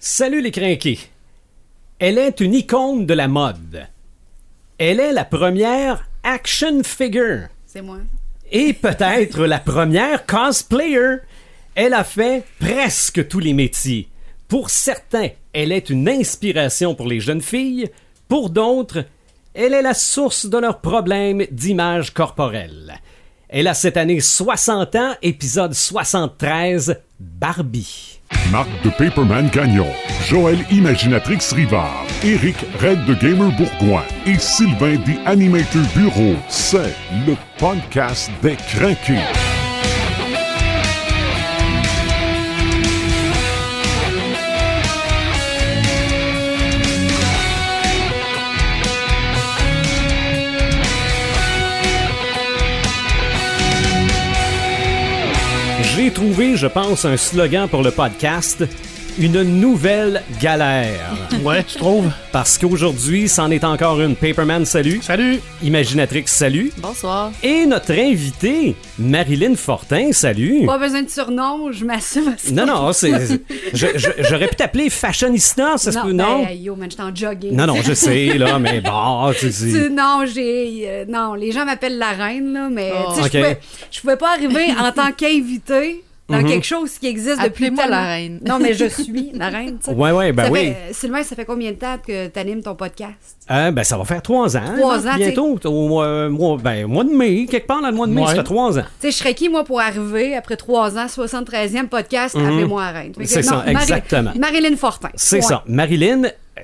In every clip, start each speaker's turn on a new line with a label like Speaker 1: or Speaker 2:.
Speaker 1: Salut les crinqués. Elle est une icône de la mode. Elle est la première action figure
Speaker 2: C'est moi.
Speaker 1: et peut-être la première cosplayer. Elle a fait presque tous les métiers. Pour certains, elle est une inspiration pour les jeunes filles. Pour d'autres, elle est la source de leurs problèmes d'image corporelle. Elle a cette année 60 ans, épisode 73, Barbie.
Speaker 3: Marc de Paperman Gagnon, Joël Imaginatrix Rivard, Eric Red de Gamer Bourgoin et Sylvain des Animator Bureau. C'est le podcast des craqués.
Speaker 1: J'ai trouvé, je pense, un slogan pour le podcast, une nouvelle galère.
Speaker 4: Ouais, tu trouves?
Speaker 1: Parce qu'aujourd'hui, c'en est encore une. Paperman, salut.
Speaker 4: Salut!
Speaker 1: Imaginatrix, salut.
Speaker 2: Bonsoir.
Speaker 1: Et notre invitée, Marilyn Fortin, salut.
Speaker 2: Pas besoin de surnom, je m'assume. à ce
Speaker 1: Non,
Speaker 2: point.
Speaker 1: non, c'est. je- je- J'aurais pu t'appeler fashionista, ça se peut,
Speaker 2: Non,
Speaker 1: non?
Speaker 2: ben, yo, man, je suis en jogging.
Speaker 1: Non, non, je sais, là, mais bon, tu sais.
Speaker 2: Tu- Non, j'ai. euh, non, les gens m'appellent la reine, là, mais
Speaker 5: Oh.
Speaker 2: tu sais, je
Speaker 1: Ok.
Speaker 2: pouvais- je pouvais pas arriver en tant qu'invitée dans
Speaker 1: Mhm.
Speaker 2: quelque chose qui existe depuis.
Speaker 5: Appelez-moi
Speaker 2: tellement-
Speaker 5: la reine.
Speaker 2: Non, mais je suis la reine, tu sais.
Speaker 1: Ouais, ouais, ben
Speaker 2: Ça
Speaker 1: oui.
Speaker 2: fait- Sylvain, ça fait combien de temps que t'animes ton podcast?
Speaker 1: Euh, ben, ça va faire trois ans.
Speaker 2: Trois
Speaker 1: là,
Speaker 2: ans,
Speaker 1: Bientôt, au mois, mois- ben, au mois de mai, quelque part dans le mois de mai,
Speaker 4: Ouais.
Speaker 1: ça fait trois ans.
Speaker 2: Tu sais, je serais qui, moi, pour arriver après trois ans, 73e podcast, appelez-moi la reine. Fait que,
Speaker 1: Mhm. C'est
Speaker 2: non,
Speaker 1: ça, exactement.
Speaker 2: Marilyn Fortin.
Speaker 1: C'est
Speaker 2: Point.
Speaker 1: ça. Marilyn,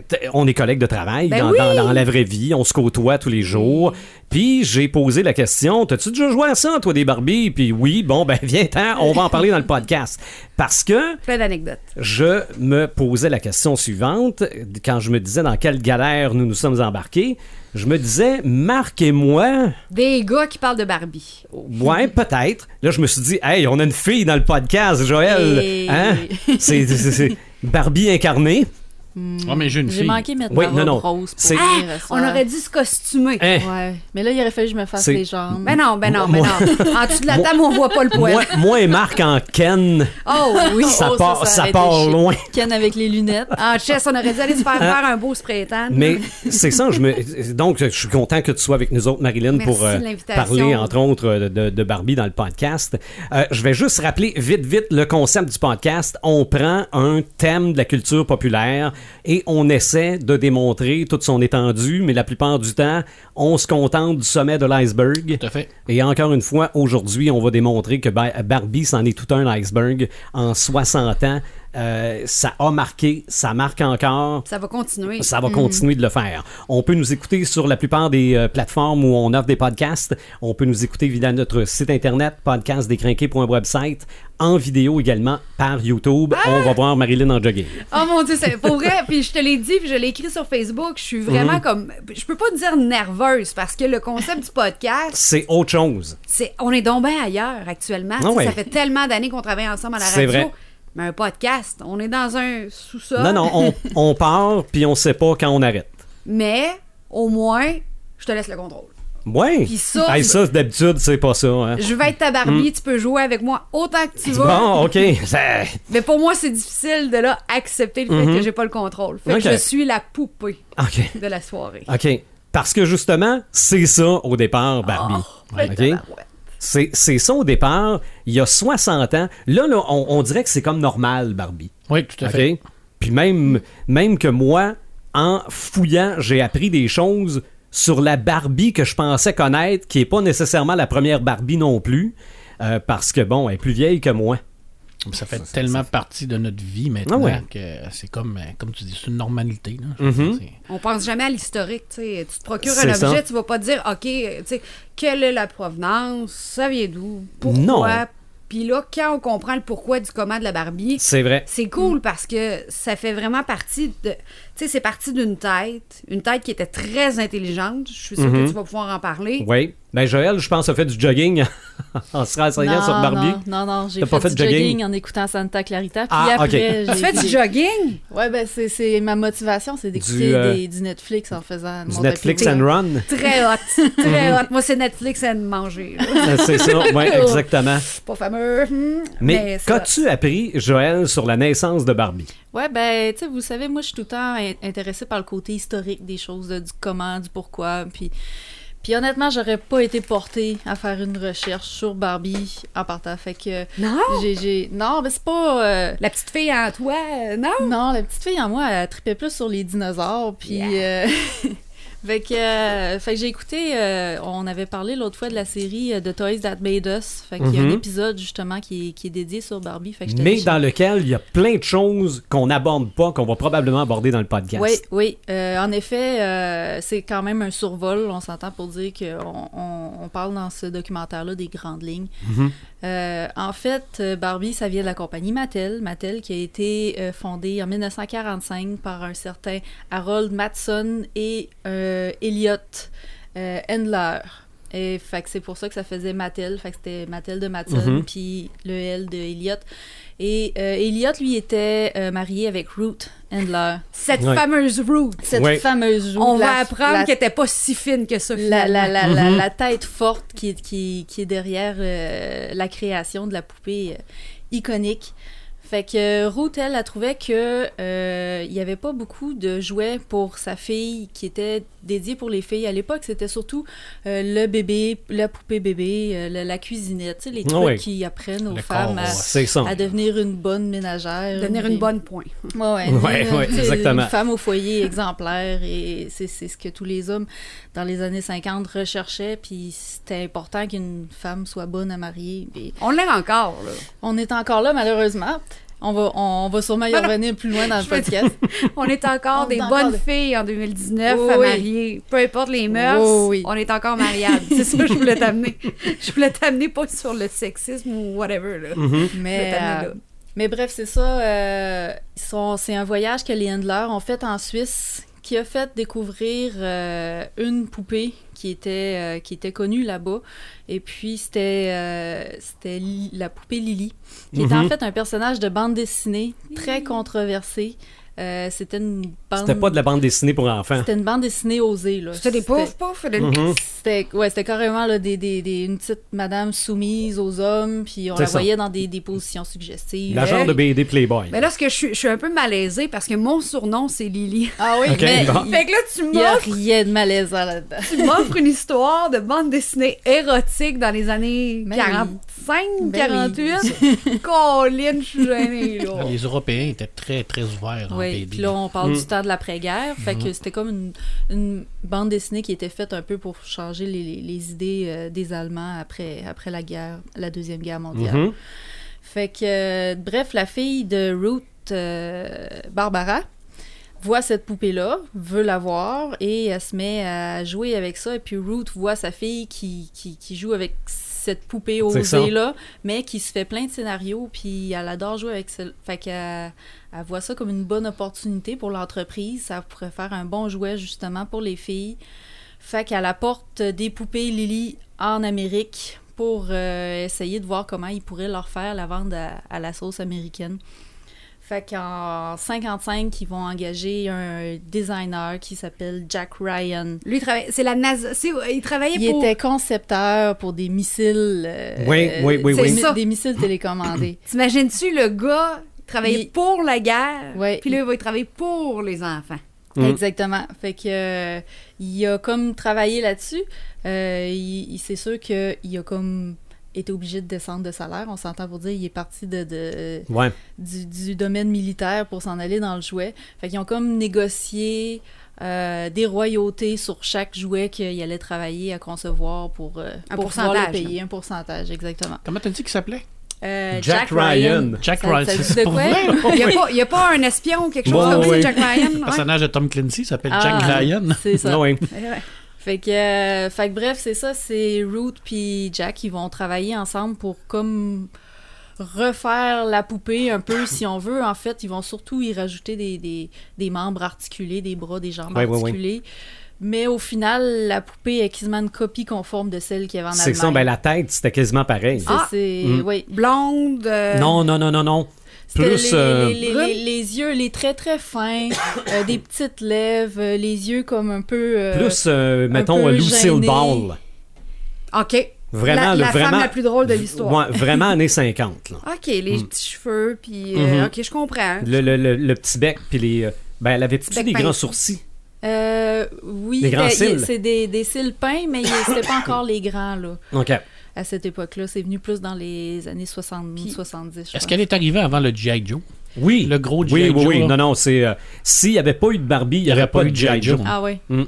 Speaker 1: t- on est collègues de travail
Speaker 2: Ben
Speaker 1: dans,
Speaker 2: oui!
Speaker 1: dans- dans la vraie vie, on se côtoie tous les jours. Puis j'ai posé la question, t'as-tu déjà joué à ça, toi, des Barbies? Puis oui, bon, ben viens-t'en, on va en parler dans le podcast. Parce que
Speaker 2: Plein d'anecdotes.
Speaker 1: je me posais la question suivante, quand je me disais dans quelle galère nous nous sommes embarqués, je me disais, Marc et moi,
Speaker 2: Des gars qui parlent de Barbie.
Speaker 1: Ouais, peut-être. Là, je me suis dit, hey, on a une fille dans le podcast, Joël.
Speaker 5: Hey.
Speaker 1: Hein? C'est, c'est- c'est Barbie incarnée.
Speaker 4: Oh, mais j'ai une
Speaker 5: J'ai
Speaker 4: fille.
Speaker 5: manqué mettre
Speaker 1: Oui,
Speaker 5: oui,
Speaker 1: non, non.
Speaker 5: rose pour
Speaker 1: C'est-
Speaker 2: Ah,
Speaker 5: dire ça.
Speaker 2: on aurait dû se costumer.
Speaker 1: Hein?
Speaker 5: Ouais. Mais là, il aurait fallu que je me fasse
Speaker 1: C'est-
Speaker 5: les jambes.
Speaker 2: Ben non, ben non, ben
Speaker 1: Moi-
Speaker 2: non. En dessous de la
Speaker 1: Moi-
Speaker 2: table, on voit pas le poil.
Speaker 1: Moi, moi et Marc en Ken.
Speaker 2: Oh oui.
Speaker 1: Ça
Speaker 5: Oh,
Speaker 1: part- ça
Speaker 5: aurait été
Speaker 1: part
Speaker 5: chic.
Speaker 1: loin.
Speaker 5: Ken avec les lunettes.
Speaker 2: En chess, on aurait dû aller se faire faire un beau spray tan.
Speaker 1: Hein? Mais c'est ça, je me... donc je suis content que tu sois avec nous autres, Marilyn,
Speaker 2: Merci
Speaker 1: pour euh,
Speaker 2: de l'invitation.
Speaker 1: parler, entre autres, euh, de, de Barbie dans le podcast. Euh, je vais juste rappeler vite, vite le concept du podcast. On prend un thème de la culture populaire et on essaie de démontrer toute son étendue, mais la plupart du temps, on se contente du sommet de l'iceberg.
Speaker 4: Tout à fait.
Speaker 1: Et encore une fois, aujourd'hui, on va démontrer que Ba- Barbie, c'en est tout un iceberg. En 60 ans, euh, ça a marqué, ça marque encore.
Speaker 2: Ça va continuer.
Speaker 1: Ça va continuer de le faire. On peut nous écouter sur la plupart des euh, plateformes où on offre des podcasts. On peut nous écouter via notre site internet podcastdécrinqué.website en vidéo également par YouTube.
Speaker 2: Ah!
Speaker 1: On va voir Marilyn en jogging.
Speaker 2: Oh mon dieu, c'est pour vrai. Puis je te l'ai dit, puis je l'ai écrit sur Facebook. Je suis vraiment
Speaker 1: Mhm.
Speaker 2: comme, je peux pas dire nerveuse parce que le concept du podcast,
Speaker 1: C'est autre chose.
Speaker 2: c'est, on est donc bien ailleurs actuellement.
Speaker 1: Ah
Speaker 2: Tu sais,
Speaker 1: ouais.
Speaker 2: Ça fait tellement d'années qu'on travaille ensemble à la
Speaker 1: C'est
Speaker 2: radio.
Speaker 1: vrai.
Speaker 2: Mais un podcast, on est dans un sous-sol.
Speaker 1: Non, non, on, on part puis on sait pas quand on arrête.
Speaker 2: Mais au moins, je te laisse le contrôle.
Speaker 1: Ouais.
Speaker 2: Puis ça-
Speaker 1: Hey, ça d'habitude, c'est pas ça. hein.
Speaker 2: Je vais être ta Barbie, tu peux jouer avec moi autant que tu veux.
Speaker 1: Bon, OK. Ça-
Speaker 2: Mais pour moi, c'est difficile de là accepter le fait que j'ai pas le contrôle. Fait
Speaker 1: Mm-hmm. Ok. Ah,
Speaker 2: que je suis la poupée
Speaker 1: OK.
Speaker 2: de la soirée.
Speaker 1: OK. Parce que justement, c'est ça au départ,
Speaker 2: Oh,
Speaker 1: Barbie.
Speaker 2: Fait que
Speaker 1: OK?
Speaker 2: tabarouette.
Speaker 1: C'est c'est ça au départ, il y a 60 ans. Là, là, on, on dirait que c'est comme normal, Barbie.
Speaker 4: Oui, tout à
Speaker 1: OK?
Speaker 4: fait.
Speaker 1: Puis même, même que moi, en fouillant, j'ai appris des choses sur la Barbie que je pensais connaître, qui n'est pas nécessairement la première Barbie non plus, euh, parce que, bon, elle est plus vieille que moi.
Speaker 4: Ça fait tellement partie de notre vie maintenant
Speaker 1: Ah ouais.
Speaker 4: que c'est comme, euh, comme tu dis, c'est une normalité. Là. Je
Speaker 1: Mhm.
Speaker 4: veux dire,
Speaker 2: On pense jamais à l'historique, tu sais. Tu te procures
Speaker 1: C'est
Speaker 2: un
Speaker 1: ça.
Speaker 2: objet, tu vas pas te dire, OK, tu sais, quelle est la provenance, ça vient d'où,
Speaker 1: Non.
Speaker 2: pourquoi. Puis là, quand on comprend le pourquoi du comment de la Barbie,
Speaker 1: C'est vrai.
Speaker 2: C'est cool parce que ça fait vraiment partie de. Tu sais,
Speaker 1: Mm-hmm.
Speaker 2: c'est parti d'une tête, une tête qui était très intelligente. Je suis sûre que tu vas pouvoir en parler.
Speaker 1: Oui. Ben Joël, je pense, a fait du jogging en se renseignant
Speaker 5: non,
Speaker 1: sur Barbie.
Speaker 5: Non, non, non, j'ai
Speaker 1: T'as
Speaker 5: fait,
Speaker 1: pas fait
Speaker 5: du
Speaker 1: de
Speaker 5: jogging.
Speaker 1: jogging?
Speaker 5: en écoutant Santa Clarita. Puis
Speaker 1: Ah,
Speaker 5: après,
Speaker 2: Tu
Speaker 5: j'ai
Speaker 2: fais du
Speaker 5: dit-
Speaker 2: jogging?
Speaker 5: Ouais, ben c'est- c'est ma motivation, c'est d'écouter
Speaker 1: Du, euh,
Speaker 5: des- du Netflix en faisant
Speaker 1: Du
Speaker 5: mon
Speaker 1: Netflix
Speaker 5: tapis.
Speaker 1: and Run.
Speaker 2: Très hot. Très hot. Moi, c'est Netflix and manger. là.
Speaker 1: C'est ça, ouais,
Speaker 5: Oh.
Speaker 1: exactement.
Speaker 2: C'est pas fameux. hum,
Speaker 5: Ben,
Speaker 1: Mais,
Speaker 2: ça-
Speaker 1: qu'as-tu appris, Joël, sur la naissance de Barbie?
Speaker 5: Ouais, ben, tu sais, vous savez, moi, je suis tout le temps in- intéressée par le côté historique des choses, de- du comment, du pourquoi. Puis, puis honnêtement, j'aurais pas été portée à faire une recherche sur Barbie en partant. Fait que
Speaker 2: Non?
Speaker 5: j'ai- j'ai. Non, mais c'est pas. euh,
Speaker 2: La petite fille en toi, euh, non?
Speaker 5: Non, la petite fille en moi, elle tripait plus sur les dinosaures. Puis. euh, fait que, euh, fait que j'ai écouté. euh, on avait parlé l'autre fois de la série euh, de Toys That Made Us. Fait qu'il y a
Speaker 1: Mhm.
Speaker 5: un épisode, justement, qui est, qui est dédié sur Barbie. Fait que j'étais allée
Speaker 1: Mais dans lequel il y a plein de choses qu'on n'aborde pas, qu'on va probablement aborder dans le podcast.
Speaker 5: Oui, oui. Euh, en effet, euh, c'est quand même un survol. On s'entend pour dire qu'on on, on parle dans ce documentaire-là des grandes lignes.
Speaker 1: Mhm.
Speaker 5: Euh, en fait, euh, Barbie, ça vient de la compagnie Mattel. Mattel qui a été euh, fondée en 1945 par un certain Harold Matson et euh, Elliot euh, Handler. Et fait que c'est pour ça que ça faisait Mattel, fait que c'était Mattel de Matson,
Speaker 1: Mhm.
Speaker 5: puis le L de Elliot. Et euh, Elliot, lui, était euh, marié avec Ruth Handler
Speaker 2: Cette
Speaker 1: Ouais.
Speaker 2: fameuse route.
Speaker 5: cette
Speaker 1: Ouais.
Speaker 5: fameuse roue,
Speaker 2: On
Speaker 5: la-
Speaker 2: va apprendre
Speaker 5: la,
Speaker 2: qu'elle était pas si fine que ça.
Speaker 5: la, la,
Speaker 2: finalement.
Speaker 5: la, la-
Speaker 1: Mhm.
Speaker 5: la tête forte qui, est- qui, qui est derrière euh, la création de la poupée euh, iconique. Fait que euh, Ruth, elle, elle trouvait que euh, il n'y avait pas beaucoup de jouets pour sa fille qui étaient dédiés pour les filles. À l'époque, c'était surtout euh, le bébé, la poupée bébé, euh, la, la cuisinette, tu sais, les trucs
Speaker 1: Ah Ouais.
Speaker 5: qui apprennent aux
Speaker 4: Le
Speaker 5: femmes
Speaker 4: corps,
Speaker 5: à,
Speaker 1: Ah, C'est ça.
Speaker 5: à devenir une bonne ménagère.
Speaker 2: Devenir une
Speaker 5: des-
Speaker 2: bonne point.
Speaker 5: Ouais, ouais,
Speaker 1: Ouais,
Speaker 5: une-
Speaker 1: ouais,
Speaker 5: une-
Speaker 1: exactement.
Speaker 5: Une femme au foyer exemplaire, et c'est c'est ce que tous les hommes dans les années 50 recherchaient, puis c'était important qu'une femme soit bonne à marier. puis
Speaker 2: On l'est encore, là.
Speaker 5: on est encore là, malheureusement. On va, on, va sûrement y
Speaker 2: Ah non.
Speaker 5: revenir plus loin dans le
Speaker 2: Je vais
Speaker 5: podcast.
Speaker 2: On est encore
Speaker 5: On
Speaker 2: des
Speaker 5: est encore
Speaker 2: bonnes
Speaker 5: des-
Speaker 2: filles en 2019 à
Speaker 5: Oui.
Speaker 2: marier. Peu importe les mœurs,
Speaker 5: Oui.
Speaker 2: on est encore mariables. C'est ça que je voulais t'amener. Je voulais t'amener pas sur le sexisme ou whatever. Là.
Speaker 1: Mhm.
Speaker 5: Mais,
Speaker 2: Cette
Speaker 5: euh,
Speaker 2: année-là.
Speaker 5: mais bref, c'est ça. euh, ils sont- c'est un voyage que les Handlers ont fait en Suisse qui a fait découvrir euh, une poupée qui était, euh, qui était connue là-bas. Et puis, c'était euh, c'était Li- la poupée Lily, qui était
Speaker 1: Mhm.
Speaker 5: en fait un personnage de bande dessinée très controversé. Euh, c'était une bande...
Speaker 1: C'était pas de la bande dessinée pour enfants.
Speaker 5: C'était une bande dessinée osée, là.
Speaker 2: C'était des poufs, poufs. des-
Speaker 1: Mhm.
Speaker 5: C'était ouais, c'était carrément là, des, des- des- une petite madame soumise aux hommes, puis on
Speaker 1: C'est
Speaker 5: la
Speaker 1: ça.
Speaker 5: voyait dans des, des positions suggestives.
Speaker 1: La genre de BD Playboy.
Speaker 2: Mais là, ce que je suis, je suis un peu malaisée parce que mon surnom, c'est Lily.
Speaker 5: Ah oui,
Speaker 1: Ok,
Speaker 5: mais
Speaker 1: bon.
Speaker 5: il-
Speaker 2: Fait que là, tu
Speaker 5: il n'y a
Speaker 2: m'offres,
Speaker 5: rien de malaisant là-dedans.
Speaker 2: tu m'offres une histoire de bande dessinée érotique dans les années
Speaker 5: Ben oui.
Speaker 2: 45,
Speaker 5: Ben
Speaker 2: 48. Colline, je suis gênée, là.
Speaker 4: Ah, Les Européens étaient très, très ouverts en
Speaker 5: Oui,
Speaker 4: BD.
Speaker 5: puis là, on
Speaker 1: Ah,
Speaker 5: parle
Speaker 1: Mm. Mm-hmm.
Speaker 5: du temps de l'après-guerre. Fait que c'était comme une, une bande dessinée qui était faite un peu pour changer les, les- les idées euh, des Allemands après, après la guerre, la Deuxième Guerre mondiale.
Speaker 1: Mhm.
Speaker 5: Fait que, euh, bref, la fille de Ruth, euh, Barbara, voit cette poupée-là, veut la voir, et elle se met à jouer avec ça. Et puis Ruth voit sa fille qui, qui, qui joue avec cette poupée
Speaker 1: C'est ça.
Speaker 5: osée-là, mais qui se fait plein de scénarios, puis elle adore jouer avec ça. Fait qu'elle elle voit ça comme une bonne opportunité pour l'entreprise. Ça pourrait faire un bon jouet, justement, pour les filles. Fait qu'elle apporte des poupées Lily en Amérique pour euh, essayer de voir comment ils pourraient leur faire la vente à, à la sauce américaine. Fait qu'en 55, ils vont engager un designer qui s'appelle Jack Ryan.
Speaker 2: Lui, il travaillait- c'est la NASA. c'est- Il travaillait
Speaker 5: Il
Speaker 2: pour.
Speaker 5: était concepteur pour des missiles. euh,
Speaker 1: Oui, oui, oui,
Speaker 5: des
Speaker 2: oui.
Speaker 5: mi-
Speaker 2: C'est ça.
Speaker 5: Des missiles télécommandés.
Speaker 2: T'imagines-tu le gars il travaillait
Speaker 5: Il-
Speaker 2: pour la guerre,
Speaker 5: Ouais.
Speaker 2: puis là, il va y travailler pour les enfants.
Speaker 1: Mm.
Speaker 5: Exactement. Fait que euh, il a comme travaillé là-dessus. Euh, il, il- c'est sûr qu'il a comme été obligé de descendre de salaire. On s'entend pour dire il est parti de, de-
Speaker 1: Ouais.
Speaker 5: du, du domaine militaire pour s'en aller dans le jouet. Fait qu'ils ont comme négocié euh, des royautés sur chaque jouet qu'il allait travailler à concevoir pour, euh,
Speaker 2: Un
Speaker 5: pour pouvoir
Speaker 2: pourcentage,
Speaker 5: le payer. Un pourcentage, exactement.
Speaker 4: Comment t'as dit qu'il s'appelait?
Speaker 5: Euh,
Speaker 1: Jack Ryan.
Speaker 4: Jack
Speaker 5: Ça-
Speaker 4: Ryan.
Speaker 5: ça dit
Speaker 4: C'est
Speaker 5: de
Speaker 4: pour
Speaker 5: quoi?
Speaker 4: vrai, là?
Speaker 2: Il n'y a, pas- il y a pas un espion ou quelque chose
Speaker 1: Bon,
Speaker 2: comme
Speaker 1: oui.
Speaker 2: ça, Jack
Speaker 4: Le
Speaker 2: Ryan?
Speaker 4: personnage de Tom Clancy s'appelle
Speaker 5: Ah,
Speaker 4: Jack Ryan.
Speaker 5: C'est ça.
Speaker 1: Ouais.
Speaker 2: Ouais. Ouais.
Speaker 5: Fait que, euh, fait que bref, c'est ça, c'est Root puis Jack, ils vont travailler ensemble pour comme refaire la poupée un peu si on veut. En fait, ils vont surtout y rajouter des, des, des membres articulés, des bras, des jambes
Speaker 1: Ouais, ouais, ouais.
Speaker 5: articulées. Mais au final, la poupée est quasiment une copie conforme de celle qu'il y avait en Allemagne.
Speaker 1: C'est ça, ben la tête, c'était quasiment pareil.
Speaker 5: Ça,
Speaker 2: Ah!
Speaker 5: c'est-
Speaker 1: Mm.
Speaker 5: oui.
Speaker 2: Blonde. euh,
Speaker 1: Non, non, non, non, non.
Speaker 5: C'était
Speaker 1: Plus,
Speaker 5: les,
Speaker 1: euh,
Speaker 5: les- les-
Speaker 2: brune.
Speaker 5: les- les yeux, les traits très fins, euh, des petites lèvres, euh, les yeux comme un peu... euh,
Speaker 1: Plus, euh, mettons,
Speaker 5: peu
Speaker 1: euh, Lucille
Speaker 5: gênée.
Speaker 1: Ball.
Speaker 2: OK.
Speaker 1: Vraiment,
Speaker 2: la,
Speaker 1: le-
Speaker 2: la
Speaker 1: vraiment-
Speaker 2: femme la plus drôle de l'histoire.
Speaker 1: Ouais, vraiment années 50. Là.
Speaker 2: OK, les petits cheveux, puis... euh,
Speaker 1: Hmm. Mhm.
Speaker 2: OK, je comprends.
Speaker 1: Le, le- le- le petit bec, puis les. euh, ben, elle avait
Speaker 2: Petit
Speaker 1: tu
Speaker 2: bec
Speaker 1: des
Speaker 2: peint.
Speaker 1: grands sourcils?
Speaker 5: euh, oui,
Speaker 1: Des grands
Speaker 5: il-
Speaker 1: cils.
Speaker 5: c'est des, des cils peints, mais il- c'était pas encore les grands, là,
Speaker 1: OK.
Speaker 5: à cette époque-là. C'est venu plus dans les années 70, 70 je
Speaker 4: Est-ce
Speaker 5: pense.
Speaker 4: qu'elle est arrivée avant le G.I. Joe?
Speaker 1: Oui.
Speaker 4: Le gros
Speaker 1: Oui,
Speaker 4: G.I.
Speaker 1: oui,
Speaker 4: Joe,
Speaker 1: oui.
Speaker 4: là.
Speaker 1: Non, non, c'est. euh, S'il n'y avait pas eu de Barbie, il n'y aurait pas eu de G.I. Joe.
Speaker 5: Ah ouais.
Speaker 1: Mm.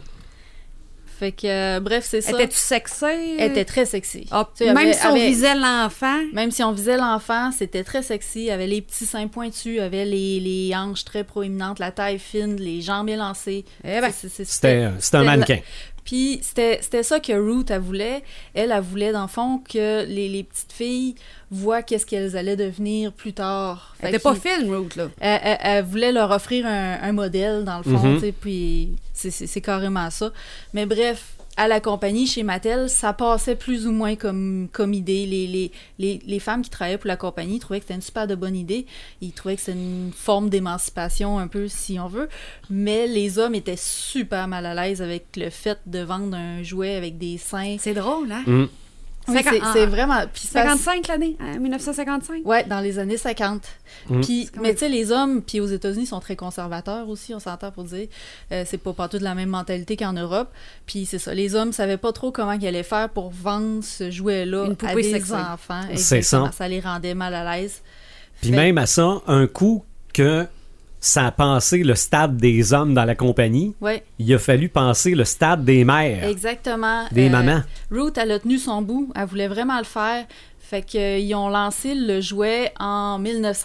Speaker 5: Fait que, euh, bref, c'est ça.
Speaker 2: Étais-tu sexée?
Speaker 5: Elle était très sexy.
Speaker 2: euh, Ah,
Speaker 5: Tu sais,
Speaker 2: même
Speaker 5: avait-
Speaker 2: si on
Speaker 5: avait-
Speaker 2: visait l'enfant,
Speaker 5: Même si on visait l'enfant, c'était très sexy. Elle avait les petits seins pointus, elle avait les, les hanches très proéminentes, la taille fine, les jambes élancées.
Speaker 2: Eh ben,
Speaker 5: C'est- c'est-
Speaker 1: C'était euh, c'était un
Speaker 5: la-
Speaker 1: mannequin.
Speaker 5: Puis c'était c'était ça que Ruth, elle voulait. Elle, elle voulait, dans le fond, que les, les petites filles voient qu'est-ce qu'elles allaient devenir plus tard.
Speaker 2: elle
Speaker 5: Fait
Speaker 2: était pas
Speaker 5: qu'il-
Speaker 2: film, Ruth, là.
Speaker 5: elle, elle- elle voulait leur offrir un, un modèle, dans le fond,
Speaker 1: Mhm.
Speaker 5: tu sais, puis c'est- c'est c'est carrément ça. Mais bref, à la compagnie, chez Mattel, ça passait plus ou moins comme, comme idée. Les, les, les, les femmes qui travaillaient pour la compagnie trouvaient que c'était une super de bonne idée. Ils trouvaient que c'était une forme d'émancipation, un peu, si on veut. Mais les hommes étaient super mal à l'aise avec le fait de vendre un jouet avec des seins.
Speaker 2: C'est drôle, hein?
Speaker 1: Mm.
Speaker 5: Oui, C'est
Speaker 2: Cinquante-
Speaker 5: c'est
Speaker 2: ah,
Speaker 5: vraiment... puis ça-
Speaker 2: 55 l'année, hein, 1955.
Speaker 5: Ouais, dans les années 50.
Speaker 1: Mm.
Speaker 5: Puis,
Speaker 2: quand
Speaker 5: mais
Speaker 2: même-
Speaker 5: tu sais, les hommes, puis aux États-Unis, sont très conservateurs aussi, on s'entend pour dire. Euh, c'est pas partout de la même mentalité qu'en Europe. Puis c'est ça, les hommes savaient pas trop comment ils allaient faire pour vendre ce jouet-là
Speaker 2: Une poupée
Speaker 5: à des
Speaker 2: sexuée.
Speaker 5: enfants.
Speaker 1: C'est
Speaker 5: Exactement,
Speaker 1: ça.
Speaker 5: Ça les rendait mal à l'aise.
Speaker 1: Puis
Speaker 5: Fait-
Speaker 1: même à ça, un coup que ça a passé le stade des hommes dans la compagnie,
Speaker 5: Ouais,
Speaker 1: il a fallu penser le stade des mères,
Speaker 5: exactement.
Speaker 1: des
Speaker 5: Euh,
Speaker 1: mamans.
Speaker 5: Ruth, elle a tenu son bout, elle voulait vraiment le faire. Fait qu'ils ont lancé le jouet en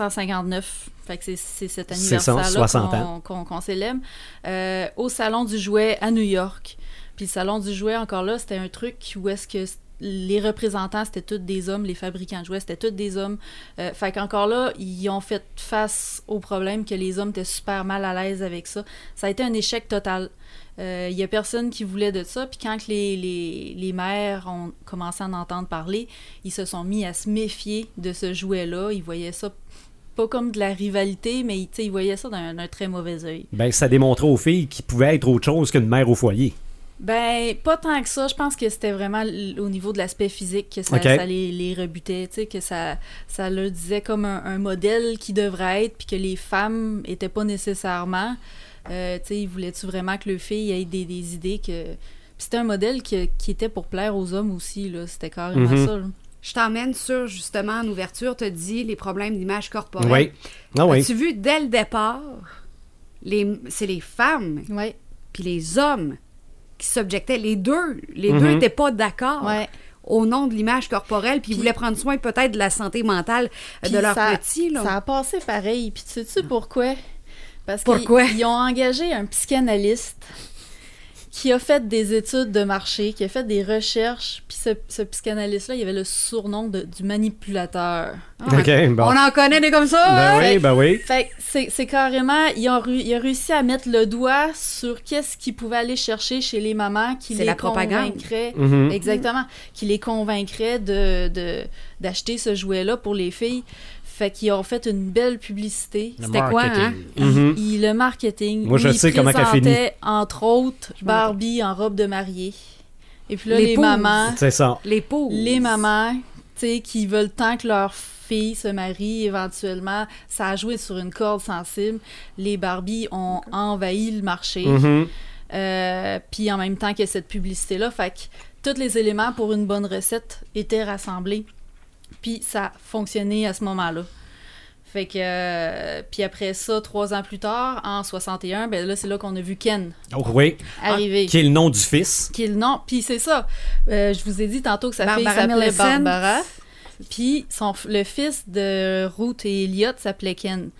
Speaker 5: 1959. Fait que c'est- c'est cet
Speaker 1: C'est ça,
Speaker 5: anniversaire-là
Speaker 1: 60
Speaker 5: qu'on qu'on- qu'on célèbre euh, au Salon du jouet à New York. Puis le Salon du jouet, encore là, c'était un truc où est-ce que c- les représentants, c'était tous des hommes, les fabricants de jouets, c'était tous des hommes. Euh, fait qu'encore là, ils ont fait face au problème que les hommes étaient super mal à l'aise avec ça. Ça a été un échec total. Euh, Il y a personne qui voulait de ça. Puis quand que les, les, les mères ont commencé à en entendre parler, ils se sont mis à se méfier de ce jouet-là. Ils voyaient ça pas comme de la rivalité, mais tu sais, ils voyaient ça d'un d'un très mauvais œil.
Speaker 1: Ben, ça démontrait aux filles qu'ils pouvaient être autre chose qu'une mère au foyer.
Speaker 5: Ben, pas tant que ça. Je pense que c'était vraiment l- au niveau de l'aspect physique que ça,
Speaker 1: Ok.
Speaker 5: ça les, les rebutait, tu sais, que ça, ça leur disait comme un, un modèle qui devrait être, puis que les femmes étaient pas nécessairement. Euh, tu sais, ils voulaient-tu vraiment que le fille ait des, des idées que... Puis c'était un modèle que- qui était pour plaire aux hommes aussi, là. C'était carrément
Speaker 1: Mhm.
Speaker 5: ça, là.
Speaker 2: Je t'emmène sur, justement, en ouverture, te dis les problèmes d'image corporelle.
Speaker 1: Oui. Ah oui.
Speaker 2: As-tu vu, dès le départ, les, c'est les femmes
Speaker 5: Ouais,
Speaker 2: puis les hommes qui s'objectaient. Les deux, les
Speaker 1: Mhm.
Speaker 2: deux n'étaient pas d'accord
Speaker 5: ouais.
Speaker 2: au nom de l'image corporelle, puis ils
Speaker 5: Puis-
Speaker 2: voulaient prendre soin peut-être de la santé mentale euh,
Speaker 5: Puis
Speaker 2: de leurs
Speaker 5: ça-
Speaker 2: petits. Là.
Speaker 5: Ça a passé pareil. Puis tu sais-tu pourquoi? Parce
Speaker 2: Pourquoi?
Speaker 5: qu'ils ils ont engagé un psychanalyste qui a fait des études de marché, qui a fait des recherches. Puis ce, ce psychanalyste-là, il avait le surnom de- du manipulateur.
Speaker 1: OK, bon.
Speaker 2: Ah. On en connaît des comme ça. hein?
Speaker 1: Ben oui, ben oui.
Speaker 5: Fait que c'est c'est carrément, ils ont, ru- il a réussi à mettre le doigt sur qu'est-ce qu'ils pouvaient aller chercher chez les mamans qui
Speaker 2: C'est
Speaker 5: les
Speaker 2: la propagande.
Speaker 5: convaincraient.
Speaker 1: Mhm.
Speaker 5: Exactement. Qui les convaincraient de de- d'acheter ce jouet-là pour les filles. Fait qu'ils ont fait une belle publicité.
Speaker 4: Le
Speaker 2: C'était quoi,
Speaker 4: marketing.
Speaker 2: hein?
Speaker 1: Mhm.
Speaker 5: Il- le marketing.
Speaker 1: Moi, je
Speaker 5: où il
Speaker 1: sais comment qu'elle finit.
Speaker 5: présentait, entre autres,
Speaker 2: m'en rappelle.
Speaker 5: Barbie en robe de mariée. Et puis là,
Speaker 2: Les
Speaker 5: les,
Speaker 2: poses.
Speaker 5: mamans,
Speaker 1: C'est ça.
Speaker 2: Les pauvres.
Speaker 5: les mamans, tu sais, qui veulent tant que leur fille se marie éventuellement, ça a joué sur une corde sensible. Les Barbies ont envahi le marché.
Speaker 1: Mhm.
Speaker 5: Euh, puis en même temps que cette publicité-là. Fait que tous les éléments pour une bonne recette étaient rassemblés. Puis ça a fonctionné à ce moment-là. Fait que, euh, puis après ça, trois ans plus tard, en 61, ben là, c'est là qu'on a vu Ken
Speaker 1: Oui.
Speaker 5: arriver.
Speaker 1: Qui est le nom du fils.
Speaker 5: Qui est le nom. Puis c'est ça. Euh, je vous ai dit tantôt que sa
Speaker 2: Barbara
Speaker 5: fille s'appelait
Speaker 2: Millicent.
Speaker 5: Barbara. Puis son, f- le fils de Ruth et Elliot s'appelait Ken.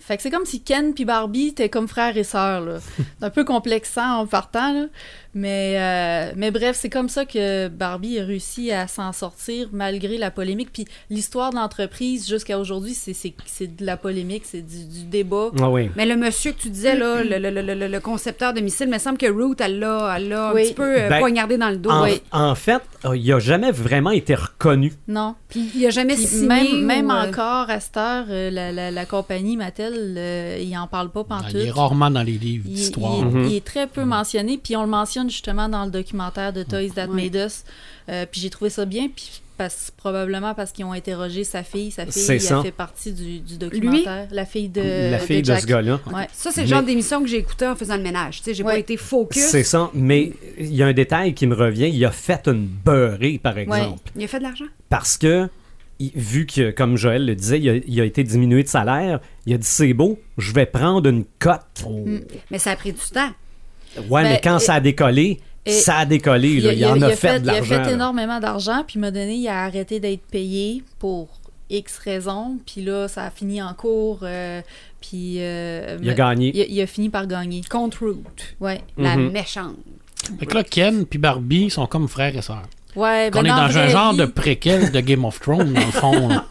Speaker 5: Fait que c'est comme si Ken puis Barbie étaient comme frères et sœurs. là. C'est un peu complexant en partant, là. Mais, euh, mais bref, c'est comme ça que Barbie a réussi à s'en sortir malgré la polémique. Puis l'histoire de l'entreprise jusqu'à aujourd'hui, c'est- c'est c'est de la polémique, c'est du, du débat.
Speaker 1: Ah oui.
Speaker 2: Mais le monsieur que tu disais, là, le, le- le- le- le concepteur de missiles, il me semble que Root, elle l'a elle l'a
Speaker 5: Oui.
Speaker 2: un petit peu euh,
Speaker 1: Ben,
Speaker 2: poignardé dans le dos.
Speaker 1: En,
Speaker 2: Oui.
Speaker 1: en fait, euh, il n'a jamais vraiment été reconnu.
Speaker 5: Non.
Speaker 2: Puis il a jamais
Speaker 5: Puis
Speaker 2: signé.
Speaker 5: même, même
Speaker 2: ou, euh,
Speaker 5: encore, à cette heure, euh, la, la- la compagnie Mattel, euh, il en parle pas
Speaker 4: Ah,
Speaker 5: pantoute.
Speaker 4: Il est rarement dans les livres
Speaker 5: Il-
Speaker 4: d'histoire.
Speaker 5: Il, il est très peu mentionné, puis on le mentionne justement dans le documentaire de Toys That
Speaker 2: Ouais.
Speaker 5: Made Us. Euh, puis j'ai trouvé ça bien, puis parce, probablement parce qu'ils ont interrogé sa fille. Sa
Speaker 1: C'est
Speaker 5: fille
Speaker 1: ça.
Speaker 5: a fait partie du, du documentaire. La fille de.
Speaker 1: la fille Euh, de,
Speaker 5: Jack.
Speaker 1: ce gars-là.
Speaker 5: Ouais.
Speaker 2: Ça, c'est le genre
Speaker 1: Mais-
Speaker 2: d'émission que j'ai écouté en faisant le ménage. Tu sais, j'ai
Speaker 5: Ouais.
Speaker 2: pas été focus.
Speaker 1: C'est ça, mais il y a un détail qui me revient. Il a fait une beurrée, par exemple.
Speaker 2: Il a fait de l'argent.
Speaker 1: parce que il- vu que, comme Joël le disait, il a, il a été diminué de salaire, il a dit c'est beau, je vais prendre une cote.
Speaker 2: Mais ça a pris du temps.
Speaker 1: Ouais,
Speaker 5: Ben,
Speaker 1: mais quand
Speaker 5: et-
Speaker 1: ça a décollé,
Speaker 5: et-
Speaker 1: ça a décollé. là. Il, en a, fait, de
Speaker 5: Il a
Speaker 1: l'argent.
Speaker 5: fait
Speaker 1: là.
Speaker 5: énormément d'argent, puis m'a donné, il a arrêté d'être payé pour X raisons, puis là, ça a fini en cours, euh, puis. euh,
Speaker 1: Il a gagné.
Speaker 5: Il, il a fini par gagner.
Speaker 2: Contre Root.
Speaker 5: Ouais.
Speaker 4: Mm.
Speaker 2: La
Speaker 1: Mhm.
Speaker 2: méchante.
Speaker 4: Fait que là, Ken puis Barbie sont comme frères et sœurs.
Speaker 5: Ouais, ben
Speaker 4: Qu'on est
Speaker 5: dans la
Speaker 4: dans un
Speaker 5: vraie
Speaker 4: genre de
Speaker 5: vie,
Speaker 4: préquel de Game of Thrones, dans le fond. là.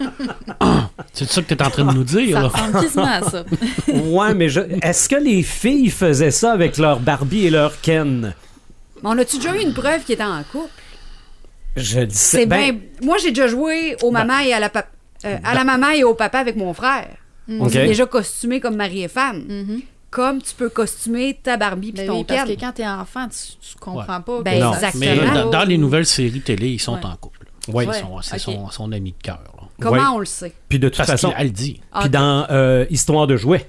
Speaker 4: C'est ça que tu es en train de nous dire.
Speaker 5: Ça
Speaker 4: là.
Speaker 5: ressemble quasiment à ça.
Speaker 2: Ben
Speaker 1: ouais, mais je- est-ce que les filles faisaient ça avec leur Barbie et leur Ken
Speaker 2: Mais on a-tu déjà eu une preuve qui était en couple?
Speaker 1: Je dis
Speaker 2: C'est
Speaker 1: ben,
Speaker 2: bien. Moi, j'ai déjà joué au maman et à la papa. à la maman et au papa avec mon frère.
Speaker 5: Mm.
Speaker 1: ok.
Speaker 2: C'est déjà costumé comme mari et femme. Comme tu peux costumer ta Barbie puis
Speaker 5: Mm-hmm. Ben
Speaker 2: ton
Speaker 5: oui, parce
Speaker 2: Ken.
Speaker 5: que quand t'es enfant, tu, tu comprends
Speaker 4: Ouais.
Speaker 5: pas.
Speaker 2: Ben,
Speaker 5: que
Speaker 1: Non.
Speaker 5: ça se
Speaker 4: Mais
Speaker 5: fait.
Speaker 2: Exactement.
Speaker 4: dans, dans les nouvelles séries télé, ils sont
Speaker 5: Oh. Ouais.
Speaker 4: en couple.
Speaker 1: Ouais.
Speaker 4: Ils sont- C'est
Speaker 5: Ok.
Speaker 4: son, son ami de cœur. là.
Speaker 2: Comment
Speaker 1: Ouais.
Speaker 2: on le sait?
Speaker 1: Puis de toute
Speaker 4: Parce
Speaker 1: façon,
Speaker 4: qu'elle le dit.
Speaker 1: puis dans euh, Histoire de jouets,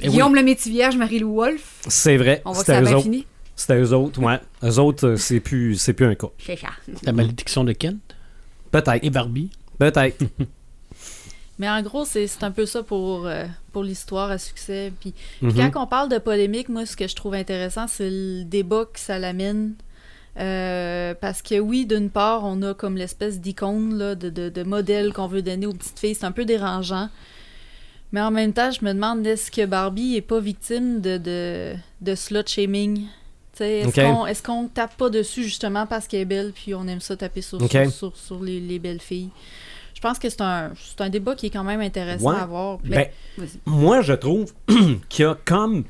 Speaker 4: Eh oui.
Speaker 2: Guillaume le Métis Vierge, Marie-Lou Wolfe.
Speaker 1: c'est vrai.
Speaker 2: On voit que ça
Speaker 1: C'était
Speaker 2: a
Speaker 1: eux
Speaker 2: bien
Speaker 1: autres.
Speaker 2: fini.
Speaker 1: C'était eux autres, ouais. Eux autres, euh, c'est plus, c'est plus un couple.
Speaker 2: C'est ça.
Speaker 4: La malédiction de Ken
Speaker 1: Peut-être.
Speaker 4: et Barbie.
Speaker 1: Peut-être.
Speaker 5: Mais en gros, c'est c'est un peu ça pour, euh, pour l'histoire à succès. Puis, puis quand on parle de polémique, moi, ce que je trouve intéressant, c'est le débat que ça l'amène. Euh, parce que oui, d'une part, on a comme l'espèce d'icône là, de, de, de modèle qu'on veut donner aux petites filles. C'est un peu dérangeant. Mais en même temps, je me demande est-ce que Barbie est pas victime de, de, de slut shaming Tu sais, Est-ce
Speaker 1: Ok.
Speaker 5: qu'on est qu'on tape pas dessus justement parce qu'elle est belle, puis on aime ça taper sur,
Speaker 1: Ok.
Speaker 5: sur, sur, sur les, les belles filles Je pense que c'est un, c'est un débat qui est quand même intéressant
Speaker 1: Ouais.
Speaker 5: à voir. Mais-
Speaker 1: Ben,
Speaker 2: Vas-y.
Speaker 1: moi, je trouve qu'il y a comme.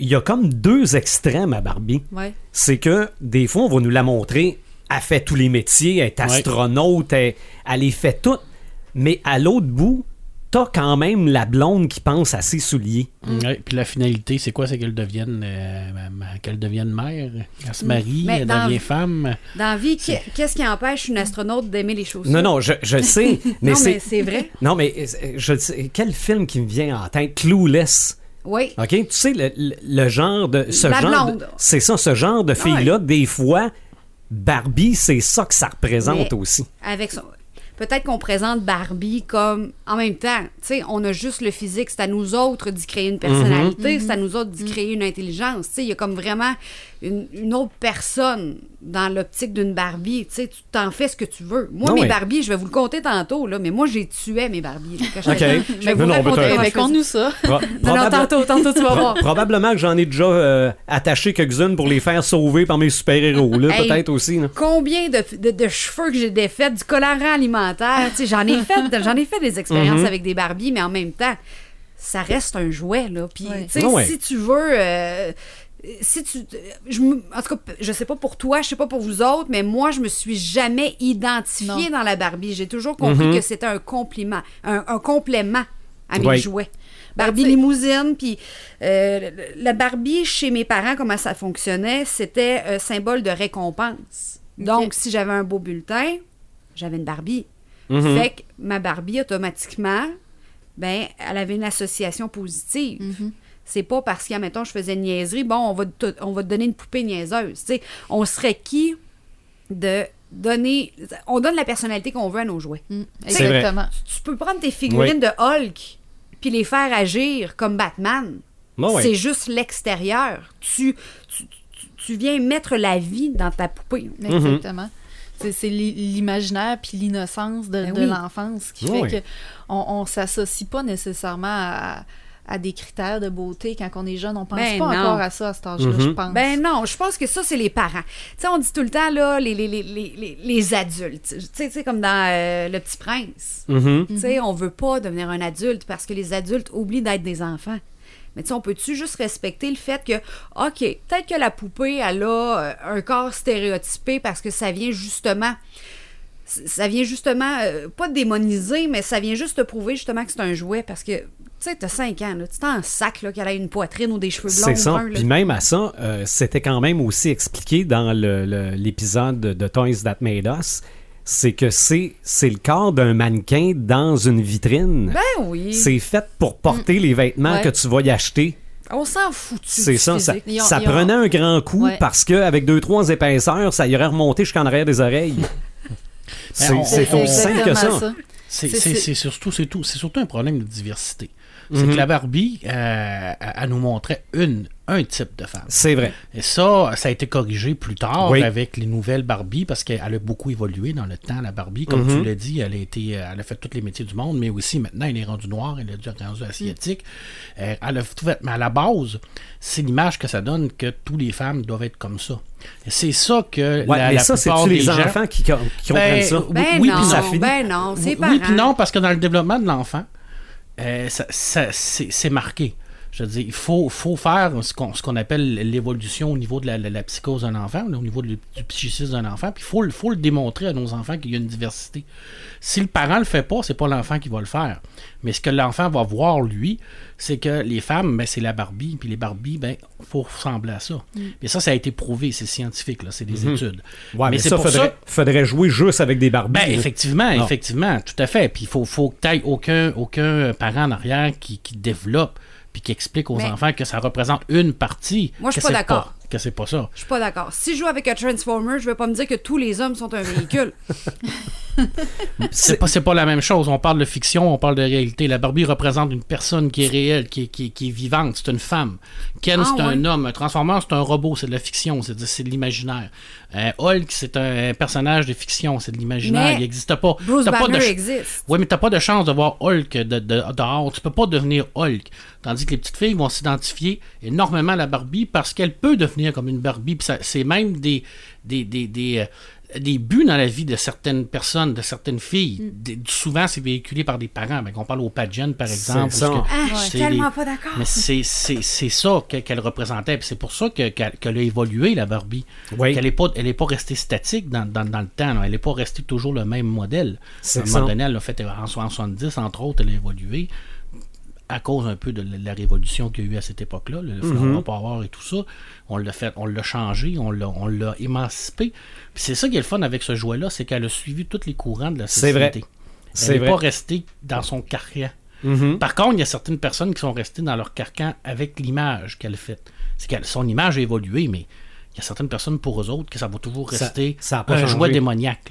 Speaker 1: Il y a comme deux extrêmes à Barbie.
Speaker 5: ouais.
Speaker 1: C'est que des fois, on va nous la montrer. Elle fait tous les métiers, elle est astronaute, elle, elle les fait toutes. Mais à l'autre bout, t'as quand même la blonde qui pense à ses souliers.
Speaker 4: Ouais, puis la finalité, c'est quoi? C'est qu'elle devienne, euh, ma- qu'elle devienne mère, elle se marie,
Speaker 2: Mais
Speaker 4: elle
Speaker 2: dans-
Speaker 4: devient femme.
Speaker 2: Dans la vie, qu'est- qu'est-ce qui empêche une astronaute d'aimer les choses?
Speaker 1: Non, non, je, je le sais, mais
Speaker 2: non, mais
Speaker 1: c'est.
Speaker 2: c'est vrai.
Speaker 1: Non, mais euh, je le sais. Quel film qui me vient en tête? Clueless.
Speaker 2: Oui.
Speaker 1: OK? Tu sais, le, le- le genre de. Ce
Speaker 2: La
Speaker 1: genre de-
Speaker 2: blonde. Ah
Speaker 1: C'est ça, ce genre de fille-là, des fois, Barbie, c'est ça que ça représente
Speaker 2: Mais
Speaker 1: aussi.
Speaker 2: Avec son... Peut-être qu'on présente Barbie comme en même temps, tu sais, on a juste le physique, c'est à nous autres d'y créer
Speaker 1: Mhm.
Speaker 2: une personnalité, c'est à nous autres d'y créer une intelligence, tu sais, il y a comme vraiment une, une autre personne dans l'optique d'une Barbie, tu sais, tu t'en fais ce que tu veux. Moi,
Speaker 1: Ah
Speaker 2: mes
Speaker 1: oui.
Speaker 2: Barbies, je vais vous le compter tantôt, là, mais moi, j'ai tué mes Barbies. là, quand
Speaker 1: Ok.
Speaker 2: j'étais- Je vais
Speaker 1: Non,
Speaker 2: vous
Speaker 1: non, on peut te-
Speaker 2: raconter comment
Speaker 5: Eh
Speaker 2: je
Speaker 5: ben,
Speaker 2: faisais.
Speaker 5: conte-nous ça.
Speaker 1: Pro-
Speaker 2: Non, non,
Speaker 1: probable-
Speaker 2: tantôt, tantôt, tu vas
Speaker 1: pro-
Speaker 2: voir.
Speaker 1: probablement que j'en ai déjà euh, attaché quelques-unes pour les faire sauver par mes super-héros, là,
Speaker 2: Hey.
Speaker 1: peut-être aussi. là.
Speaker 2: combien de, de- de cheveux que j'ai défaits, du colorant alimentaire. Tu sais, j'en ai fait, j'en ai fait des expériences
Speaker 5: Mhm.
Speaker 2: avec des Barbies, mais en même temps, ça reste un jouet là. Puis
Speaker 5: Ouais.
Speaker 2: tu sais,
Speaker 1: Ouais.
Speaker 2: si tu veux. euh, si tu, je, me- en tout cas, je sais pas pour toi, je sais pas pour vous autres, mais moi, je me suis jamais identifiée dans la Barbie. J'ai toujours compris
Speaker 5: Mhm.
Speaker 2: que c'était un compliment, un, un complément à mes
Speaker 1: Ouais.
Speaker 2: jouets. Barbie limousine, puis euh, la Barbie chez mes parents, comment ça fonctionnait, c'était euh, symbole de récompense. Donc, si j'avais un beau bulletin, j'avais une Barbie.
Speaker 1: Mhm. Mm-hmm.
Speaker 2: Fait que ma Barbie, automatiquement, ben, elle avait une association positive. C'est pas parce que, mettons, je faisais une niaiserie, bon, on va, te, on va te donner une poupée niaiseuse. Tu sais, on serait qui de donner. On donne la personnalité qu'on veut à nos jouets.
Speaker 1: C'est vrai.
Speaker 5: Mm, Exactement.
Speaker 2: Tu peux prendre tes figurines de Hulk puis les faire agir comme Batman.
Speaker 1: Ah ouais.
Speaker 2: C'est juste l'extérieur. Tu, tu, tu- tu viens mettre la vie dans ta poupée.
Speaker 1: Mhm.
Speaker 5: Exactement. C'est- C'est l'i- l'imaginaire puis l'innocence de,
Speaker 2: Ben
Speaker 5: de
Speaker 2: oui.
Speaker 5: l'enfance qui
Speaker 1: Oui.
Speaker 5: fait que on, on s'associe pas nécessairement à, à des critères de beauté quand on est jeune. On pense
Speaker 2: Ben
Speaker 5: pas
Speaker 2: non.
Speaker 5: encore à ça à cet âge-là,
Speaker 1: Mhm.
Speaker 5: je pense.
Speaker 2: Ben non, je pense que ça, c'est les parents. Tu sais, on dit tout le temps, là, les, les, les, les, les- les adultes. Tu sais, tu sais, comme dans euh, Le Petit Prince.
Speaker 1: Mhm.
Speaker 2: Tu sais, on veut pas devenir un adulte parce que les adultes oublient d'être des enfants. Mais tu sais, on peut-tu juste respecter le fait que, OK, peut-être que la poupée, elle a euh, un corps stéréotypé parce que ça vient justement... Ça vient justement, euh, pas démoniser, mais ça vient juste te prouver justement que c'est un jouet parce que, tu sais, t'as 5 ans, là, tu t'en sac là, qu'elle a une poitrine ou des cheveux blonds.
Speaker 1: C'est ça.
Speaker 2: bruns, là.
Speaker 1: Puis même à ça, euh, c'était quand même aussi expliqué dans le- le- l'épisode de Toys That Made Us. C'est que c'est c'est le corps d'un mannequin dans une vitrine.
Speaker 2: Ben oui.
Speaker 1: c'est fait pour porter les vêtements
Speaker 5: Mm. Ouais.
Speaker 1: que tu vas y acheter.
Speaker 2: On s'en fout. du
Speaker 1: C'est ça, ça,
Speaker 2: physique.
Speaker 5: Ils ont-
Speaker 1: ça
Speaker 5: ils ont-
Speaker 1: prenait un grand coup
Speaker 5: Ouais.
Speaker 1: parce que avec deux trois épaisseurs, ça irait remonter jusqu'en arrière des oreilles.
Speaker 4: Ben, on-
Speaker 1: C'est c'est
Speaker 4: on-
Speaker 1: aussi simple que ça.
Speaker 5: exactement ça.
Speaker 4: C'est-
Speaker 5: C'est-
Speaker 4: C'est
Speaker 5: c'est-
Speaker 4: c'est surtout, c'est tout, c'est surtout un problème de diversité. C'est que la Barbie, euh, elle elle nous montrait une, un type de femme.
Speaker 1: C'est vrai.
Speaker 4: Et ça, ça a été corrigé plus tard
Speaker 1: Oui.
Speaker 4: avec les nouvelles Barbie parce qu'elle a beaucoup évolué dans le temps, la Barbie. Comme
Speaker 1: Mhm.
Speaker 4: tu l'as dit, elle a, été, euh, elle a fait tous les métiers du monde, mais aussi maintenant, elle est rendue noire, elle est rendue asiatique. Euh, Elle a tout fait. Mais à la base, c'est l'image que ça donne que toutes les femmes doivent être comme ça. Et C'est ça que
Speaker 1: Ouais,
Speaker 4: la,
Speaker 1: mais
Speaker 4: la
Speaker 1: ça,
Speaker 4: plupart
Speaker 1: c'est-tu les
Speaker 4: des gens-
Speaker 1: enfants qui, com- qui
Speaker 4: Ben,
Speaker 1: comprennent ça?
Speaker 4: oui,
Speaker 2: Ben
Speaker 4: oui,
Speaker 2: non,
Speaker 4: puis ça
Speaker 1: finit.
Speaker 2: ben non, c'est
Speaker 4: Oui,
Speaker 2: parents.
Speaker 4: oui, puis non, parce que dans le développement de l'enfant, euh, ça, ça- c'est c'est marqué. Je veux dire, il faut, faut faire ce qu'on ce qu'on appelle l'évolution au niveau de la, la- la psychose d'un enfant, au niveau du, du psychisme d'un enfant, puis il faut, le- faut le démontrer à nos enfants qu'il y a une diversité. Si le parent le fait pas, c'est pas l'enfant qui va le faire. Mais ce que l'enfant va voir, lui, c'est que les femmes, ben, c'est la Barbie, puis les Barbies, ben, faut ressembler à ça.
Speaker 2: Mm.
Speaker 4: Mais ça, ça a été prouvé, c'est scientifique, là, c'est des études.
Speaker 1: Mm-hmm. Ouais, mais,
Speaker 4: c'est
Speaker 1: ça,
Speaker 4: pour
Speaker 1: faudrait, faudrait jouer juste avec des barbies.
Speaker 4: ben,
Speaker 1: là.
Speaker 4: effectivement,
Speaker 1: Non.
Speaker 4: effectivement, tout à fait. Puis il faut, faut que tu aucun, aucun parent en arrière qui, qui développe puis qui explique aux
Speaker 2: Mais-
Speaker 4: enfants que ça représente une partie.
Speaker 2: Moi, je suis
Speaker 4: que
Speaker 2: pas
Speaker 4: c'est
Speaker 2: d'accord.
Speaker 4: Que c'est pas ça.
Speaker 2: Je suis pas d'accord. Si je joue avec un Transformer, je vais pas me dire que tous les hommes sont un véhicule.
Speaker 4: C'est pas, c'est pas la même chose. On parle de fiction, on parle de réalité. La Barbie représente une personne qui est réelle, qui, est- qui est- qui est vivante. C'est une femme. Ken,
Speaker 2: Ah,
Speaker 4: c'est un
Speaker 2: ouais.
Speaker 4: homme. Un Transformer, c'est un robot. C'est de la fiction. C'est de, c'est de l'imaginaire. Euh, Hulk, c'est un personnage de fiction. C'est de l'imaginaire.
Speaker 2: Mais
Speaker 4: Il n'existe pas.
Speaker 2: Bruce
Speaker 4: T'as pas de
Speaker 2: Banner
Speaker 4: ch-
Speaker 2: existe.
Speaker 4: Oui, mais t'as pas de chance de voir Hulk de, de- dehors. Tu peux pas devenir Hulk. Tandis que les petites filles vont s'identifier énormément à la Barbie parce qu'elle peut devenir comme une Barbie. Puis ça- C'est même des, des, des, des, euh, des buts dans la vie de certaines personnes, de certaines filles.
Speaker 2: Mm.
Speaker 4: Des- souvent, c'est véhiculé par des parents. Ben, on parle au Pageant, par exemple.
Speaker 1: ça.
Speaker 4: parce que
Speaker 2: Ah, je suis
Speaker 4: c'est
Speaker 2: tellement
Speaker 4: les-
Speaker 2: pas d'accord.
Speaker 4: Mais c'est- c'est c'est ça que- qu'elle représentait. Puis c'est pour ça que- qu'elle qu'elle a évolué, la Barbie.
Speaker 1: Oui.
Speaker 4: Qu'elle n'est pas, elle est pas restée statique dans, dans- dans le temps. là. Elle n'est pas restée toujours le même modèle.
Speaker 1: C'est
Speaker 4: À un moment
Speaker 1: ça.
Speaker 4: donné, elle l'a fait en 70, entre autres, elle a évolué à cause un peu de la- la révolution qu'il y a eu à cette époque-là, le flambant
Speaker 1: Mhm.
Speaker 4: power et tout ça, on l'a fait, on l'a changé, on l'a, on l'a émancipé. Puis c'est ça qui est le fun avec ce jouet-là, c'est qu'elle a suivi tous les courants de la
Speaker 1: C'est vrai.
Speaker 4: société.
Speaker 1: C'est
Speaker 4: Elle n'est
Speaker 1: vrai. Mhm.
Speaker 4: pas restée dans son carcan. Par contre, il y a certaines personnes qui sont restées dans leur carcan avec l'image qu'elle fait. C'est qu'elle, son image a évolué, mais il y a certaines personnes pour eux autres que ça va toujours
Speaker 1: Ça-
Speaker 4: rester
Speaker 1: ça a pas
Speaker 4: un
Speaker 1: changé.
Speaker 4: jouet démoniaque.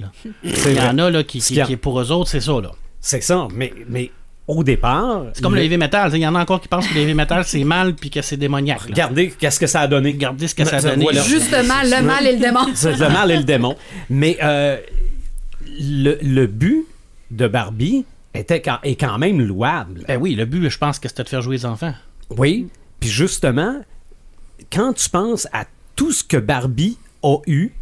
Speaker 4: là.
Speaker 1: C'est
Speaker 4: Il y
Speaker 1: vrai.
Speaker 4: en a là, qui,
Speaker 1: Ce
Speaker 4: qui-
Speaker 1: qui a-
Speaker 4: qui est pour eux autres, c'est ça. Là.
Speaker 1: C'est ça. Mais, mais au départ.
Speaker 4: C'est comme
Speaker 1: le-
Speaker 4: le heavy metal. Il y en a encore qui pensent que le heavy metal, c'est mal puis que c'est démoniaque. là.
Speaker 1: Regardez qu'est-ce que ça a donné.
Speaker 4: Regardez ce que ça a
Speaker 1: Ben, Ça
Speaker 4: donné.
Speaker 1: voilà.
Speaker 4: là.
Speaker 2: Justement, le mal et le démon.
Speaker 1: C'est le mal et le démon. Mais euh, le, le but de Barbie était quand, est quand même louable.
Speaker 4: Ben oui, le but, je pense que c'était de faire jouer les enfants.
Speaker 1: Oui. Puis justement, quand tu penses à tout ce que Barbie a eu,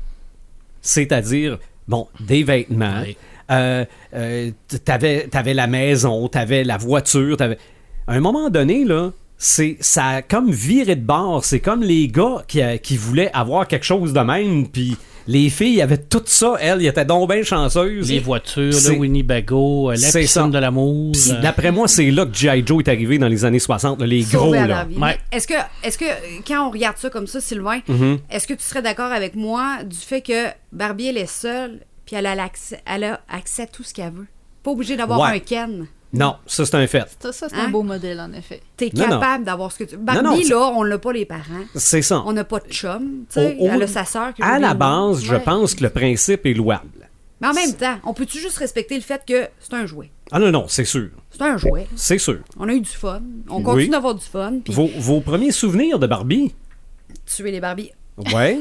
Speaker 1: c'est-à-dire, bon, des vêtements,
Speaker 4: Oui.
Speaker 1: euh, euh, t- t'avais, t'avais la maison, t'avais la voiture, t'avais... À un moment donné, là, c'est, ça a comme viré de bord. C'est comme les gars qui, euh, qui voulaient avoir quelque chose de même, puis les filles avaient tout ça, elles, elles étaient donc bien chanceuses.
Speaker 4: Les voitures, le
Speaker 1: C'est-
Speaker 4: Winnie-Bago, euh, la
Speaker 1: c'est
Speaker 4: piscine
Speaker 1: ça.
Speaker 4: de l'amour.
Speaker 1: Puis
Speaker 4: euh,
Speaker 1: D'après moi, c'est là que G.I. Joe est arrivé dans les années 60, là, les
Speaker 2: Sauver
Speaker 1: gros,
Speaker 2: la
Speaker 1: là.
Speaker 2: Barbie.
Speaker 4: Ouais.
Speaker 2: Est-ce que, est-ce que, euh, quand on regarde ça comme ça, Sylvain,
Speaker 1: Mm-hmm.
Speaker 2: est-ce que tu serais d'accord avec moi du fait que Barbie, elle est seule, puis elle a, l'accès- elle a accès à tout ce qu'elle veut? Pas obligée d'avoir
Speaker 1: Ouais.
Speaker 2: un Ken.
Speaker 1: Non, ça, c'est un fait.
Speaker 5: Ça, ça, c'est
Speaker 2: Hein?
Speaker 5: un beau modèle, en effet.
Speaker 2: T'es
Speaker 1: Non, non.
Speaker 2: capable d'avoir ce que tu... Barbie,
Speaker 1: non, c'est-
Speaker 2: là, on l'a pas les parents.
Speaker 1: C'est ça.
Speaker 2: On n'a pas de chum, tu sais.
Speaker 1: Au- au-
Speaker 2: Elle a sa sœur. que
Speaker 1: À
Speaker 2: j'ai
Speaker 1: la
Speaker 2: oubliée.
Speaker 1: base, je
Speaker 5: Ouais.
Speaker 1: pense que le principe est louable.
Speaker 2: Mais en même temps, on peut-tu juste respecter le fait que c'est un jouet?
Speaker 1: Ah non, non, c'est sûr.
Speaker 2: C'est un jouet.
Speaker 1: C'est sûr.
Speaker 2: On a eu du fun. On continue
Speaker 1: Oui.
Speaker 2: d'avoir du fun. Puis
Speaker 1: Vos, vos premiers souvenirs de Barbie,
Speaker 2: tuer les Barbies.
Speaker 1: Ouais.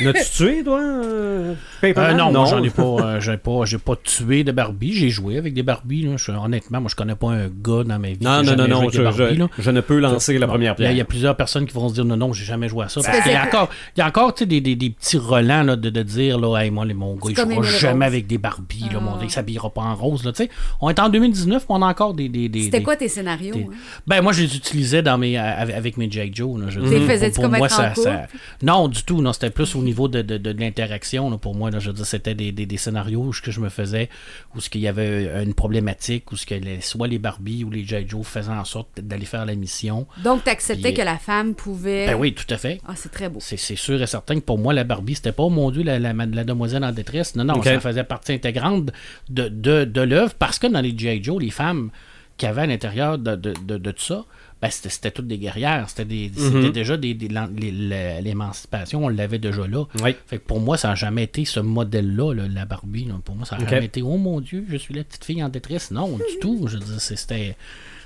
Speaker 1: N'as-tu tué, toi euh,
Speaker 4: Euh,
Speaker 1: Paperman?
Speaker 4: non, moi j'en ai pas, euh, j'ai pas, j'ai pas tué de Barbie. J'ai joué avec des Barbies. là. Je- honnêtement, moi je connais pas un gars dans ma vie. qui a
Speaker 1: Non, non,
Speaker 4: jamais
Speaker 1: non,
Speaker 4: joué
Speaker 1: non,
Speaker 4: avec
Speaker 1: je,
Speaker 4: des Barbies,
Speaker 1: je-
Speaker 4: là.
Speaker 1: je ne peux lancer Ah, la
Speaker 4: Non.
Speaker 1: première
Speaker 4: Là,
Speaker 1: pierre.
Speaker 4: Il y a plusieurs personnes qui vont se dire non, non, j'ai jamais joué à ça. Parce
Speaker 2: faisais
Speaker 4: qu'il y a
Speaker 2: que-
Speaker 4: encore, il y a encore tu sais, des, des, des petits relents là, de, de dire là, hey, moi, les, mon gars, il
Speaker 2: comme
Speaker 4: jouera
Speaker 2: Émile Rose. Ah.
Speaker 4: jamais avec des Barbies. Là, mon gars, il s'habillera pas en rose. Là, tu sais. on est en 2019, mais on a encore des. des, des
Speaker 2: C'était
Speaker 4: des-
Speaker 2: quoi tes scénarios?
Speaker 4: des-
Speaker 2: hein?
Speaker 4: Ben, moi, je les utilisais dans mes, avec, avec mes Jack Joe. Là, je veux
Speaker 2: Les
Speaker 4: dire,
Speaker 2: faisais-tu comme être en couple?
Speaker 4: Non, du tout. Non, c'était plus au niveau de, de, de, de l'interaction là, pour moi. Là, je veux dire, c'était des, des, des scénarios où ce que je me faisais, où ce qu'il y avait une problématique, où ce que les- soit les Barbies ou les Jack Joe faisaient en sorte d'aller faire la mission.
Speaker 2: Donc, tu acceptais
Speaker 4: Puis,
Speaker 2: que la femme pouvait.
Speaker 4: Ben oui, tout à fait.
Speaker 2: Ah, c'est très beau.
Speaker 4: C'est c'est sûr et certain que pour moi, la Barbie, c'était pas, oh mon Dieu, la, la, la demoiselle en détresse. Non, non,
Speaker 1: Ok.
Speaker 4: ça faisait partie intégrante de, de, de l'œuvre parce que dans les G.I. Joe, les femmes qu'il y avait à l'intérieur de, de, de, de tout ça, ben, c'était- c'était toutes des guerrières. C'était des-
Speaker 1: Mhm.
Speaker 4: c'était déjà des, des- l'en- les- la- l'émancipation, on l'avait déjà là.
Speaker 1: Oui.
Speaker 4: Fait que pour moi, ça n'a jamais été ce modèle-là, là, la Barbie. là. Pour moi, ça n'a
Speaker 1: Ok.
Speaker 4: jamais été Oh mon Dieu, je suis la petite fille en détresse. Non, du tout. Je veux dire, c'est- c'était.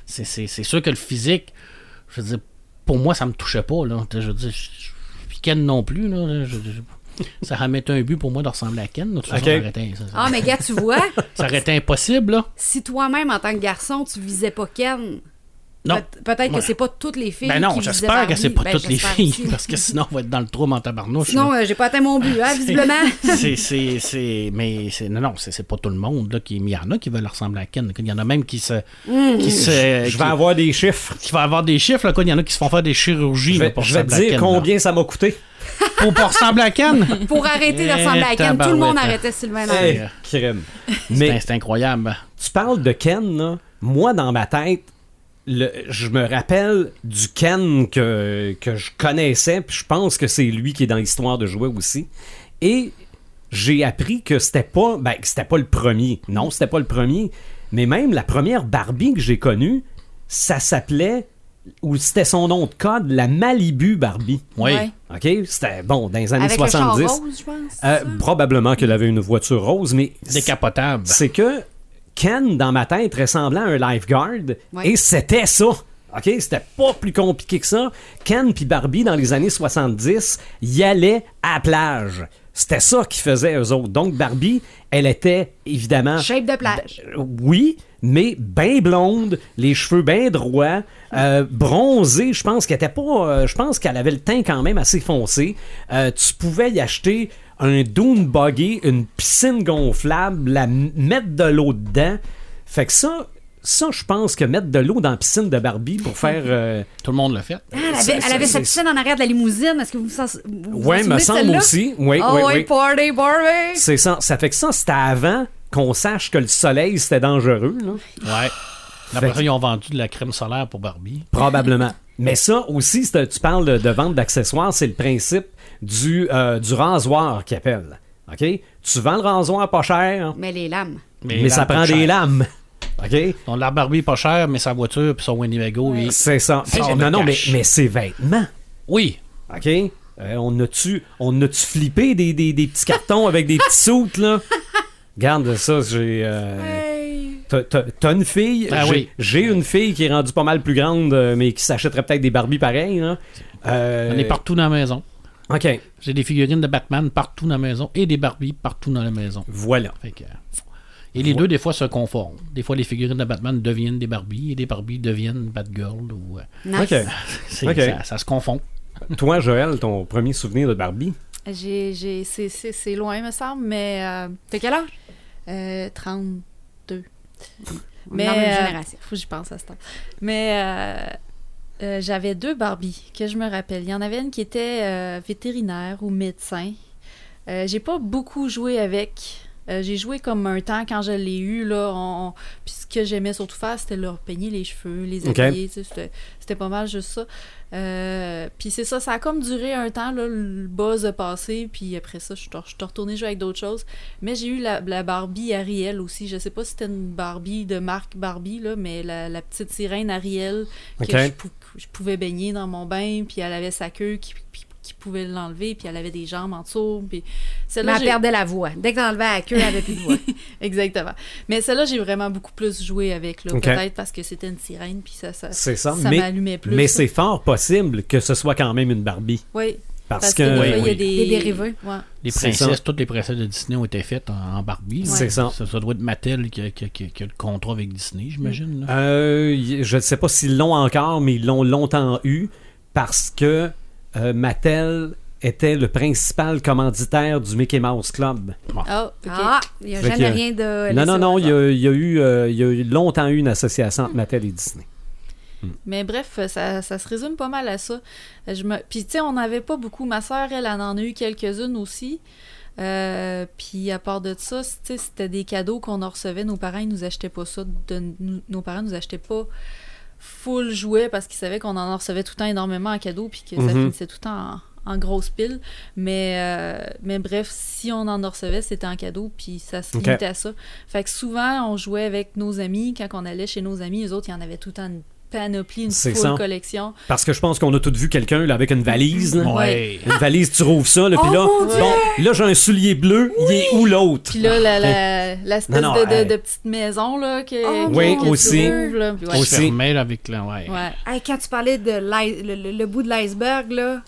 Speaker 4: c'est- C'est c'est sûr que le physique, je veux dire, pour moi, ça me touchait pas. Là. Je veux dire, je- je- puis Ken non plus. Là. Je- je- ça aurait été un but pour moi de ressembler à Ken. là. De toute façon,
Speaker 1: Ok.
Speaker 4: ça aurait été- ça- ça-
Speaker 2: Ah, mais gars, tu vois,
Speaker 4: ça aurait été impossible. Là.
Speaker 2: si toi-même, en tant que garçon, tu visais pas Ken,
Speaker 4: Non.
Speaker 2: peut- peut-être
Speaker 4: Moi,
Speaker 2: que c'est pas toutes les filles.
Speaker 4: Ben non,
Speaker 2: qui visaient
Speaker 4: j'espère que c'est
Speaker 2: Barbie.
Speaker 4: pas
Speaker 2: Ben,
Speaker 4: toutes les
Speaker 2: j'espère
Speaker 4: filles,
Speaker 2: aussi.
Speaker 4: parce que sinon on va être dans le trou en tabarnouche. là.
Speaker 2: Sinon, euh, j'ai pas atteint mon but, hein, visiblement.
Speaker 4: c'est, c'est, c'est, mais c'est, non, non, c'est, c'est pas tout le monde là, qui est mis. Il y en a qui veulent ressembler à Ken. Il y en a même qui se. Qui se
Speaker 1: Je
Speaker 4: qui,
Speaker 1: vais avoir des chiffres.
Speaker 4: qui va avoir des chiffres. Là, quoi. Il y en a qui se font faire des chirurgies
Speaker 1: Je
Speaker 4: là,
Speaker 1: vais,
Speaker 4: pour
Speaker 1: je vais te
Speaker 4: ressembler à
Speaker 1: dire
Speaker 4: Ken, là.
Speaker 1: combien ça m'a coûté.
Speaker 4: Pour, pour ressembler à Ken.
Speaker 2: Pour arrêter de ressembler à
Speaker 4: Eh,
Speaker 2: Ken, tout le monde
Speaker 4: tabarouette, hein.
Speaker 2: arrêtait Sylvain
Speaker 1: Eh,
Speaker 2: Lambert.
Speaker 1: crème.
Speaker 4: C'est,
Speaker 1: Mais
Speaker 4: Ben, c'est incroyable.
Speaker 1: tu parles de Ken, là. moi dans ma tête, le- je me rappelle du Ken que, que je connaissais, puis je pense que c'est lui qui est dans l'histoire de jouer aussi. Et j'ai appris que c'était pas, ben, que c'était pas le premier. Non, c'était pas le premier. Mais même la première Barbie que j'ai connue, ça s'appelait, ou c'était son nom de code, la Malibu Barbie.
Speaker 4: Oui.
Speaker 5: Ouais.
Speaker 1: OK? C'était, bon, dans les années
Speaker 2: Avec le
Speaker 1: 70.
Speaker 2: char rose, je pense. c'est
Speaker 1: Euh,
Speaker 2: ça?
Speaker 1: probablement qu'elle avait une voiture rose, mais
Speaker 4: Décapotable.
Speaker 1: c'est que Ken, dans ma tête, ressemblait à un lifeguard,
Speaker 2: Ouais.
Speaker 1: et c'était ça. OK? C'était pas plus compliqué que ça. Ken puis Barbie, dans les années 70, y allaient à la plage. C'était ça qu'ils faisaient, eux autres. Donc, Barbie, elle était évidemment
Speaker 2: Shape de plage.
Speaker 1: Euh, oui, mais bien blonde, les cheveux bien droits, euh, bronzée. Je pense qu'elle était pas. euh, je pense qu'elle avait le teint quand même assez foncé. Euh, tu pouvais y acheter un dune buggy, une piscine gonflable, la m- mettre de l'eau dedans. Fait que ça. Ça, je pense que mettre de l'eau dans la piscine de Barbie pour faire. euh,
Speaker 4: Tout le monde le fait.
Speaker 2: Ah, elle
Speaker 1: c'est-
Speaker 2: avait, elle
Speaker 1: c'est-
Speaker 2: avait
Speaker 1: c'est-
Speaker 2: sa piscine en arrière de la limousine. Est-ce que vous vous sens- vous vous
Speaker 1: Ouais,
Speaker 2: souvenez
Speaker 1: me
Speaker 2: de
Speaker 1: semble
Speaker 2: celle-là?
Speaker 1: aussi. Oui,
Speaker 2: Ah
Speaker 1: oui,
Speaker 2: ouais,
Speaker 1: oui.
Speaker 2: party, party.
Speaker 1: c'est ça. Ça fait que ça, c'était avant qu'on sache que le soleil, c'était dangereux. là.
Speaker 4: Ouais. Après ça, ils ont vendu de la crème solaire pour Barbie.
Speaker 1: Probablement. Mais ça aussi, c'est- tu parles de- de vente d'accessoires, c'est le principe du, euh, du rasoir qu'ils appellent. OK? Tu vends le rasoir pas cher,
Speaker 2: Mais les lames.
Speaker 1: mais, ça prend des
Speaker 4: lames.
Speaker 1: lames. OK?
Speaker 4: Donc, la Barbie est pas chère, mais sa voiture puis son Winnebago, lui.
Speaker 1: C'est ça.
Speaker 4: Ça, on
Speaker 1: non,
Speaker 4: le
Speaker 1: non, mais,
Speaker 4: cache.
Speaker 1: mais c'est vêtements.
Speaker 4: Oui.
Speaker 1: OK? Euh, on a-tu on a-tu flippé des, des- des petits cartons avec des petits soutes, là? Garde ça, j'ai. euh, t'as- T'as t'as une fille,
Speaker 4: Ah
Speaker 1: j'ai-
Speaker 4: oui.
Speaker 1: j'ai une fille qui est rendue pas mal plus grande, euh, mais qui s'achèterait peut-être des Barbies pareilles. là. Euh,
Speaker 4: On est partout dans la maison.
Speaker 1: OK,
Speaker 4: J'ai des figurines de Batman partout dans la maison et des Barbies partout dans la maison.
Speaker 1: voilà.
Speaker 4: Fait que- Et les deux, des fois, se conforment. Des fois, les figurines de Batman deviennent des Barbies et des Barbies deviennent Batgirl. Ou... euh,
Speaker 2: Nice.
Speaker 1: OK.
Speaker 4: c'est-
Speaker 1: Ok.
Speaker 4: ça, ça se confond.
Speaker 1: Toi, Joël, ton premier souvenir de Barbie,
Speaker 5: J'ai, j'ai, c'est, c'est, c'est loin, me semble, mais euh,
Speaker 2: T'as quel âge?
Speaker 5: euh, 32.
Speaker 2: On est dans la même
Speaker 5: euh,
Speaker 2: génération.
Speaker 5: faut que j'y pense à ce temps. Mais euh, euh, j'avais deux Barbies que je me rappelle. Il y en avait une qui était euh, vétérinaire ou médecin. Euh, j'ai pas beaucoup joué avec. Euh, j'ai joué comme un temps quand je l'ai eu. Là, on- Puis ce que j'aimais surtout faire, c'était leur peigner les cheveux, les
Speaker 1: Ok.
Speaker 5: habiller. tu sais, C'était, c'était pas mal juste ça. Euh, puis c'est ça, ça a comme duré un temps. Là, le buzz a passé. Puis après ça, je suis re- je suis retournée jouer avec d'autres choses. Mais j'ai eu la, la Barbie Ariel aussi. Je sais pas si c'était une Barbie de marque Barbie, là, mais la, la petite sirène Ariel que
Speaker 1: Ok.
Speaker 5: je, pou- je pouvais baigner dans mon bain, puis elle avait sa queue qui, qui- qui pouvait l'enlever, puis elle avait des jambes en dessous. Puis
Speaker 2: Mais
Speaker 5: celle-là,
Speaker 2: elle
Speaker 5: j'ai-
Speaker 2: perdait la voix. Dès que t'enlevais la queue, elle avait plus de voix.
Speaker 5: Exactement. Mais celle-là, j'ai vraiment beaucoup plus joué avec, là,
Speaker 1: Ok.
Speaker 5: peut-être parce que c'était une sirène, puis ça, ça,
Speaker 1: c'est ça.
Speaker 5: ça
Speaker 1: mais
Speaker 5: m'allumait plus.
Speaker 1: mais c'est fort possible que ce soit quand même une Barbie.
Speaker 5: Oui.
Speaker 1: Parce,
Speaker 5: Parce
Speaker 1: que,
Speaker 5: que des fois,
Speaker 1: oui,
Speaker 5: il y a
Speaker 1: oui.
Speaker 5: des...
Speaker 2: Des dérivés.
Speaker 5: Ouais.
Speaker 4: Les
Speaker 1: C'est
Speaker 4: princesses,
Speaker 1: ça.
Speaker 4: toutes les princesses de Disney ont été faites en, en Barbie. là.
Speaker 1: C'est ça.
Speaker 4: ça. ça doit être Mattel qui a, qui a- qui a- qui a le contrat avec Disney, j'imagine. là.
Speaker 1: Euh, y- je ne sais pas s'ils l'ont encore, mais ils l'ont longtemps eu parce que euh, Mattel était le principal commanditaire du Mickey Mouse Club.
Speaker 5: Ah, ok.
Speaker 2: Ah, il n'y a
Speaker 1: Fait
Speaker 2: jamais
Speaker 1: que-
Speaker 2: rien de.
Speaker 1: non, non, non, il y, a, il y a eu, euh, il y a eu longtemps eu une association entre Mattel et Disney.
Speaker 5: Mais bref, euh, ça, ça se résume pas mal à ça. Euh, Je me... Puis tu sais, on n'avait pas beaucoup. Ma soeur, elle, elle en a eu quelques-unes aussi. Euh, puis à part de ça, c- tu sais, c'était des cadeaux qu'on en recevait. Nos parents, ils nous achetaient pas ça. de- nous- nos parents nous achetaient pas full jouet parce qu'ils savaient qu'on en recevait tout le temps énormément en cadeaux puis que ça
Speaker 1: Mhm.
Speaker 5: finissait tout le temps en, en grosse pile. Mais, euh, mais bref, si on en recevait, c'était en cadeau puis ça se
Speaker 1: Ok.
Speaker 5: limitait à ça. Fait que souvent, on jouait avec nos amis. Quand on allait chez nos amis, eux autres, ils en avaient tout le temps une panoplie, une
Speaker 1: C'est
Speaker 5: full
Speaker 1: ça.
Speaker 5: collection.
Speaker 1: Parce que je pense qu'on a tous vu quelqu'un là, avec une valise. là.
Speaker 4: Ouais.
Speaker 1: Une valise, tu rouvres ça, là, puis
Speaker 2: Oh
Speaker 1: là,
Speaker 2: mon Dieu!
Speaker 1: bon, là j'ai un soulier bleu, il est où l'autre? Hein?
Speaker 5: Puis là, la, la, l'espèce
Speaker 1: Non, non,
Speaker 5: de, de-
Speaker 1: hey.
Speaker 5: de petite maison là, que,
Speaker 2: Oh,
Speaker 5: que-
Speaker 1: Oui,
Speaker 5: que tu
Speaker 1: aussi.
Speaker 5: ouvres, là, puis ouais.
Speaker 1: Aussi.
Speaker 4: Fermé, là, avec la. Ouais.
Speaker 5: Ouais.
Speaker 2: Hey, quand tu parlais de l'i- le, le- le bout de l'iceberg, là,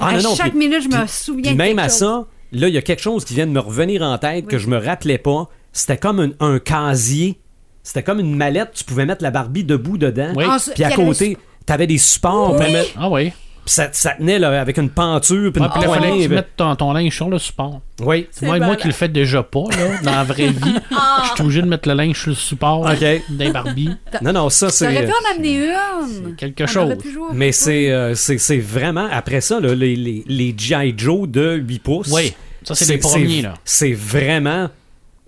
Speaker 1: Ah,
Speaker 2: à
Speaker 1: non, non,
Speaker 2: chaque
Speaker 1: puis-
Speaker 2: minute, je me
Speaker 1: puis-
Speaker 2: souviens
Speaker 1: Puis
Speaker 2: de
Speaker 1: même
Speaker 2: quelque
Speaker 1: à
Speaker 2: chose.
Speaker 1: ça, là, il y a quelque chose qui vient de me revenir en tête que je me rappelais pas. C'était comme un, un casier. C'était comme une mallette. Tu pouvais mettre la Barbie debout dedans.
Speaker 4: Oui.
Speaker 2: En s-
Speaker 1: Puis à
Speaker 2: il y avait
Speaker 1: côté, t'avais des supports. mais- mais-
Speaker 4: Ah oui.
Speaker 1: puis ça, ça tenait là, avec une penture, puis
Speaker 4: Ouais,
Speaker 1: une
Speaker 4: puis là, fallait que
Speaker 1: poignée.
Speaker 4: tu mettes ton, ton linge sur le support.
Speaker 1: Oui.
Speaker 4: Moi, moi qui le fais déjà pas, là, dans la vraie vie, je suis obligé de mettre le linge sur le support
Speaker 1: OK.
Speaker 4: des Barbie.
Speaker 1: Non, non, ça,
Speaker 2: T'aurais
Speaker 1: c'est...
Speaker 2: pu en hein? amener une.
Speaker 4: Quelque
Speaker 2: On
Speaker 4: chose.
Speaker 2: aurait pu jouer au
Speaker 1: Mais
Speaker 2: foot.
Speaker 1: c'est, euh, c'est, c'est vraiment... Après ça, là, les, les, les G.I. Joe de 8 pouces...
Speaker 4: Oui. Ça, c'est les premiers, là.
Speaker 1: C'est vraiment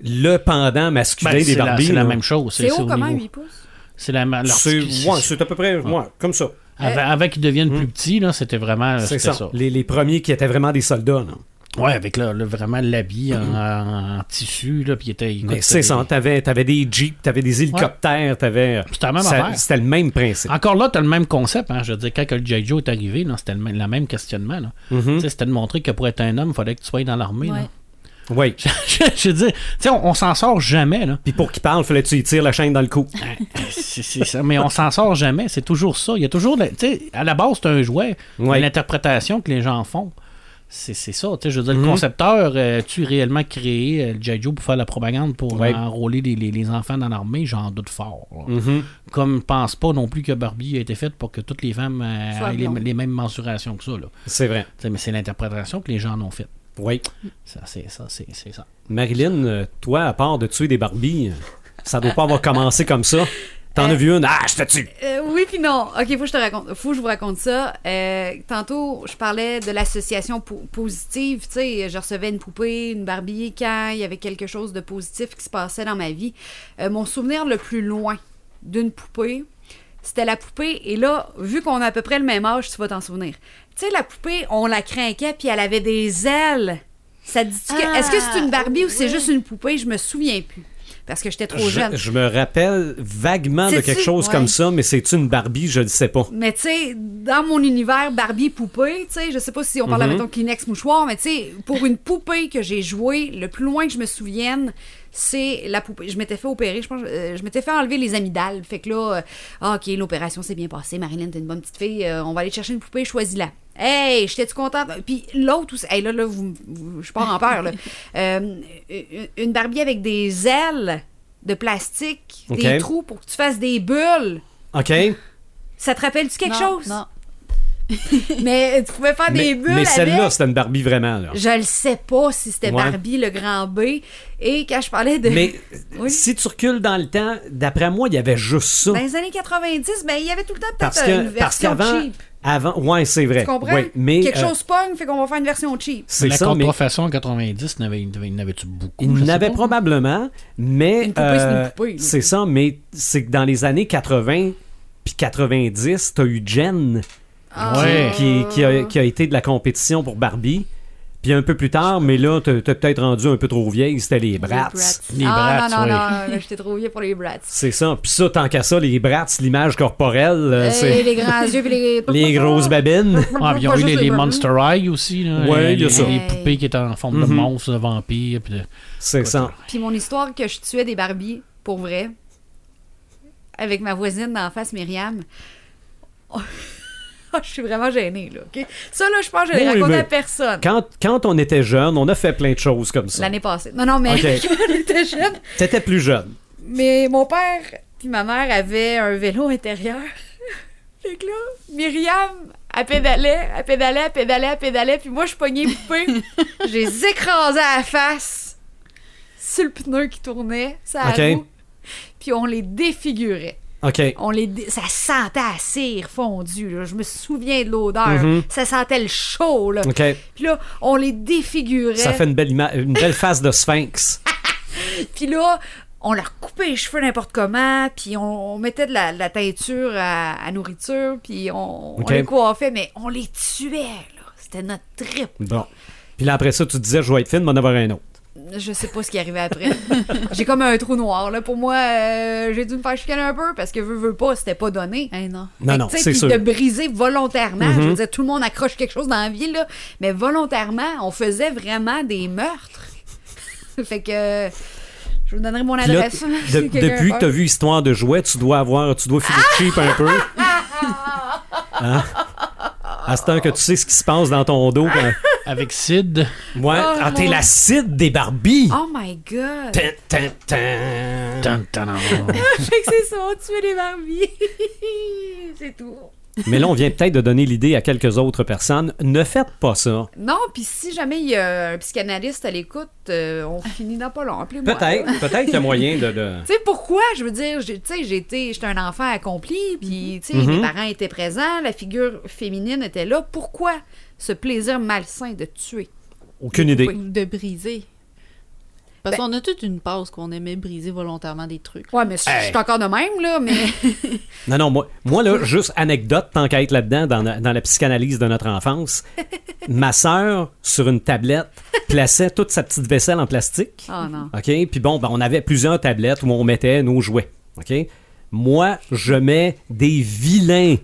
Speaker 1: le pendant masculin
Speaker 4: Ben,
Speaker 1: des
Speaker 4: c'est la,
Speaker 1: Barbies.
Speaker 4: c'est la
Speaker 1: là.
Speaker 4: même chose.
Speaker 2: C'est haut
Speaker 4: au
Speaker 2: comment,
Speaker 4: niveau-
Speaker 2: 8 pouces?
Speaker 4: C'est la ma- leur-
Speaker 1: C'est,
Speaker 4: c'est-
Speaker 1: ouais, c'est à peu
Speaker 4: Ah.
Speaker 1: près ouais, comme ça.
Speaker 4: Avant, avant qu'ils deviennent plus petits, là, c'était vraiment
Speaker 1: C'est
Speaker 4: c'était
Speaker 1: ça.
Speaker 4: ça.
Speaker 1: Les, les premiers qui étaient vraiment des soldats. là.
Speaker 4: Ouais, avec là, là, vraiment l'habit en, en- en tissu, là, puis il était. écoute,
Speaker 1: Hmm. Mais c'est ça. hein.
Speaker 4: c'était-
Speaker 1: T'avais, t'avais des jeeps, t'avais des hélicoptères, t'avais. euh,
Speaker 4: C'était la même
Speaker 1: ça-
Speaker 4: affaire. Ah.
Speaker 1: C'était le même principe.
Speaker 4: Encore là, t'as le même concept, hein, je veux dire, quand que le J. Joe est arrivé, là, c'était le, même- la même questionnement. là.
Speaker 1: Hmm.
Speaker 4: Tu sais, C'était de montrer que pour être un homme, il fallait que tu sois dans l'armée. là.
Speaker 5: Ouais.
Speaker 1: Oui.
Speaker 4: je veux dire, tu sais, on, on s'en sort jamais, là.
Speaker 1: Puis pour qu'il parle, fallait que tu lui tires la chaîne dans le cou.
Speaker 4: C'est- c'est ça, mais on s'en sort jamais, c'est toujours ça. Il y a toujours, de la- tu sais, à la base, c'est un jouet,
Speaker 1: Ouais.
Speaker 4: l'interprétation que les gens font. C'est c'est ça, tu sais, je veux dire,
Speaker 1: Mhm.
Speaker 4: le concepteur, euh, tu réellement créé euh, le G.I. Joe pour faire la propagande, pour
Speaker 1: Ouais.
Speaker 4: enrôler les, les- les enfants dans l'armée, j'en doute fort. là.
Speaker 1: Mhm.
Speaker 4: Comme pense pas non plus que Barbie a été faite pour que toutes les femmes euh,
Speaker 5: Soient
Speaker 4: aient les,
Speaker 5: blondes.
Speaker 4: les mêmes mensurations que ça, là.
Speaker 1: C'est vrai.
Speaker 4: Tu sais, mais c'est l'interprétation que les gens en ont faite.
Speaker 1: Oui.
Speaker 4: Ça, c'est ça, c'est c'est ça.
Speaker 1: Marilyn, euh, toi, à part de tuer des Barbies, euh, ça doit pas avoir commencé comme ça. T'en as vu une? Ah, je te tue!
Speaker 2: Euh, oui, puis non. OK, faut que je te raconte. Faut que je vous raconte ça. Euh, tantôt, je parlais de l'association po- positive. Tu sais, je recevais une poupée, une Barbie, quand il y avait quelque chose de positif qui se passait dans ma vie. Euh, mon souvenir le plus loin d'une poupée, c'était la poupée. Et là, vu qu'on a à peu près le même âge, tu vas t'en souvenir. Tu sais, la poupée, on la craquait, puis elle avait des ailes. Ça dit
Speaker 5: Ah,
Speaker 2: Est-ce que c'est une Barbie ou c'est
Speaker 5: oui.
Speaker 2: juste une poupée? Je me souviens plus. Parce que j'étais trop
Speaker 1: Ah, Je,
Speaker 2: jeune.
Speaker 1: je me rappelle vaguement de
Speaker 2: C'est-tu-
Speaker 1: quelque chose
Speaker 2: ouais.
Speaker 1: comme ça, mais c'est une Barbie, je le sais pas.
Speaker 2: Mais tu sais, dans mon univers Barbie poupée, tu sais, je sais pas si on parle mettons Kleenex mouchoir, mais tu sais, pour une poupée que j'ai jouée, le plus loin que je me souvienne, c'est la poupée. Je m'étais fait opérer, je pense, euh, je m'étais fait enlever les amygdales. Fait que là, euh, ah, ok, l'opération s'est bien passée. Marilyn, t'es une bonne petite fille. euh, on va aller chercher une poupée, choisis-la. Hey, j'étais-tu contente? Puis l'autre aussi. Hey, là, là, vous, vous- je pars en peur, là. Euh, une- une Barbie avec des ailes de plastique,
Speaker 1: Ok.
Speaker 2: des trous pour que tu fasses des bulles.
Speaker 1: OK?
Speaker 2: Ça te rappelle-tu quelque
Speaker 5: Non,
Speaker 2: chose?
Speaker 5: Non.
Speaker 2: Mais tu pouvais faire
Speaker 1: mais
Speaker 2: des bulles
Speaker 1: mais celle-là,
Speaker 2: avec.
Speaker 1: c'était une Barbie vraiment. Là.
Speaker 2: Je le sais pas si c'était
Speaker 1: Ouais.
Speaker 2: Barbie le grand B. Et quand je parlais de.
Speaker 1: Mais
Speaker 2: Oui.
Speaker 1: si tu recules dans le temps, d'après moi, il y avait juste ça.
Speaker 2: Dans les années 90, ben, il y avait tout le temps
Speaker 1: parce
Speaker 2: peut-être
Speaker 1: que
Speaker 2: une
Speaker 1: parce
Speaker 2: version
Speaker 1: qu'avant
Speaker 2: cheap.
Speaker 1: avant ouais c'est vrai
Speaker 2: Tu comprends?
Speaker 1: Ouais, mais
Speaker 2: Quelque
Speaker 1: euh,
Speaker 2: chose pogne, fait qu'on va faire une version cheap.
Speaker 1: c'est
Speaker 4: la
Speaker 1: ça mais
Speaker 4: contrefaçon en 90, il y en avait- il y en avait-tu beaucoup?
Speaker 1: il
Speaker 4: Je sais
Speaker 1: n'avait
Speaker 4: pas.
Speaker 1: probablement mais euh,
Speaker 2: Une poupée, c'est une poupée, là.
Speaker 1: c'est ça mais c'est que dans les années 80 puis 90 t'as eu Jen
Speaker 2: Ah.
Speaker 4: Ouais.
Speaker 1: qui, qui a, qui a été de la compétition pour Barbie puis un peu plus tard mais là t'as t'as peut-être rendu un peu trop vieille c'était les Bratz
Speaker 4: Les
Speaker 2: ah
Speaker 4: Bratz,
Speaker 2: non, non,
Speaker 4: oui.
Speaker 2: non, là, j'étais trop vieux pour les brats.
Speaker 1: c'est ça puis ça tant qu'à ça les Bratz l'image corporelle euh,
Speaker 2: Hey,
Speaker 1: c'est
Speaker 2: les grands yeux puis les.
Speaker 1: les grosses babines
Speaker 4: Ah, puis ils ont
Speaker 2: Pas
Speaker 4: eu
Speaker 2: juste
Speaker 4: les,
Speaker 2: les
Speaker 4: les
Speaker 2: Barbie.
Speaker 4: Monster Eye aussi. Là,
Speaker 1: Ouais, il y a
Speaker 4: les,
Speaker 1: ça.
Speaker 4: les poupées qui étaient en forme
Speaker 2: Mm-hmm.
Speaker 4: de monstres, de vampires. puis de-
Speaker 1: c'est ça
Speaker 2: Puis mon histoire que je tuais des Barbies, pour vrai, avec ma voisine d'en face, Myriam, Ah, oh, je suis vraiment gênée, là. ok? Ça, là, je pense que je l'ai
Speaker 1: Oui,
Speaker 2: raconté
Speaker 1: mais-
Speaker 2: à personne.
Speaker 1: Quand, quand on était jeune, on a fait plein de choses comme ça.
Speaker 2: L'année passée. Non, non, mais
Speaker 1: Ok.
Speaker 2: quand on était jeune.
Speaker 1: T'étais plus jeune.
Speaker 2: Mais mon père puis ma mère avaient un vélo intérieur. Fait que là, Myriam, elle pédalait, elle pédalait, elle pédalait, elle pédalait, puis moi, je pognais les poupées. je les écrasais à la face sur le pneu qui tournait, ça
Speaker 1: Ok.
Speaker 2: roue. Puis on les défigurait.
Speaker 1: OK.
Speaker 2: On les dé- Ça sentait à cire fondue, là. Je me souviens de l'odeur.
Speaker 1: Mhm.
Speaker 2: Ça sentait le chaud, là.
Speaker 1: OK.
Speaker 2: Puis là, on les défigurait.
Speaker 1: Ça fait une belle, ima- une belle face de sphinx.
Speaker 2: Puis là, on leur coupait les cheveux n'importe comment, puis on, on mettait de la, de la teinture à, à nourriture, puis on, on
Speaker 1: Ok.
Speaker 2: les coiffait, mais on les tuait, là. C'était notre trip.
Speaker 1: Bon. Puis là, après ça, tu disais, je vais être fine, mais en avoir un autre.
Speaker 2: Je sais pas ce qui arrivait après. j'ai comme un trou noir, là. Pour moi, euh, j'ai dû me faire chicaner un peu, parce que veux, veux pas, c'était pas donné.
Speaker 5: Hein, non.
Speaker 1: Non,
Speaker 2: Fait que,
Speaker 1: non,
Speaker 2: tu sais,
Speaker 1: c'est
Speaker 2: puis
Speaker 1: sûr. Mhm.
Speaker 2: de briser volontairement. Je veux dire, tout le monde accroche quelque chose dans la vie, là. Mais volontairement, on faisait vraiment des meurtres. fait que... Je vous donnerai mon
Speaker 1: Puis là,
Speaker 2: adresse.
Speaker 1: t-
Speaker 2: si
Speaker 1: de-
Speaker 2: quelqu'un
Speaker 1: depuis que
Speaker 2: a
Speaker 1: tu as
Speaker 2: peur.
Speaker 1: vu Histoire de jouets, tu dois avoir, tu dois filer cheap un peu. Hein? À ce temps que tu sais ce qui se passe dans ton dos. quand-
Speaker 4: Avec Sid.
Speaker 1: Ouais,
Speaker 2: Oh,
Speaker 1: ah, t'es
Speaker 2: mon- Ah.
Speaker 1: la cide des Barbies.
Speaker 2: Oh my god!
Speaker 1: Tin, tin, tin.
Speaker 4: Tan, tan, tan.
Speaker 2: fait que c'est ça, on tuait les Barbies! c'est tout.
Speaker 1: Mais là, on vient peut-être de donner l'idée à quelques autres personnes. Ne faites pas ça.
Speaker 2: Non, puis si jamais il y a un psychanalyste à l'écoute, euh, on finit dans pas long. Appelez-moi.
Speaker 1: Peut-être, peut-être qu'il y a moyen de. de-
Speaker 2: Tu sais pourquoi? Je veux dire, j'ai- tu sais, j'ai été- j'étais un enfant accompli, puis tu sais,
Speaker 1: Mhm.
Speaker 2: mes parents étaient présents, la figure féminine était là. Pourquoi ce plaisir malsain de tuer?
Speaker 1: Aucune idée.
Speaker 5: Ou de briser. Parce qu'on a toute une pause qu'on aimait briser volontairement des trucs.
Speaker 2: Ouais, mais je je suis encore de même, là, mais
Speaker 1: Non, non, moi, moi là, juste anecdote, tant qu'à être là-dedans, dans, la- dans la psychanalyse de notre enfance, ma sœur, sur une tablette, plaçait toute sa petite vaisselle en plastique.
Speaker 2: Ah, non.
Speaker 1: OK? Puis bon, ben, on avait plusieurs tablettes où on mettait nos jouets. OK? Moi, je mets des vilains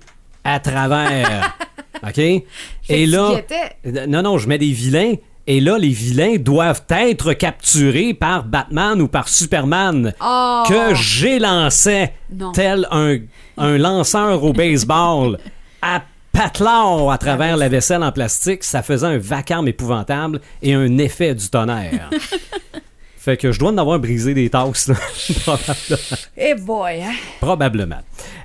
Speaker 1: à travers. OK? Et
Speaker 2: tu
Speaker 1: là.
Speaker 2: guettais.
Speaker 1: Non, non, je mets des vilains. Et là, les vilains doivent être capturés par Batman ou par Superman
Speaker 2: Oh!
Speaker 1: que j'ai lancé
Speaker 2: Non.
Speaker 1: tel un, un lanceur au baseball à patelard à travers la vaisselle en plastique. Ça faisait un vacarme épouvantable et un effet du tonnerre. fait que je dois en avoir brisé des tasses, là, probablement.
Speaker 2: Eh boy, hein?
Speaker 1: Probablement.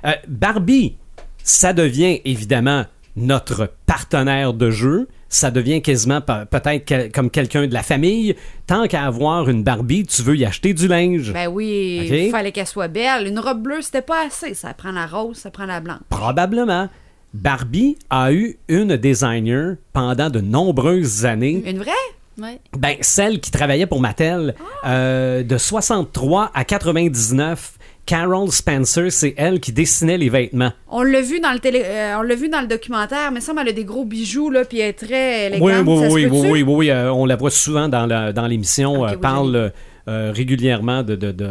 Speaker 1: Euh, Barbie, ça devient évidemment notre partenaire de jeu. Ça devient quasiment pe- peut-être quel- comme quelqu'un de la famille. Tant qu'à avoir une Barbie, tu veux y acheter du linge.
Speaker 2: Ben oui,
Speaker 1: Ok.
Speaker 2: il fallait qu'elle soit belle. Une robe bleue, c'était pas assez. Ça prend la rose, ça prend la blanche.
Speaker 1: Probablement. Barbie a eu une designer pendant de nombreuses années.
Speaker 2: Une vraie?
Speaker 5: Ouais.
Speaker 1: Ben, celle qui travaillait pour Mattel euh, de 63 à 99. Carol Spencer, c'est elle qui dessinait les vêtements.
Speaker 2: On l'a vu dans le télé, euh, on l'a vu dans le documentaire, mais ça, elle a des gros bijoux là, puis elle est très élégante. ça se
Speaker 1: oui, oui,
Speaker 2: peut-tu?
Speaker 1: oui, oui, oui, euh, on la voit souvent dans, la- dans l'émission,
Speaker 2: Ok,
Speaker 1: euh,
Speaker 2: oui,
Speaker 1: parle
Speaker 2: je
Speaker 1: euh, euh, régulièrement de, de, de,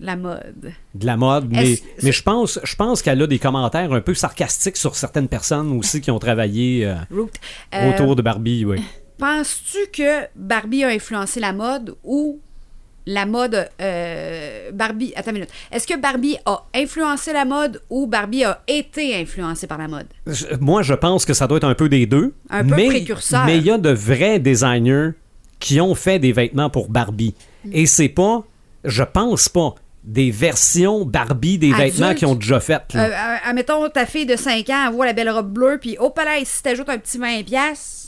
Speaker 2: La mode.
Speaker 1: de la mode, mais,
Speaker 2: Est-ce-
Speaker 1: mais je pense, je pense qu'elle a des commentaires un peu sarcastiques sur certaines personnes aussi qui ont travaillé euh,
Speaker 2: Root. Euh,
Speaker 1: autour de Barbie, oui.
Speaker 2: Penses-tu que Barbie a influencé la mode ou la mode euh, Barbie Attends une minute. Est-ce que Barbie a influencé la mode ou Barbie a été influencée par la mode
Speaker 1: Je- Moi, je pense que ça doit être un peu des deux.
Speaker 2: Un peu
Speaker 1: mais,
Speaker 2: précurseur.
Speaker 1: Mais il y a de vrais designers qui ont fait des vêtements pour Barbie.
Speaker 2: Mm.
Speaker 1: Et c'est pas, je pense pas, des versions Barbie des
Speaker 2: Adulte.
Speaker 1: vêtements qui ont déjà fait. là.
Speaker 2: Euh, euh, admettons, ta fille de 5 ans, elle voit la belle robe bleue, puis au palais, si t'ajoutes un petit 20$, piastres,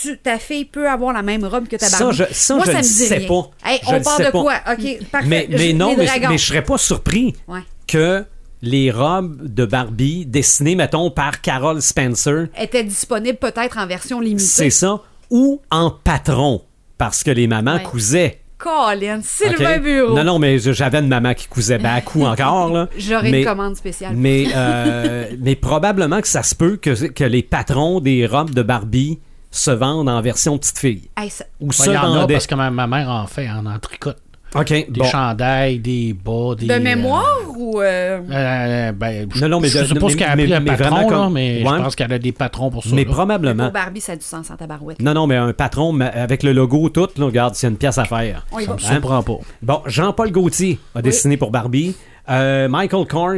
Speaker 2: tu, ta fille peut avoir la même robe que ta
Speaker 1: Ça,
Speaker 2: Barbie.
Speaker 1: je- ça,
Speaker 2: Moi,
Speaker 1: je
Speaker 2: ça
Speaker 1: le
Speaker 2: me dit
Speaker 1: sais
Speaker 2: rien.
Speaker 1: pas.
Speaker 2: Hey,
Speaker 1: Je
Speaker 2: on
Speaker 1: le
Speaker 2: parle
Speaker 1: sais
Speaker 2: de
Speaker 1: pas.
Speaker 2: quoi? OK, parfait.
Speaker 1: mais,
Speaker 2: Je-
Speaker 1: mais non,
Speaker 2: les
Speaker 1: mais,
Speaker 2: dragons.
Speaker 1: mais je serais pas surpris
Speaker 2: Ouais.
Speaker 1: que les robes de Barbie dessinées, mettons, par Carol Spencer,
Speaker 2: Était disponible peut-être en version limitée.
Speaker 1: c'est ça, ou en patron, parce que les mamans
Speaker 5: Ouais.
Speaker 1: cousaient.
Speaker 2: Colin,
Speaker 1: OK?
Speaker 2: Sylvain Bureau.
Speaker 1: Non, non, mais je- j'avais une maman qui cousait ben à coup encore. là.
Speaker 2: J'aurais
Speaker 1: Mais-
Speaker 2: une commande spéciale.
Speaker 1: Mais, euh, mais probablement que ça se peut que, que les patrons des robes de Barbie se vendent en version petite fille.
Speaker 2: Hey, ça-
Speaker 1: Ou
Speaker 4: Ouais,
Speaker 1: se
Speaker 4: Il y en a
Speaker 1: vendaient.
Speaker 4: parce que ma, ma mère en fait, en, en tricote.
Speaker 1: OK,
Speaker 4: Des
Speaker 1: bon.
Speaker 4: chandails, des bas, des.
Speaker 2: de
Speaker 4: euh,
Speaker 2: mémoire ou. euh,
Speaker 4: euh, ben, je,
Speaker 1: Non, non, mais
Speaker 4: je
Speaker 1: de-
Speaker 4: sais pas
Speaker 1: mais-
Speaker 4: ce qu'elle a
Speaker 1: mais-
Speaker 4: appris un
Speaker 1: mais
Speaker 4: patron,
Speaker 1: vraiment
Speaker 4: là,
Speaker 1: comme-
Speaker 4: mais
Speaker 1: Ouais.
Speaker 4: je pense qu'elle a des patrons pour ça.
Speaker 1: Mais
Speaker 4: là.
Speaker 1: probablement.
Speaker 2: Pour Barbie, ça a du sens en tabarouette.
Speaker 1: Non, non, mais un patron mais avec le logo tout, là, regarde, c'est une pièce à faire. Hein?
Speaker 2: On y
Speaker 4: ça
Speaker 2: va.
Speaker 4: me surprend pas.
Speaker 1: Bon, Jean-Paul Gaultier a dessiné pour Barbie. Euh, Michael Kors,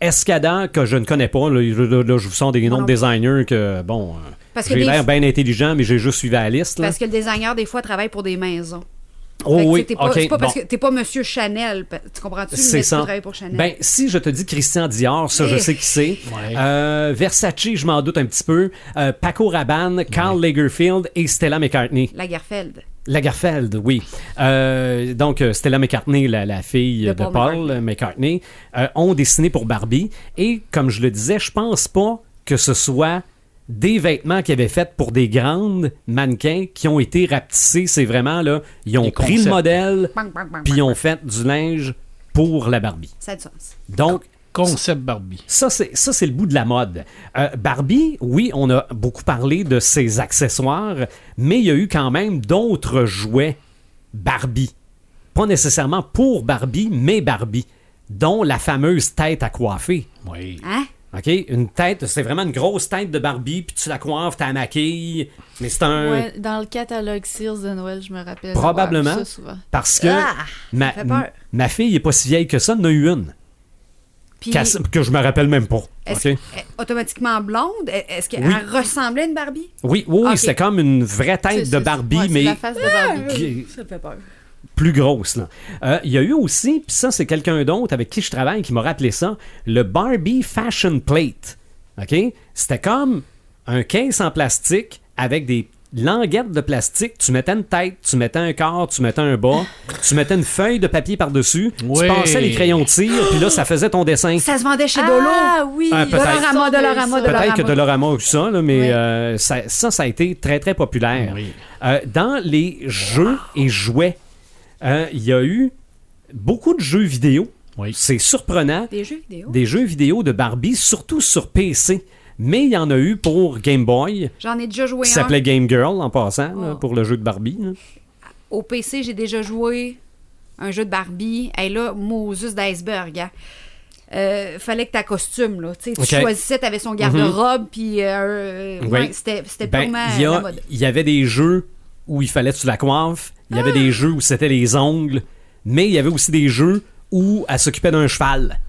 Speaker 1: escadant que je ne connais pas. Là, je, là, là, je vous sens des noms de designers que, bon, euh,
Speaker 2: Parce que
Speaker 1: j'ai
Speaker 2: des-
Speaker 1: l'air bien intelligent, mais j'ai juste suivi la liste. là.
Speaker 2: Parce que le designer, des fois, travaille pour des maisons.
Speaker 1: Oh
Speaker 2: Fait que,
Speaker 1: oui,
Speaker 2: tu sais, t'es pas-
Speaker 1: ok,
Speaker 2: C'est pas parce
Speaker 1: bon.
Speaker 2: que t'es pas Monsieur Chanel. pa- Tu comprends-tu?
Speaker 1: C'est
Speaker 2: Mais tu
Speaker 1: ça.
Speaker 2: travailles pour Chanel.
Speaker 1: Ben, si je te dis Christian Dior, ça, je
Speaker 2: Eh.
Speaker 1: sais qui c'est. Euh, Versace, je m'en doute un petit peu. Euh, Paco Rabanne, Karl Lagerfeld et Stella McCartney.
Speaker 2: Lagerfeld.
Speaker 1: Lagerfeld, oui. Euh, donc, euh, Stella McCartney, la, la fille
Speaker 2: De
Speaker 1: de Paul,
Speaker 2: Paul
Speaker 1: McCartney, euh, ont dessiné pour Barbie. Et comme je le disais, je pense pas que ce soit des vêtements qu'ils avaient faits pour des grandes mannequins qui ont été rapetissés. C'est vraiment, là, ils ont
Speaker 4: Des
Speaker 1: pris
Speaker 4: concepts.
Speaker 1: le modèle,
Speaker 2: Bang, bang, bang,
Speaker 1: puis
Speaker 2: bang,
Speaker 1: ils ont
Speaker 2: bang.
Speaker 1: fait du linge pour la Barbie.
Speaker 2: Ça a du sens.
Speaker 1: Donc,
Speaker 4: Concept Barbie.
Speaker 1: ça, c'est, ça, c'est le bout de la mode. Euh, Barbie, oui, on a beaucoup parlé de ses accessoires, mais il y a eu quand même d'autres jouets Barbie. Pas nécessairement pour Barbie, mais Barbie, dont la fameuse tête à coiffer.
Speaker 4: Oui.
Speaker 2: Hein?
Speaker 1: OK? Une tête, c'est vraiment une grosse tête de Barbie, puis tu la coiffes, tu la maquilles, mais c'est un...
Speaker 5: Ouais, dans le catalogue Sears de Noël, je me rappelle.
Speaker 1: Euh. Probablement.
Speaker 5: avoir vu ça souvent.
Speaker 1: Parce que
Speaker 2: Ah,
Speaker 1: ma,
Speaker 2: ça fait peur.
Speaker 1: m- ma fille n'est pas si vieille que ça, en a eu une,
Speaker 2: Puis,
Speaker 1: qu'elle s- que je me rappelle même pas.
Speaker 2: est-ce-
Speaker 1: OK?
Speaker 2: est- automatiquement blonde, est- est-ce qu'elle
Speaker 1: Oui.
Speaker 2: ressemblait à une Barbie?
Speaker 1: Oui, oui, oui,
Speaker 2: Ok.
Speaker 1: c'était comme une vraie
Speaker 5: C'est-
Speaker 1: tête
Speaker 5: c'est-
Speaker 1: de Barbie,
Speaker 5: ouais, c'est
Speaker 1: mais...
Speaker 5: La face de Barbie.
Speaker 1: qui-
Speaker 5: Ça fait peur.
Speaker 1: plus grosse. là. Euh, Il y a eu aussi, puis ça, c'est quelqu'un d'autre avec qui je travaille qui m'a rappelé ça, le Barbie Fashion Plate. OK? C'était comme un caisse en plastique avec des languettes de plastique. Tu mettais une tête, tu mettais un corps, tu mettais un bas, tu mettais une feuille de papier par-dessus, tu
Speaker 4: Oui.
Speaker 1: passais les crayons de tir, puis là, ça faisait ton dessin.
Speaker 2: Ça se vendait chez
Speaker 5: Ah
Speaker 2: Dolo.
Speaker 5: oui,
Speaker 1: Ah, peut-être.
Speaker 2: Dolorama, Dolorama, Dolorama.
Speaker 1: Peut-être que Dolorama ou ça, là, mais
Speaker 5: Oui.
Speaker 1: euh, ça, ça, ça a été très, très populaire.
Speaker 4: Oui.
Speaker 1: Euh, dans les jeux et jouets, euh, il y a eu beaucoup de jeux vidéo.
Speaker 4: Oui.
Speaker 1: C'est surprenant.
Speaker 2: Des jeux vidéo.
Speaker 1: Des jeux vidéo de Barbie, surtout sur PC. Mais il y en a eu pour Game Boy,
Speaker 2: J'en ai déjà joué
Speaker 1: qui
Speaker 2: un.
Speaker 1: s'appelait Game Girl en passant, là,
Speaker 2: hein. Oh.
Speaker 1: pour le jeu de Barbie. là.
Speaker 2: Au PC, j'ai déjà joué un jeu de Barbie. Et là, Moses d'iceberg. hein. Euh, fallait que ta costume, là. Tu sais, tu
Speaker 1: Ok. Mm-hmm.
Speaker 2: choisissais, t'avais son garde-robe, puis euh,
Speaker 1: Oui.
Speaker 2: ouais, c'était c'était
Speaker 1: Ben,
Speaker 2: purement
Speaker 1: il y, a-
Speaker 2: la mode.
Speaker 1: il y avait des jeux où il fallait que tu la coiffes, il y avait des jeux où c'était les ongles, mais il y avait aussi des jeux où elle s'occupait d'un cheval.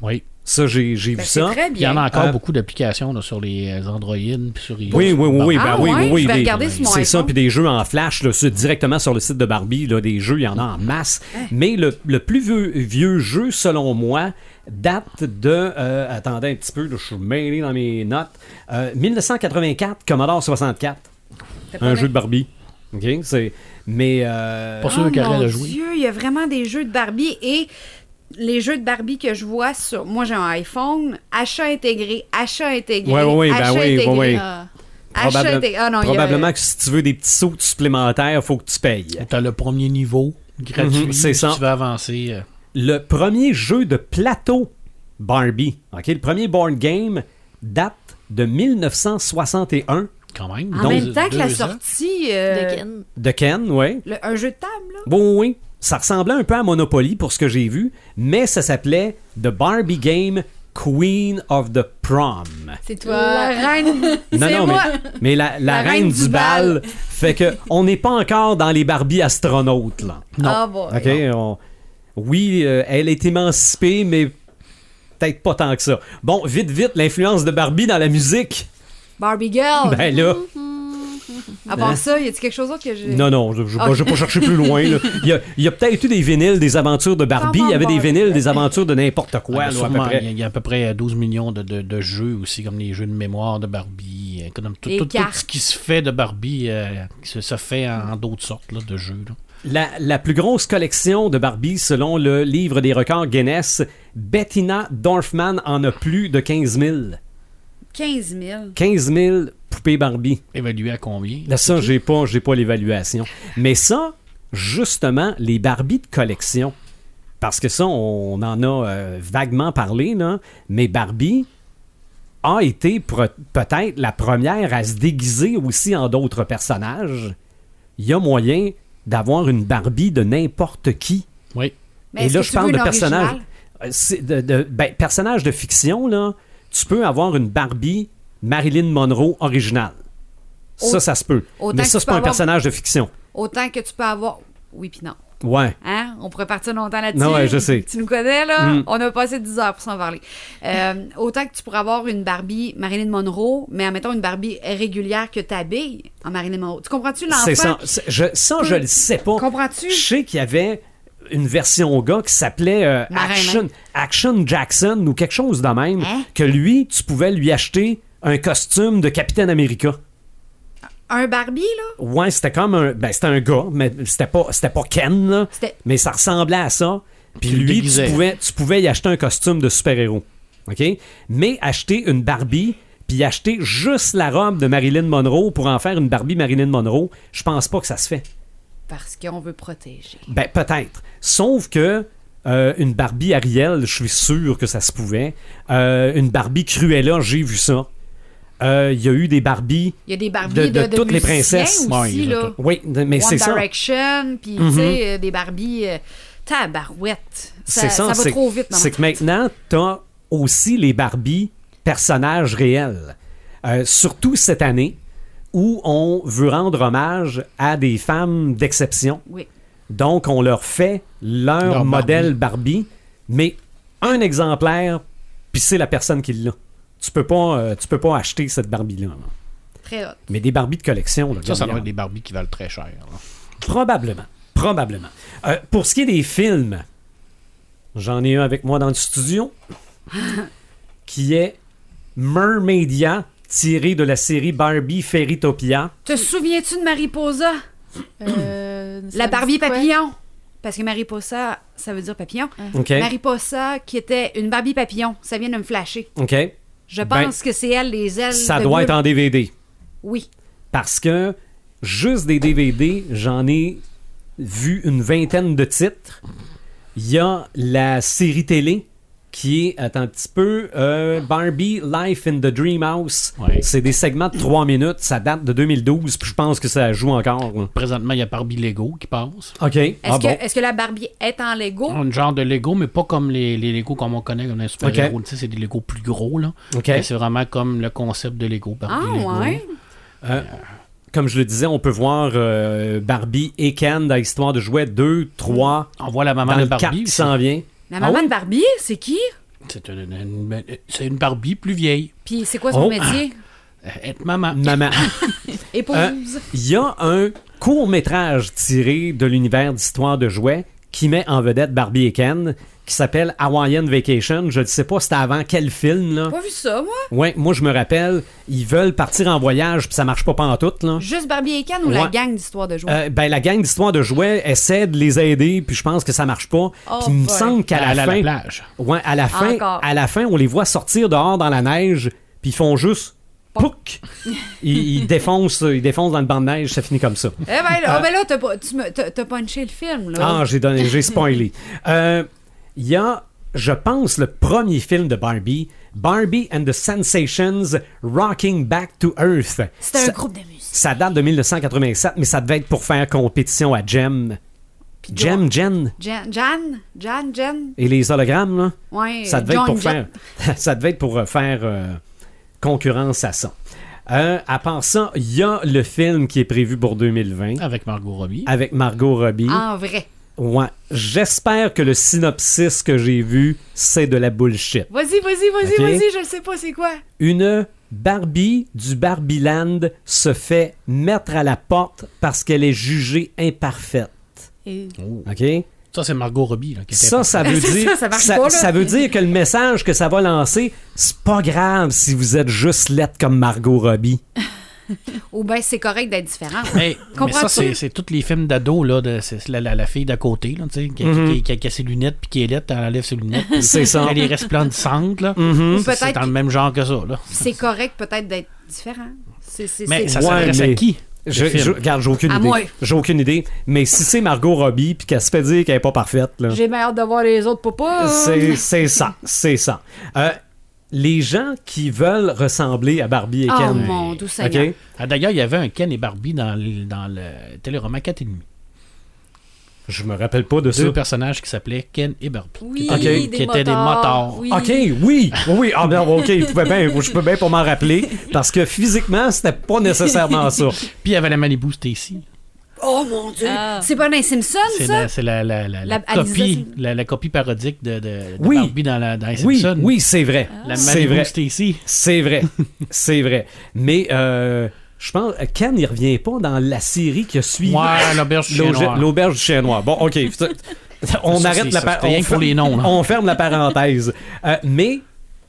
Speaker 4: Oui.
Speaker 1: Ça, j'ai j'ai
Speaker 2: Ben,
Speaker 1: vu
Speaker 2: C'est
Speaker 1: ça.
Speaker 2: très
Speaker 4: Il y en
Speaker 2: bien.
Speaker 4: a encore
Speaker 1: Euh,
Speaker 4: beaucoup d'applications là, sur les euh, Android puis sur les-
Speaker 1: Oui, oui, oui, oui,
Speaker 2: Ah
Speaker 1: ben oui,
Speaker 2: ouais,
Speaker 1: oui, oui,
Speaker 2: je vais
Speaker 1: des-
Speaker 2: regarder sur mon
Speaker 1: C'est ça,
Speaker 2: iPhone.
Speaker 1: puis des jeux en flash, là, sur- directement sur le site de Barbie, là, des jeux, il y en a
Speaker 2: Ah.
Speaker 1: en masse. Mais le, le plus vieux, vieux jeu, selon moi, date de... euh, attendez un petit peu, là, je suis mêlé dans mes notes. Euh, 1984, Commodore 64, un jeu de Barbie. OK, c'est... Mais... euh,
Speaker 4: Pas sûr
Speaker 2: Oh
Speaker 4: qu'elle
Speaker 2: mon
Speaker 4: aurait joué.
Speaker 2: Dieu, il y a vraiment des jeux de Barbie et les jeux de Barbie que je vois sur. Moi, j'ai un iPhone, achat intégré, achat intégré.
Speaker 1: Ouais, ouais, ouais, ben
Speaker 2: achat
Speaker 1: oui,
Speaker 2: intégré,
Speaker 1: ouais, ouais.
Speaker 5: Ah.
Speaker 2: achat
Speaker 1: probable-
Speaker 2: intégré. Ah non, il y a-
Speaker 1: probablement que si tu veux des petits sauts supplémentaires, faut que tu payes.
Speaker 4: T'as le premier niveau gratuit.
Speaker 1: Mhm, c'est
Speaker 4: puis
Speaker 1: ça.
Speaker 4: Tu vas avancer. euh,
Speaker 1: le premier jeu de plateau Barbie, ok, le premier board game date de 1961
Speaker 4: Quand même.
Speaker 2: En
Speaker 4: Donc,
Speaker 2: même temps que la
Speaker 4: deux ans.
Speaker 2: sortie, euh,
Speaker 5: De Ken.
Speaker 1: de Ken, ouais.
Speaker 2: le- un jeu de table, là.
Speaker 1: Bon, oui, ça ressemblait un peu à Monopoly pour ce que j'ai vu, mais ça s'appelait The Barbie Game Queen of the Prom.
Speaker 5: C'est
Speaker 2: La
Speaker 5: toi.
Speaker 2: reine.
Speaker 1: Non,
Speaker 2: c'est
Speaker 1: non, mais,
Speaker 2: moi.
Speaker 1: mais la, la
Speaker 2: La
Speaker 1: reine, du bal, fait que on n'est pas encore dans les Barbie astronautes, là.
Speaker 2: Ah, boy.
Speaker 1: OK, on- Oui, euh, elle est émancipée, mais peut-être pas tant que ça. Bon, vite, vite, l'influence de Barbie dans la musique.
Speaker 2: Barbie Girl.
Speaker 1: Ben là, hein?
Speaker 2: à part ça, y a-t-il quelque chose d'autre que j'ai.
Speaker 1: non, non, je ne
Speaker 2: Ah.
Speaker 1: vais pas chercher plus loin. là. Il y a, il y a peut-être eu des vinyles des aventures de Barbie. Il y avait des vinyles des aventures de n'importe quoi. là,
Speaker 4: Ah,
Speaker 1: à peu
Speaker 4: sûrement,
Speaker 1: près.
Speaker 4: il y a- il y, a à peu près 12 millions de, de- de jeux aussi, comme les jeux de mémoire de Barbie, euh, comme tout,
Speaker 2: Les
Speaker 4: tout- tout ce
Speaker 2: cartes.
Speaker 4: qui se fait de Barbie, euh, se, se fait en, en d'autres sortes là, de jeux. là.
Speaker 1: La, la plus grosse collection de Barbie, selon le livre des records Guinness, Bettina Dorfman en a plus de 15 000.
Speaker 2: 15 000.
Speaker 1: 15 000 poupées Barbie.
Speaker 4: Évalué à combien
Speaker 1: Là, ça, j'ai pas, j'ai pas l'évaluation. Mais ça, justement, les Barbies de collection, parce que ça, on en a euh, vaguement parlé, là, mais Barbie a été pro- peut-être la première à se déguiser aussi en d'autres personnages. Il y a moyen d'avoir une Barbie de n'importe qui.
Speaker 4: Oui.
Speaker 2: Mais
Speaker 1: Et
Speaker 2: est-ce
Speaker 1: là,
Speaker 2: que
Speaker 1: je
Speaker 2: tu veux
Speaker 1: parle de
Speaker 2: une
Speaker 1: personnages.
Speaker 2: originale?
Speaker 1: Euh, c'est De, de- ben, personnages de fiction, là, tu peux avoir une Barbie Marilyn Monroe originale. Ça,
Speaker 2: Au-
Speaker 1: ça se peut.
Speaker 2: autant
Speaker 1: Mais
Speaker 2: que
Speaker 1: ça,
Speaker 2: tu
Speaker 1: c'est
Speaker 2: peux
Speaker 1: pas un
Speaker 2: avoir-
Speaker 1: personnage de fiction.
Speaker 2: Autant que tu peux avoir. Oui, puis non.
Speaker 1: Ouais.
Speaker 2: Hein? On pourrait partir longtemps là-dessus.
Speaker 1: Non, ouais, je sais.
Speaker 2: Tu nous connais, là?
Speaker 1: Mm.
Speaker 2: On a passé 10 heures pour s'en parler. Euh, autant que tu pourrais avoir une Barbie Marilyn Monroe, mais admettons une Barbie régulière que t'habilles en Marilyn Monroe. Tu comprends-tu
Speaker 1: C'est
Speaker 2: l'enfant?
Speaker 1: ça. c'est- Je, ça, je le sais pas.
Speaker 2: Comprends-tu?
Speaker 1: Je sais qu'il y avait une version gars qui s'appelait euh,
Speaker 2: Marin,
Speaker 1: Action, Action Jackson ou quelque chose de même,
Speaker 2: Hein?
Speaker 1: que lui, tu pouvais lui acheter un costume de Capitaine America.
Speaker 2: Un Barbie, là?
Speaker 1: Ouais, c'était comme un. Ben, c'était un gars, mais c'était pas, c'était pas Ken, là.
Speaker 2: C'était-
Speaker 1: Mais ça ressemblait à ça. Puis
Speaker 4: Tu le
Speaker 1: lui, tu
Speaker 4: déguisais.
Speaker 1: pouvais, tu pouvais y acheter un costume de super-héros. OK? Mais acheter une Barbie, puis acheter juste la robe de Marilyn Monroe pour en faire une Barbie Marilyn Monroe, je pense pas que ça se fait.
Speaker 2: Parce qu'on veut protéger.
Speaker 1: Ben, peut-être. Sauf que. euh, une Barbie Ariel, je suis sûr que ça se pouvait. Euh, une Barbie Cruella, j'ai vu ça. Euh, Il y a eu des Barbies
Speaker 2: Il y a des Barbies
Speaker 1: De-
Speaker 2: de,
Speaker 1: de toutes les
Speaker 2: musiciens
Speaker 1: princesses.
Speaker 4: Ouais,
Speaker 2: aussi,
Speaker 4: ils ont
Speaker 2: là.
Speaker 1: Oui, mais c'est
Speaker 2: One
Speaker 1: ça. Mm-hmm.
Speaker 2: Direction, puis tu sais, euh, des Barbies euh, tabarouettes. Ça,
Speaker 1: C'est ça,
Speaker 2: ça va
Speaker 1: c'est-
Speaker 2: trop vite, maman.
Speaker 1: C'est que maintenant, t'as aussi les Barbie personnages réels. Euh, surtout cette année où on veut rendre hommage à des femmes d'exception.
Speaker 2: Oui.
Speaker 1: Donc, on leur fait leur,
Speaker 4: Leur Barbie.
Speaker 1: modèle Barbie, mais un exemplaire, puis c'est la personne qui l'a. Tu peux pas, euh, tu peux pas acheter cette Barbie-là. là.
Speaker 2: Très hot.
Speaker 1: Mais des Barbies de collection, là,
Speaker 4: Ça, ça
Speaker 1: regarde,
Speaker 4: doit être des Barbies qui valent très cher. là.
Speaker 1: Probablement. Probablement. Euh, pour ce qui est des films, j'en ai un avec moi dans le studio qui est Mermaidia, tiré de la série Barbie Fairytopia.
Speaker 2: Te souviens-tu de Mariposa?
Speaker 5: Euh, ça
Speaker 2: La
Speaker 5: me
Speaker 2: Barbie
Speaker 5: dit quoi?
Speaker 2: papillon. Parce que Mariposa, ça veut dire papillon.
Speaker 1: OK.
Speaker 2: Mariposa, qui était une Barbie papillon, ça vient de me flasher.
Speaker 1: OK.
Speaker 2: Je
Speaker 1: Ben,
Speaker 2: pense que c'est elle, les ailes.
Speaker 1: Ça
Speaker 2: de
Speaker 1: doit être
Speaker 2: bulle.
Speaker 1: en DVD.
Speaker 2: Oui.
Speaker 1: Parce que juste des DVD, j'en ai vu une vingtaine de titres. Il y a la série télé qui est, attends un petit peu, euh, Barbie Life in the Dream House.
Speaker 4: Ouais.
Speaker 1: C'est des segments de 3 minutes, ça date de 2012, puis je pense que ça joue encore. là.
Speaker 4: Présentement, il y a Barbie Lego qui passe.
Speaker 1: OK.
Speaker 2: Est-ce
Speaker 1: Ah
Speaker 2: que,
Speaker 1: bon. Ah,
Speaker 2: est-ce que la Barbie est en Lego?
Speaker 4: Un genre de Lego, mais pas comme les, les Lego comme on connaît, comme les super-héros.
Speaker 1: Ok.
Speaker 4: Tu sais, c'est des Lego plus gros. là.
Speaker 1: Ok.
Speaker 4: Mais C'est vraiment comme le concept de Lego.
Speaker 2: Ah,
Speaker 4: Barbie Lego.
Speaker 2: ouais.
Speaker 1: Comme je le disais, on peut voir euh, Barbie et Ken dans l'histoire de jouets 2, 3,
Speaker 4: On voit la maman
Speaker 1: dans
Speaker 4: de
Speaker 1: le 4
Speaker 4: Barbie.
Speaker 1: qui s'en vient.
Speaker 2: La
Speaker 1: Ah
Speaker 2: maman
Speaker 1: ouais?
Speaker 2: de Barbie, c'est qui?
Speaker 4: C'est une, une- c'est une Barbie plus vieille.
Speaker 2: Puis c'est quoi son
Speaker 1: Oh.
Speaker 2: métier?
Speaker 4: Euh, Être maman.
Speaker 1: Maman.
Speaker 2: Épouse.
Speaker 1: Il y a un court métrage tiré de l'univers d'histoire de jouets qui met en vedette Barbie et Ken, qui s'appelle Hawaiian Vacation. Je ne sais pas c'était avant quel film là.
Speaker 2: Pas vu ça, moi.
Speaker 1: Ouais, moi je me rappelle, ils veulent partir en voyage puis ça marche pas pantoute là.
Speaker 2: Juste Barbie et Ken ou la
Speaker 1: Ouais.
Speaker 2: gang d'histoire de jouets?
Speaker 1: Euh, ben la gang d'histoire de jouets essaie de les aider puis je pense que ça marche pas. puis il me
Speaker 2: boy.
Speaker 1: semble qu'à la,
Speaker 4: Ben, Elle est à
Speaker 1: fin,
Speaker 4: plage.
Speaker 1: ouais, à la fin,
Speaker 2: Encore.
Speaker 1: à la fin, on les voit sortir dehors dans la neige puis ils font juste pouc. ils, ils défoncent, ils défoncent dans le banc de neige, ça finit comme ça.
Speaker 2: Eh ben là, ah ben là, t'as pas- tu me- t'as t'as punché le film, là.
Speaker 1: Euh. Ah, j'ai donné, j'ai spoilé. Euh, Il y a, je pense, le premier film de Barbie, Barbie and the Sensations Rocking Back to Earth.
Speaker 2: C'était un
Speaker 1: Ça-
Speaker 2: groupe de musique.
Speaker 1: Ça date de 1987, mais ça devait être pour faire compétition à Gem. Gem, Jen
Speaker 2: Jan, Jan, Jan, Jan.
Speaker 1: et les hologrammes, là.
Speaker 2: Ouais,
Speaker 1: ça devait
Speaker 2: John
Speaker 1: être pour
Speaker 2: Jett.
Speaker 1: faire, ça devait être pour euh, faire euh, concurrence à ça. Euh, à part ça, il y a le film qui est prévu pour 2020
Speaker 4: Avec Margot Robbie.
Speaker 1: avec Margot Robbie.
Speaker 2: En vrai.
Speaker 1: Ouais. J'espère que le synopsis que j'ai vu, c'est de la bullshit.
Speaker 2: Vas-y, vas-y, vas-y,
Speaker 1: Ok.
Speaker 2: vas-y, je le sais pas, c'est quoi?
Speaker 1: Une Barbie du Barbieland se fait mettre à la porte parce qu'elle est jugée imparfaite.
Speaker 5: Et-
Speaker 1: OK?
Speaker 4: Ça, c'est Margot Robbie. Là, qui était
Speaker 1: Ça, ça veut
Speaker 2: C'est
Speaker 1: dire.
Speaker 2: ça, ça marche pas, là.
Speaker 1: ça veut dire que le message que ça va lancer, c'est pas grave si vous êtes juste lettre comme Margot Robbie.
Speaker 2: Ou bien c'est correct d'être différent.
Speaker 4: Hey, mais
Speaker 2: Comprends-tu?
Speaker 4: ça, c'est, c'est tous les films d'ados, là, de, c'est la, la- la fille d'à côté, là, tu sais, qui, a- qui, qui a- qui a ses lunettes, puis qui est laide, elle enlève ses lunettes. puis
Speaker 1: Mhm. C'est ça. Mhm.
Speaker 4: Elle est resplendissante, là.
Speaker 2: Ou
Speaker 4: C'est, c'est
Speaker 2: peut-être
Speaker 4: dans le
Speaker 2: que
Speaker 4: même genre que ça, là.
Speaker 2: c'est correct peut-être d'être différent. C'est, c'est,
Speaker 4: Mais
Speaker 2: c'est-
Speaker 4: ça s'adresse
Speaker 1: Ouais, mais-
Speaker 4: à qui? le
Speaker 1: Je,
Speaker 4: film?
Speaker 1: je- regarde, j'ai aucune
Speaker 2: À
Speaker 1: idée.
Speaker 2: moi.
Speaker 1: J'ai aucune idée. Mais si c'est Margot Robbie puis qu'elle se fait dire qu'elle est pas parfaite, là.
Speaker 2: J'ai bien hâte de voir les autres papas.
Speaker 1: C'est, c'est ça, c'est ça. Euh, les gens qui veulent ressembler à Barbie et
Speaker 2: Oh,
Speaker 1: Ken.
Speaker 2: mon doux
Speaker 1: OK?
Speaker 2: Seigneur.
Speaker 4: Ah, d'ailleurs, il y avait un Ken et Barbie dans, le- dans le téléroman 4,5.
Speaker 1: Je me rappelle pas de ça.
Speaker 4: Deux personnages qui s'appelaient Ken et Barbie.
Speaker 5: Oui,
Speaker 1: Ok.
Speaker 5: des
Speaker 4: qui étaient des
Speaker 5: motards.
Speaker 4: motards.
Speaker 5: Oui.
Speaker 1: Ok, oui, oui, oui. Ah ben, ok, je pouvais bien, je peux bien pour m'en rappeler parce que physiquement, c'était pas nécessairement ça.
Speaker 4: Puis il y avait la Malibu Stacy.
Speaker 2: Oh Oh mon Dieu!
Speaker 5: Ah.
Speaker 2: C'est pas dans les Simpsons,
Speaker 4: C'est
Speaker 2: ça?
Speaker 4: la, c'est la, la, la, la
Speaker 2: La- Alisa,
Speaker 4: copie,
Speaker 2: c'est-
Speaker 4: la, la copie parodique de, de, de
Speaker 1: Oui.
Speaker 4: Barbie dans, la, dans les
Speaker 1: Oui,
Speaker 4: Simpsons.
Speaker 1: oui, c'est vrai.
Speaker 2: Ah.
Speaker 4: La
Speaker 1: C'est
Speaker 4: Malibu
Speaker 1: vrai.
Speaker 4: Stacy.
Speaker 1: C'est vrai. c'est vrai. Mais euh, je pense Ken il revient pas dans la série qui a suivi
Speaker 4: Ouais, l'auberge du chien
Speaker 1: L'auge-
Speaker 4: noir.
Speaker 1: L'auberge du chien noir. Bon, OK. on
Speaker 4: Ça, c'est-
Speaker 1: arrête la
Speaker 4: ça,
Speaker 1: par-
Speaker 4: c'était rien
Speaker 1: on
Speaker 4: que pour
Speaker 1: fer-
Speaker 4: les noms, là.
Speaker 1: On ferme la parenthèse. Euh, mais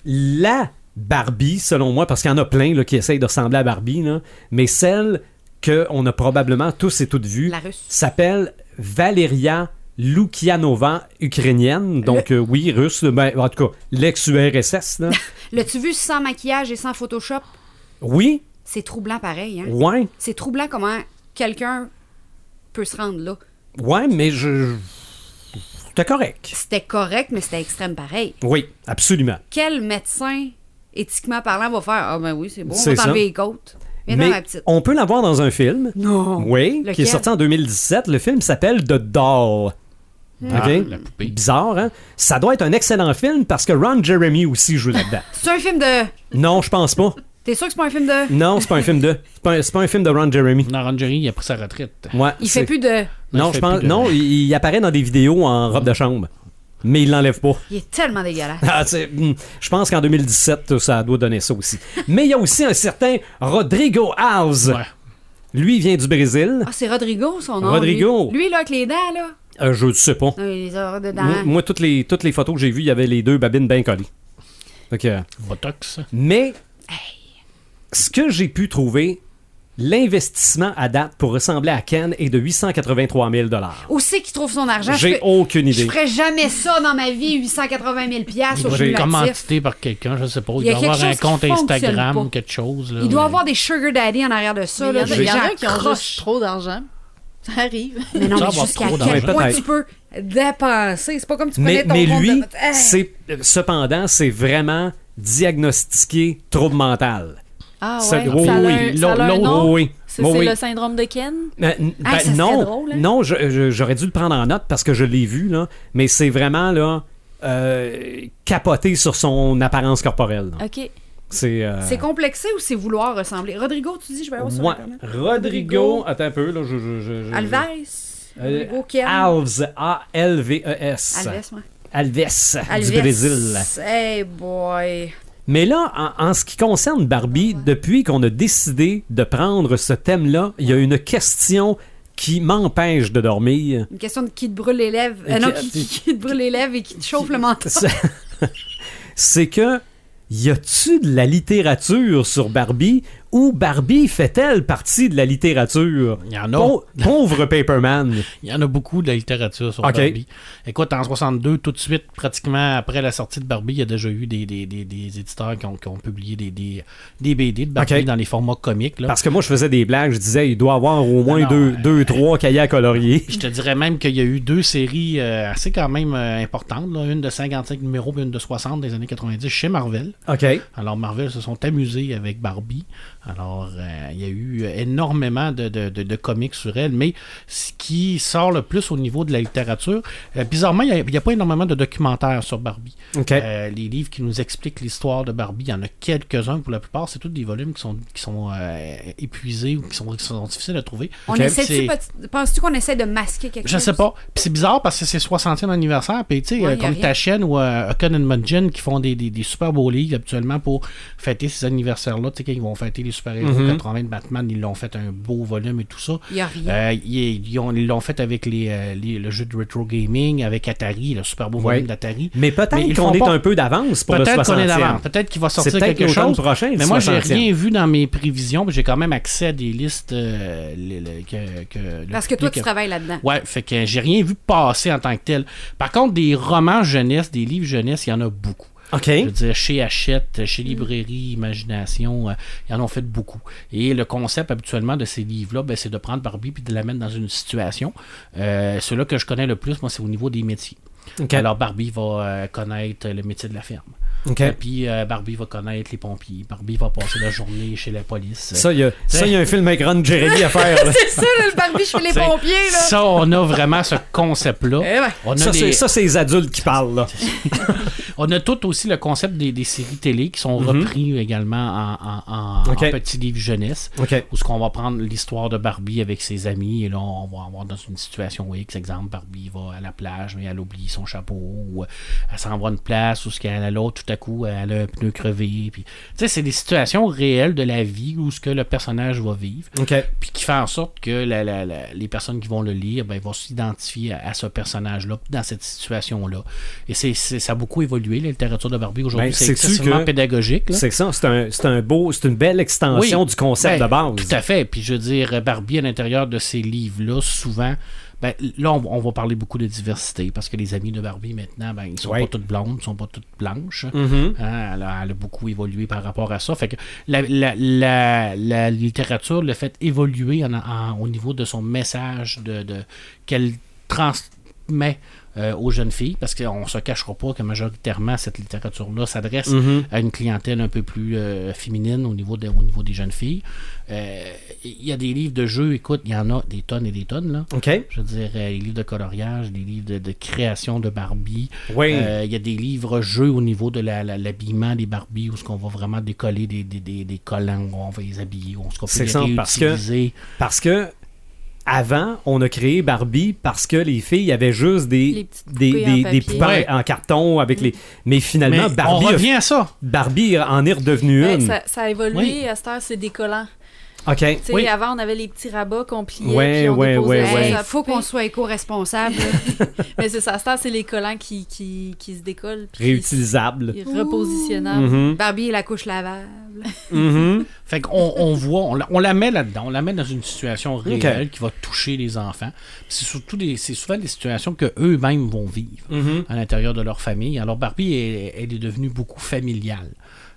Speaker 1: la Barbie, selon moi, parce qu'il y en a plein là, qui essayent de ressembler à Barbie, là, mais celle qu'on a probablement tous et toutes vue
Speaker 2: La russe.
Speaker 1: s'appelle Valeria Lukianova, ukrainienne. Donc, euh, oui, russe, ben, en tout cas, l'ex-URSS. là.
Speaker 2: L'as-tu vu sans maquillage et sans Photoshop?
Speaker 1: oui,
Speaker 2: C'est troublant pareil, hein?
Speaker 1: ouais,
Speaker 2: C'est troublant comment quelqu'un peut se rendre là.
Speaker 1: ouais, mais je. je- C'était correct.
Speaker 2: C'était correct, mais c'était extrême pareil.
Speaker 1: Oui, absolument.
Speaker 2: Quel médecin, éthiquement parlant, va faire Ah, ben oui, c'est bon, on
Speaker 1: C'est
Speaker 2: va
Speaker 1: ça.
Speaker 2: t'enlever les côtes. Viens dans
Speaker 1: Mais
Speaker 2: ma petite.
Speaker 1: on peut l'avoir dans un film.
Speaker 2: Non.
Speaker 1: Oui, qui est
Speaker 2: Oh, Lequel?
Speaker 1: sorti en 2017. Le film s'appelle The Doll.
Speaker 4: Ah,
Speaker 1: OK?
Speaker 4: la poupée.
Speaker 1: Bizarre, hein? Ça doit être un excellent film parce que Ron Jeremy aussi joue là-dedans.
Speaker 2: C'est un film de.
Speaker 1: non, je pense pas.
Speaker 2: T'es sûr que c'est pas un film de.
Speaker 1: Non, c'est pas un film de. C'est pas, un- c'est pas un film de Ron Jeremy.
Speaker 4: Non, Ron Jeremy, il a pris sa retraite.
Speaker 1: Ouais,
Speaker 2: Il fait
Speaker 1: c'est-
Speaker 2: plus de.
Speaker 4: Non,
Speaker 1: Non,
Speaker 4: il
Speaker 1: je
Speaker 4: fait
Speaker 1: pense.
Speaker 4: plus de-
Speaker 1: Non, il, il apparaît dans des vidéos en robe de chambre. Mais il l'enlève pas.
Speaker 2: Il est tellement dégueulasse.
Speaker 1: Ah, c'est- hmm, je pense qu'en 2017, ça doit donner ça aussi. Mais il y a aussi un certain Rodrigo House.
Speaker 4: Ouais.
Speaker 1: Lui, il vient du Brésil.
Speaker 2: Ah, c'est Rodrigo, son nom.
Speaker 1: Rodrigo.
Speaker 2: Lui. Lui, là, avec les dents, là.
Speaker 1: Euh, je sais pas.
Speaker 2: Non, il les a dedans.
Speaker 1: Moi, moi, toutes, les, toutes les photos que j'ai vues, il y avait les deux babines bien collées. Fait que-
Speaker 4: Botox.
Speaker 1: mais ce que j'ai pu trouver, l'investissement à date pour ressembler à Ken est de 883 000
Speaker 2: Où c'est qu'il trouve son argent? Je
Speaker 1: J'ai
Speaker 2: fais-
Speaker 1: aucune
Speaker 2: Je
Speaker 1: idée.
Speaker 2: ferais jamais ça dans ma vie, 880 000 piastres
Speaker 4: Il
Speaker 2: au
Speaker 4: doit
Speaker 2: cumulatif.
Speaker 4: être commandité par quelqu'un, je sais pas. Il,
Speaker 2: Il y a
Speaker 4: doit
Speaker 2: quelque
Speaker 4: avoir un
Speaker 2: chose qui
Speaker 4: compte
Speaker 2: fonctionne
Speaker 4: Instagram
Speaker 2: pas.
Speaker 4: ou quelque chose. là.
Speaker 2: Il doit avoir des sugar daddy en arrière de ça. là,
Speaker 5: Mais Il y en a-
Speaker 2: des
Speaker 5: il y en
Speaker 2: gens
Speaker 5: a qui ont
Speaker 2: croches.
Speaker 5: juste trop d'argent. Ça arrive.
Speaker 2: Mais non,
Speaker 4: Ça
Speaker 2: mais
Speaker 4: va
Speaker 2: jusqu'à
Speaker 4: trop
Speaker 2: quel
Speaker 1: d'argent.
Speaker 2: point
Speaker 1: Peut-être.
Speaker 2: tu peux dépenser. C'est pas comme tu
Speaker 1: Mais,
Speaker 2: connais ton
Speaker 1: mais
Speaker 2: compte
Speaker 1: lui,
Speaker 2: de- Hey!
Speaker 1: c'est cependant, c'est vraiment diagnostiqué trouble mental.
Speaker 5: Ah
Speaker 1: Ça-
Speaker 5: ouais,
Speaker 1: oui,
Speaker 5: ça a
Speaker 1: oui,
Speaker 5: un- ça a un
Speaker 1: l'autre-
Speaker 5: nom.
Speaker 1: oui, oui.
Speaker 5: C'est
Speaker 1: Oui,
Speaker 5: c'est
Speaker 1: oui.
Speaker 5: le syndrome de Ken.
Speaker 1: Euh, n- ben
Speaker 2: Ah, ça serait
Speaker 1: non,
Speaker 5: drôle, hein?
Speaker 1: non, je- je- j'aurais dû le prendre en note parce que je l'ai vu là, mais c'est vraiment là euh, capoté sur son apparence corporelle. là.
Speaker 5: OK.
Speaker 1: C'est euh,
Speaker 2: Euh, C'est complexé ou c'est vouloir ressembler? Rodrigo, tu dis, je vais avoir Ah sur
Speaker 1: ouais.
Speaker 2: Internet.
Speaker 1: Rodrigo, attends un peu là, je, je, je- je-
Speaker 2: Alves.
Speaker 1: Euh,
Speaker 2: Rodrigo Ken.
Speaker 1: Alves, A L V E S.
Speaker 2: Alves, ouais.
Speaker 1: Alves,
Speaker 2: Alves.
Speaker 1: du Brésil.
Speaker 2: Hey boy.
Speaker 1: Mais là, en, en ce qui concerne Barbie, depuis qu'on a décidé de prendre ce thème-là, il y a une question qui m'empêche de dormir.
Speaker 2: Une question de qui te brûle les lèvres.
Speaker 1: Et
Speaker 2: Euh, non,
Speaker 1: qui-
Speaker 2: qui, qui- qui te brûle les lèvres et qui te chauffe le menton.
Speaker 1: Ça- c'est que y a-tu de la littérature sur Barbie ou Barbie fait-elle partie de la littérature
Speaker 4: Il y en a.
Speaker 1: Pau- pauvre Paperman.
Speaker 4: Il y en a beaucoup de la littérature sur
Speaker 1: Ok.
Speaker 4: Barbie. Écoute, en 62, tout de suite, pratiquement après la sortie de Barbie, il y a déjà eu des, des, des, des éditeurs qui ont, qui ont publié des, des, des BD de Barbie
Speaker 1: Ok.
Speaker 4: dans les formats comiques. Là.
Speaker 1: Parce que moi je faisais des blagues, je disais il doit avoir au moins
Speaker 4: Non,
Speaker 1: deux,
Speaker 4: euh,
Speaker 1: deux, trois cahiers à colorier.
Speaker 4: Je te dirais même qu'il y a eu deux séries euh, assez quand même euh, importantes, là. une de 55 numéros et une de 60 des années 90 chez Marvel.
Speaker 1: OK.
Speaker 4: Alors Marvel se sont amusés avec Barbie. Alors euh, il y a eu énormément de, de, de- de comics sur elle, mais ce qui sort le plus au niveau de la littérature, euh, bizarrement, il n'y a, pas énormément de documentaires sur Barbie.
Speaker 1: OK.
Speaker 4: Euh, les livres qui nous expliquent l'histoire de Barbie, il y en a quelques-uns pour la plupart, c'est tous des volumes qui sont, qui sont euh, épuisés ou qui sont, qui sont difficiles à trouver.
Speaker 2: On
Speaker 1: Ok,
Speaker 2: essaie
Speaker 4: c'est-
Speaker 2: Penses-tu qu'on essaie de masquer quelque
Speaker 4: Je
Speaker 2: chose?
Speaker 4: sais pas. Puis c'est bizarre parce que c'est 60e anniversaire. Puis tu sais,
Speaker 2: Ouais,
Speaker 4: euh,
Speaker 2: y a
Speaker 4: comme
Speaker 2: rien.
Speaker 4: ta chaîne ou euh, Ocon and Mudgeon qui font des, des- des super beaux livres habituellement pour fêter ces anniversaires-là. Tu sais, quand ils vont fêter les super-héros
Speaker 1: Mhm.
Speaker 4: 80 de Batman, ils l'ont fait un beau volume et tout ça.
Speaker 2: Y a rien.
Speaker 4: Euh, ils ils ont- ils l'ont fait avec les, euh, les- le jeu de Retro Gaming, avec Atari, le super beau
Speaker 1: Ouais.
Speaker 4: volume d'Atari.
Speaker 1: Mais peut-être
Speaker 4: ils
Speaker 1: qu'on
Speaker 4: font
Speaker 1: est
Speaker 4: pas-
Speaker 1: un peu d'avance pour le 60e.
Speaker 4: Peut-être qu'on est d'avance. Peut-être qu'il va sortir
Speaker 1: C'est peut-être
Speaker 4: quelque
Speaker 1: l'automne
Speaker 4: chose.
Speaker 1: prochain, le
Speaker 4: mais moi, j'ai
Speaker 1: 60e.
Speaker 4: rien vu dans mes prévisions. mais J'ai quand même accès à des listes euh, le- le- que, que le
Speaker 2: Parce que toi,
Speaker 4: public
Speaker 2: tu
Speaker 4: a-
Speaker 2: travailles là-dedans.
Speaker 4: Ouais, fait que j'ai rien vu passer en tant que tel. Par contre, des romans jeunesse, des livres jeunesse, il y en a beaucoup.
Speaker 1: OK.
Speaker 4: Je veux dire, chez Hachette, chez Librairie, Imagination, euh, ils en ont fait beaucoup. Et le concept habituellement de ces livres-là, ben, c'est de prendre Barbie puis de la mettre dans une situation. Euh, Celui-là que je connais le plus, moi, c'est au niveau des métiers.
Speaker 1: OK.
Speaker 4: Alors Barbie va euh, connaître le métier de la ferme.
Speaker 1: OK.
Speaker 4: Et puis euh, Barbie va connaître les pompiers. Barbie va passer la journée chez la police. Euh,
Speaker 1: Ça, il y, a- ça, il y a un film avec Ron Jeremy à faire. là.
Speaker 2: C'est ça, là, le Barbie chez les
Speaker 4: T'sais,
Speaker 2: pompiers, là.
Speaker 4: Ça, on a vraiment ce concept-là.
Speaker 2: Eh ouais.
Speaker 4: On a
Speaker 1: Ça, c'est-
Speaker 4: des-
Speaker 1: ça, c'est les adultes qui parlent. Là.
Speaker 4: On a tout aussi le concept des, des séries télé qui sont repris également en, en- en- en
Speaker 1: Ok.
Speaker 4: petits livres jeunesse.
Speaker 1: OK.
Speaker 4: Où ce qu'on va prendre l'histoire de Barbie avec ses amis et là on va avoir dans une situation X, exemple Barbie va à la plage mais elle oublie son chapeau ou euh, elle s'en va à une place ou ce qu'elle a l'autre tout à coup elle a un pneu crevé puis tu sais c'est des situations réelles de la vie où ce que le personnage va vivre
Speaker 1: OK.
Speaker 4: puis qui fait en sorte que la- la- la- les personnes qui vont le lire ben, vont s'identifier à, à ce personnage-là, dans cette situation-là. Et c'est, c'est- ça a beaucoup évolué, la littérature de Barbie aujourd'hui.
Speaker 1: Ben,
Speaker 4: c'est
Speaker 1: sais-tu
Speaker 4: excessivement
Speaker 1: que-
Speaker 4: pédagogique. là.
Speaker 1: C'est ça, c'est un, c'est un beau, c'est une belle extension
Speaker 4: Oui.
Speaker 1: du concept
Speaker 4: Ben,
Speaker 1: de base.
Speaker 4: Tout à fait. Puis je veux dire, Barbie, à l'intérieur de ces livres-là, souvent, ben, là, on, on va parler beaucoup de diversité parce que les amis de Barbie, maintenant, ben, ils sont
Speaker 1: Ouais.
Speaker 4: pas toutes blondes, ils sont pas toutes blanches.
Speaker 1: Mhm.
Speaker 4: Hein, elle, a, elle a beaucoup évolué par rapport à ça. Fait que la, la- la- la littérature le fait évoluer en- en- au niveau de son message de, de- qu'elle transmet euh, aux jeunes filles, parce qu'on se cachera pas que majoritairement cette littérature-là s'adresse
Speaker 1: Mhm.
Speaker 4: à une clientèle un peu plus euh, féminine au niveau, de- au niveau des jeunes filles. Euh, Il y a des livres de jeux, écoute, il y en a des tonnes et des tonnes. Là.
Speaker 1: OK.
Speaker 4: Je veux dire, euh, les livres de coloriage, les livres de, de création de Barbie.
Speaker 1: Oui.
Speaker 4: Euh, Il y a des livres-jeux au niveau de la- la- l'habillement des Barbies où ce qu'on va vraiment décoller des, des, des, des collants, où on va les habiller, où on qu'on peut
Speaker 1: C'est
Speaker 4: les
Speaker 1: ça, parce que-
Speaker 4: réutiliser.
Speaker 1: Parce que avant, on a créé Barbie parce que les filles avaient juste des
Speaker 5: Les petites
Speaker 1: des,
Speaker 5: poupées
Speaker 1: des-
Speaker 5: en
Speaker 1: des
Speaker 5: papier. Mm.
Speaker 1: poupées
Speaker 4: Ouais.
Speaker 1: en carton avec les. Mais finalement,
Speaker 4: Mais
Speaker 1: Barbie,
Speaker 4: on
Speaker 1: a-
Speaker 4: revient à ça.
Speaker 1: Barbie en est redevenue
Speaker 5: Ouais,
Speaker 1: une.
Speaker 5: ça, ça a évolué,
Speaker 4: Oui.
Speaker 5: à cette heure, c'est décollant.
Speaker 1: OK.
Speaker 5: Tu sais,
Speaker 4: Oui.
Speaker 5: Avant, on avait les petits rabats qu'on pliait.
Speaker 1: Ouais,
Speaker 5: puis on
Speaker 1: ouais,
Speaker 5: déposait
Speaker 1: ouais,
Speaker 5: ça
Speaker 1: ouais.
Speaker 5: sur
Speaker 2: Il
Speaker 5: la
Speaker 2: faut
Speaker 5: poupée.
Speaker 2: qu'on soit éco-responsable. là.
Speaker 5: Mais c'est ça, à cette heure, c'est les collants qui, qui, qui se décollent. puis
Speaker 1: Réutilisable.
Speaker 5: qui- qui Repositionnables.
Speaker 4: Hmm.
Speaker 1: Mhm.
Speaker 2: Barbie et la couche lavable.
Speaker 1: Mhm.
Speaker 4: Fait qu'on on voit, on la, on la met là-dedans, on la met dans une situation réelle qui va toucher les enfants. Puis C'est surtout des, c'est souvent des situations que eux-mêmes vont vivre
Speaker 1: Mhm.
Speaker 4: à l'intérieur de leur famille. Alors Barbie, elle, elle est devenue beaucoup familiale.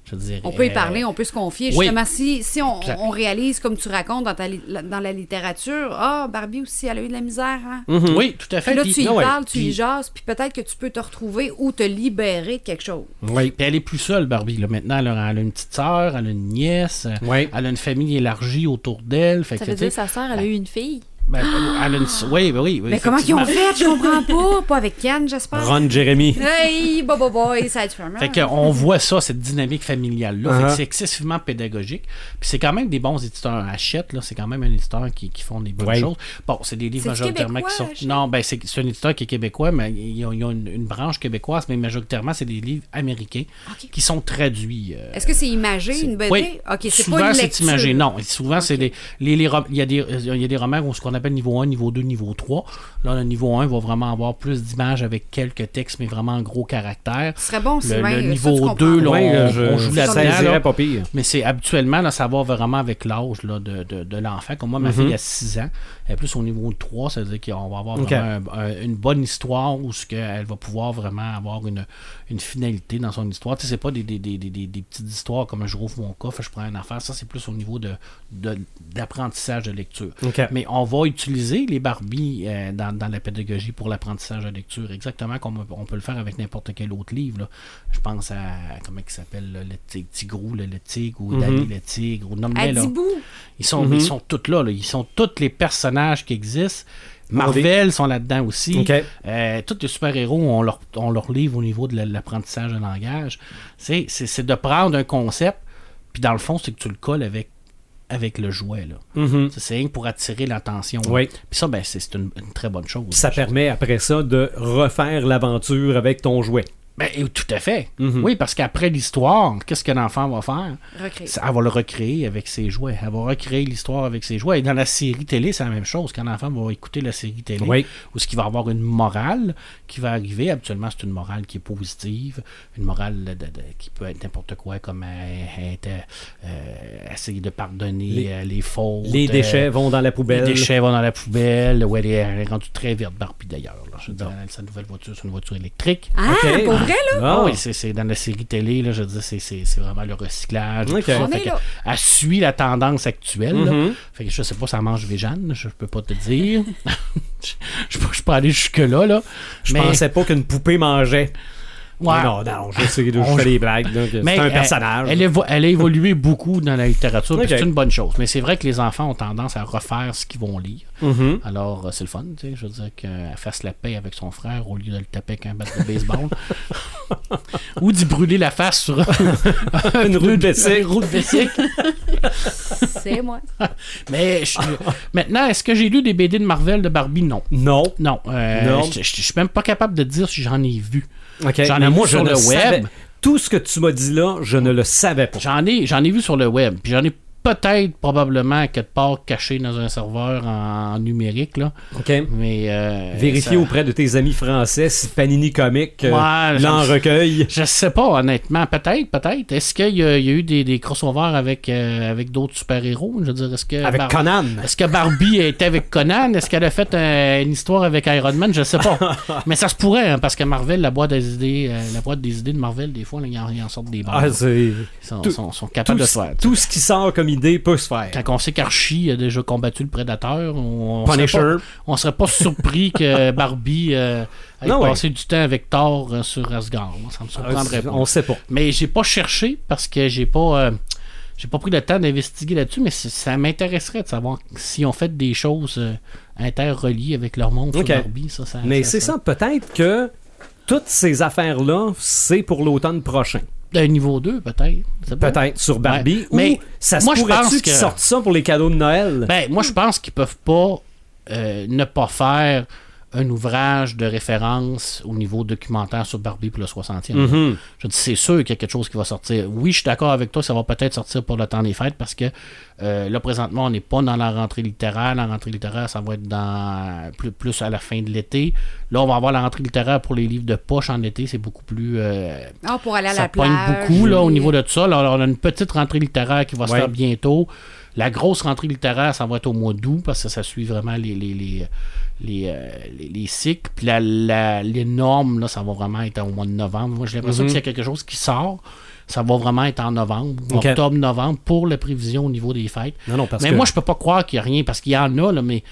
Speaker 4: Je veux dire,
Speaker 2: On peut y
Speaker 4: euh,
Speaker 2: parler, on peut se confier.
Speaker 4: oui.
Speaker 2: Justement, si, si on,
Speaker 4: Exact.
Speaker 2: on réalise, comme tu racontes dans, ta li- la- dans la littérature, ah, Barbie aussi, elle a eu de la misère. Hein?
Speaker 1: Mhm.
Speaker 4: Oui, tout à fait.
Speaker 2: Puis là,
Speaker 4: Puis-
Speaker 2: tu y
Speaker 4: Ah Hmm. ouais.
Speaker 2: parles, tu y
Speaker 4: Puis-
Speaker 2: jases, puis peut-être que tu peux te retrouver ou te libérer de quelque chose.
Speaker 4: Oui. Puis elle est plus seule, Barbie. Là. Maintenant, elle a, elle a une petite sœur, elle a une nièce, euh,
Speaker 1: Oui.
Speaker 4: elle a une famille élargie autour d'elle. Fait
Speaker 5: Ça
Speaker 4: que,
Speaker 5: veut
Speaker 4: tu sais,
Speaker 5: dire que sa sœur, elle a eu une fille.
Speaker 4: ben, elle a une... Oui, ben oui, oui,
Speaker 2: Mais comment ils
Speaker 4: effectivement.
Speaker 2: ont fait? Je comprends pas. Pas avec Yann, j'espère.
Speaker 1: Ron Jeremy.
Speaker 2: Hey, bo, bo, boy, ça a du fermeur.
Speaker 4: Fait qu'on voit ça, cette dynamique familiale-là. Fait que
Speaker 1: Uh-huh.
Speaker 4: c'est excessivement pédagogique. Puis c'est quand même des bons éditeurs. Hachette, là, c'est quand même un éditeur qui, qui font des bonnes
Speaker 1: Ouais.
Speaker 4: choses. Bon, c'est des livres
Speaker 2: C'est
Speaker 4: majoritairement qui
Speaker 2: québécois,
Speaker 4: sortent.
Speaker 2: Hachette?
Speaker 4: Non, ben c'est c'est un éditeur qui est québécois, mais ils ont, ils ont une, une branche québécoise, mais majoritairement, c'est des livres américains
Speaker 2: Ok.
Speaker 4: qui sont traduits. euh,
Speaker 2: Est-ce que c'est imagé,
Speaker 4: c'est-
Speaker 2: une BD?
Speaker 4: Oui.
Speaker 2: OK, c'est
Speaker 4: souvent,
Speaker 2: pas une
Speaker 4: c'est
Speaker 2: lecture.
Speaker 4: imagé. Non, souvent, c'est des. les- les rom- il, y a des, euh, il y a des romans où ce qu'on appelle niveau 1, niveau 2, niveau 3. Là, le niveau 1 va vraiment avoir plus d'images avec quelques textes, mais vraiment en gros caractères.
Speaker 2: Ce serait bon,
Speaker 4: Le,
Speaker 2: Sylvain.
Speaker 4: le
Speaker 2: ça, tu
Speaker 4: niveau
Speaker 2: comprends.
Speaker 4: 2, là,
Speaker 1: Ouais,
Speaker 4: on,
Speaker 1: euh, je-
Speaker 4: on joue
Speaker 1: je
Speaker 4: la
Speaker 1: saisirais
Speaker 4: dedans
Speaker 1: pas pire.
Speaker 4: Mais c'est habituellement, là, ça va vraiment avec l'âge là, de, de, de l'enfant. Comme moi, ma fille a 6 ans, elle est plus au niveau 3, ça veut dire qu'on va avoir
Speaker 1: Ok.
Speaker 4: vraiment un- un- une bonne histoire où ce que elle va pouvoir vraiment avoir une, une finalité dans son histoire. Tu sais, c'est pas des, des, des, des, des- des petites histoires comme je rouvre mon coffre, je prends une affaire. Ça, c'est plus au niveau de, de, d'apprentissage de lecture.
Speaker 1: OK.
Speaker 4: Mais on va utiliser les Barbies euh, dans, dans la pédagogie pour l'apprentissage de lecture, exactement comme on peut le faire avec n'importe quel autre livre. là. Je pense à, comment il s'appelle, là, le tigre, Tigrou, le, le tigre, ou
Speaker 1: Mhm.
Speaker 4: Dali le tigre, ou nomme
Speaker 2: À
Speaker 4: là.
Speaker 2: Dibou.
Speaker 4: Ils sont, ils sont tous là, là. Ils sont tous les personnages qui existent.
Speaker 1: Bordé.
Speaker 4: Marvel sont là-dedans aussi.
Speaker 1: Ok.
Speaker 4: Euh, tous les super-héros ont leur, ont leur livre au niveau de la- l'apprentissage de langage. C'est, c'est, c'est de prendre un concept, puis dans le fond, c'est que tu le colles avec, avec le jouet. Là.
Speaker 1: Mhm.
Speaker 4: Ça, C'est rien que pour attirer l'attention. là.
Speaker 1: Oui.
Speaker 4: Puis ça, ben, c'est, c'est une, une très bonne chose.
Speaker 1: Ça permet après ça de refaire l'aventure avec ton jouet.
Speaker 4: Ben, et- tout à fait.
Speaker 1: Mm-hmm.
Speaker 4: Oui, parce qu'après l'histoire, qu'est-ce que l'enfant va faire?
Speaker 2: Recréer.
Speaker 4: Ça, Elle va le recréer avec ses jouets. Elle va recréer l'histoire avec ses jouets. Et dans la série télé, c'est la même chose. Quand l'enfant va écouter la série télé,
Speaker 1: Oui.
Speaker 4: ou ce qui va avoir une morale qui va arriver, habituellement, c'est une morale qui est positive, une morale de- de- qui peut être n'importe quoi, comme euh, être, euh, essayer de pardonner
Speaker 1: Les-
Speaker 4: euh, les fautes.
Speaker 1: Les
Speaker 4: euh,
Speaker 1: déchets vont dans la poubelle.
Speaker 4: Les déchets vont dans la poubelle. Ouais, elle est, elle est rendue très verte, Barbie d'ailleurs. là. Je veux dire, elle- sa nouvelle voiture, c'est une voiture électrique.
Speaker 2: Ah,
Speaker 1: OK.
Speaker 2: pour vrai, là?
Speaker 1: Ah,
Speaker 4: Ah oui, c'est- c'est dans la série télé, là, je veux dire, c'est- c'est c'est vraiment le recyclage.
Speaker 1: Ok.
Speaker 4: tout ça.
Speaker 2: On
Speaker 4: Fait
Speaker 2: est
Speaker 4: que
Speaker 2: là.
Speaker 4: elle suit la tendance actuelle. là.
Speaker 1: Mhm.
Speaker 4: Fait que je sais pas, ça mange végane, je peux pas te dire. je je peux pas aller jusque-là. Là.
Speaker 1: Je
Speaker 4: Mais-
Speaker 1: pensais pas qu'une poupée mangeait.
Speaker 4: Ouais.
Speaker 1: Non, non, je sais d'où je
Speaker 4: On-
Speaker 1: fais les blagues. donc, C'est
Speaker 4: Mais euh,
Speaker 1: un
Speaker 4: elle-
Speaker 1: personnage.
Speaker 4: Elle, évo- elle a évolué beaucoup dans la littérature, puis
Speaker 1: Ok.
Speaker 4: c'est une bonne chose. Mais c'est vrai que les enfants ont tendance à refaire ce qu'ils vont lire.
Speaker 1: Mhm.
Speaker 4: Alors, euh, c'est le fun, tu sais. Je veux dire qu'elle fasse la paix avec son frère au lieu de le taper avec un bat de baseball. Ou d'y brûler la face sur
Speaker 1: Une roue de
Speaker 4: un
Speaker 1: Bessic.
Speaker 4: roue de bicycle.
Speaker 5: C'est moi.
Speaker 4: Mais je- maintenant, est-ce que j'ai lu des BD de Marvel de Barbie Non.
Speaker 1: Non.
Speaker 4: Non, euh,
Speaker 1: Non.
Speaker 4: Je, je- je suis même pas capable de dire si j'en ai vu.
Speaker 1: Ok,
Speaker 4: J'en ai
Speaker 1: mais
Speaker 4: vu
Speaker 1: moi,
Speaker 4: sur
Speaker 1: je
Speaker 4: le
Speaker 1: ne
Speaker 4: web.
Speaker 1: savais- Tout ce que tu m'as dit là, je ne le savais pas.
Speaker 4: J'en ai, j'en ai vu sur le web. Puis j'en ai peut-être, probablement, quelque part caché dans un serveur en, en numérique. Là.
Speaker 1: OK.
Speaker 4: Mais, euh,
Speaker 1: Vérifier
Speaker 4: ça-
Speaker 1: auprès de tes amis français si Panini Comic euh,
Speaker 4: Ouais,
Speaker 1: l'en
Speaker 4: je-
Speaker 1: recueille.
Speaker 4: Je sais pas, honnêtement. Peut-être, peut-être. Est-ce qu'il y, a il y a eu des, des crossovers avec, euh, avec d'autres super-héros Je veux dire, est-ce que.
Speaker 1: Avec
Speaker 4: Bar-
Speaker 1: Conan.
Speaker 4: Est-ce que Barbie était avec Conan? Est-ce qu'elle a fait euh, une histoire avec Iron Man? Je sais pas. Mais ça se pourrait, hein, parce que Marvel, la boîte des idées, euh, la boîte des idées de Marvel, des fois, là, ils en, ils en sortent des
Speaker 1: Ah,
Speaker 4: bandes.
Speaker 1: c'est-
Speaker 4: ils sont,
Speaker 1: tout-
Speaker 4: sont- sont
Speaker 1: tout,
Speaker 4: capables de se faire. tu sais.
Speaker 1: tout ce qui sort comme idée peut se faire.
Speaker 4: Quand on sait qu'Archie a déjà combattu le prédateur, on, on
Speaker 1: Punisher.
Speaker 4: serait pas, on serait pas surpris que Barbie euh, ait
Speaker 1: Non, ouais.
Speaker 4: passé du temps avec Thor euh, sur Asgard. Moi, Ça me
Speaker 1: Ah,
Speaker 4: surprendrait pas.
Speaker 1: on sait pas.
Speaker 4: Mais j'ai pas cherché parce que j'ai pas euh, j'ai pas pris le temps d'investiguer là-dessus, mais c- ça m'intéresserait de savoir si on fait des choses euh, interreliées avec leur monde
Speaker 1: Ok.
Speaker 4: sur Barbie, ça, ça-
Speaker 1: Mais c'est ça, peut-être que toutes ces affaires-là, c'est pour l'automne prochain.
Speaker 4: Euh, niveau 2 peut-être. c'est pas-
Speaker 1: Peut-être sur Barbie.
Speaker 4: Ouais.
Speaker 1: Ou
Speaker 4: Mais
Speaker 1: ça se
Speaker 4: moi, je
Speaker 1: pourrait-tu
Speaker 4: pense
Speaker 1: qu'ils
Speaker 4: que-
Speaker 1: sortent ça pour les cadeaux de Noël?
Speaker 4: Ben, moi je pense qu'ils peuvent pas euh, ne pas faire un ouvrage de référence au niveau documentaire sur Barbie pour le 60e.
Speaker 1: Mhm.
Speaker 4: Je dis, c'est sûr qu'il y a quelque chose qui va sortir. Oui, je suis d'accord avec toi, ça va peut-être sortir pour le temps des fêtes parce que euh, là, présentement, on n'est pas dans la rentrée littéraire. La rentrée littéraire, ça va être dans, plus, plus à la fin de l'été. Là, on va avoir la rentrée littéraire pour les livres de poche en été. C'est beaucoup plus. euh,
Speaker 2: Ah, pour aller à
Speaker 4: ça
Speaker 2: la
Speaker 4: pogne
Speaker 2: plage.
Speaker 4: beaucoup là, au niveau de tout ça. Là, on a une petite rentrée littéraire qui va se
Speaker 1: Ouais.
Speaker 4: faire bientôt. La grosse rentrée littéraire, ça va être au mois d'août parce que ça suit vraiment les, les, les, les, euh, les- les cycles. Puis la, la- les normes, là, ça va vraiment être au mois de novembre. Moi, j'ai l'impression
Speaker 1: Mhm.
Speaker 4: que s'il y a quelque chose qui sort, ça va vraiment être en novembre,
Speaker 1: Ok.
Speaker 4: octobre-novembre, pour les prévisions au niveau des fêtes.
Speaker 1: Non, non, parce
Speaker 4: mais
Speaker 1: que
Speaker 4: moi, je peux pas croire qu'il y a rien parce qu'il y en a, là, mais.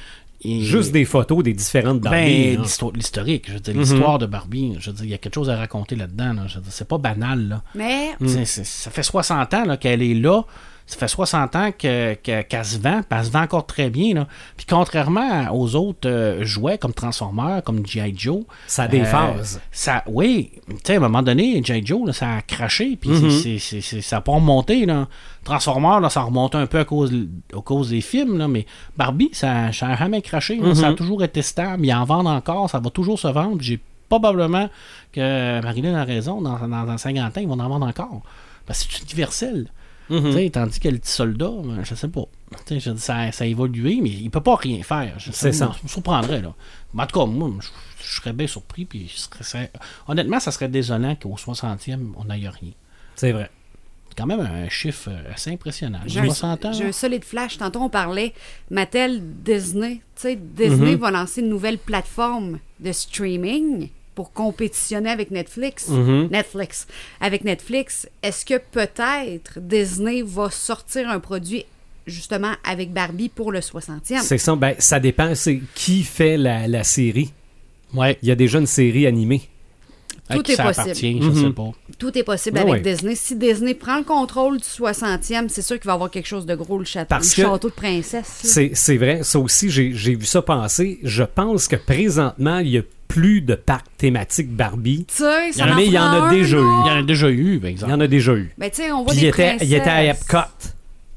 Speaker 4: et-
Speaker 1: juste Mhm. des photos des différentes hein. Barbie.
Speaker 4: ben,
Speaker 1: là.
Speaker 4: l'histo- l'historique, je veux dire, l'histoire de Barbie, je veux dire, il y a quelque chose à raconter là-dedans. là. Je veux dire, c'est pas banal, là.
Speaker 2: Mais
Speaker 4: C'est- c'est- ça fait 60 ans là, qu'elle est là. Ça fait 60 ans que- que- qu'elle se vend, puis elle se vend encore très bien. là. Puis contrairement à- aux autres euh, jouets comme Transformers, comme G.I. Joe,
Speaker 1: Ça a des
Speaker 4: euh,
Speaker 1: phases.
Speaker 4: Ça, oui, tu sais, à un moment donné, G.I. Joe, là, ça a craché, puis
Speaker 1: Mhm.
Speaker 4: c'est- c'est- c'est- c'est- ça n'a pas remonté. Là. Transformers, là, ça remontait un peu à cause, à cause des films, là, mais Barbie, ça n'a jamais craché. là.
Speaker 1: Mhm.
Speaker 4: Ça a toujours été stable. Ils en vendent encore, ça va toujours se vendre. puis J'ai probablement que Marilyn a raison, dans, dans, dans 50 ans, ils vont en vendre encore. Parce que c'est universel.
Speaker 1: Mhm.
Speaker 4: Tu sais, Tandis que le petit soldat, ben, je sais pas. Tu sais, je dis, ça, ça a évolué, mais il peut pas rien faire. Je-
Speaker 1: C'est ça.
Speaker 4: me- me surprendrait. Là. Mais en tout cas, moi, je, je serais bien surpris. Puis je serais- serais- honnêtement, ça serait désolant qu'au 60e, on n'aille rien.
Speaker 1: C'est vrai.
Speaker 4: C'est quand même un chiffre euh, assez impressionnant.
Speaker 2: j'ai un,
Speaker 4: 60 ans.
Speaker 2: j'ai un solide flash. Tantôt, on parlait Mattel, Disney. Tu sais,
Speaker 1: Mhm.
Speaker 2: Disney va lancer une nouvelle plateforme de streaming pour compétitionner avec Netflix.
Speaker 1: Mhm.
Speaker 2: Netflix. Avec Netflix, est-ce que peut-être Disney va sortir un produit justement avec Barbie pour le 60e?
Speaker 1: C'est ça. Ben, ça dépend. C'est qui fait la, la série.
Speaker 4: Ouais,
Speaker 1: Il y a déjà une série animée.
Speaker 4: à
Speaker 2: Tout
Speaker 4: qui
Speaker 2: est
Speaker 4: ça
Speaker 2: possible.
Speaker 4: appartient, je
Speaker 1: Mhm.
Speaker 4: sais pas.
Speaker 2: Tout est possible
Speaker 1: Ah
Speaker 2: avec
Speaker 1: ouais.
Speaker 2: Disney. Si Disney prend le contrôle du 60e, c'est sûr qu'il va y avoir quelque chose de gros, le château,
Speaker 1: Parce
Speaker 2: le
Speaker 1: que-
Speaker 2: château de princesse. là.
Speaker 1: C'est c'est vrai. Ça aussi, j'ai j'ai vu ça passer. Je pense que présentement, il y a plus de parcs thématiques Barbie.
Speaker 2: Tu sais, ça
Speaker 1: Mais il y en
Speaker 2: prend
Speaker 1: a
Speaker 2: un,
Speaker 1: déjà
Speaker 2: là.
Speaker 1: eu.
Speaker 4: Il y en a déjà eu, par
Speaker 1: Il y
Speaker 4: exemple.
Speaker 1: en a déjà eu.
Speaker 2: Ben, tu sais, on voit
Speaker 1: Puis il
Speaker 2: des
Speaker 1: était, il était à
Speaker 2: princesses.
Speaker 1: Epcot.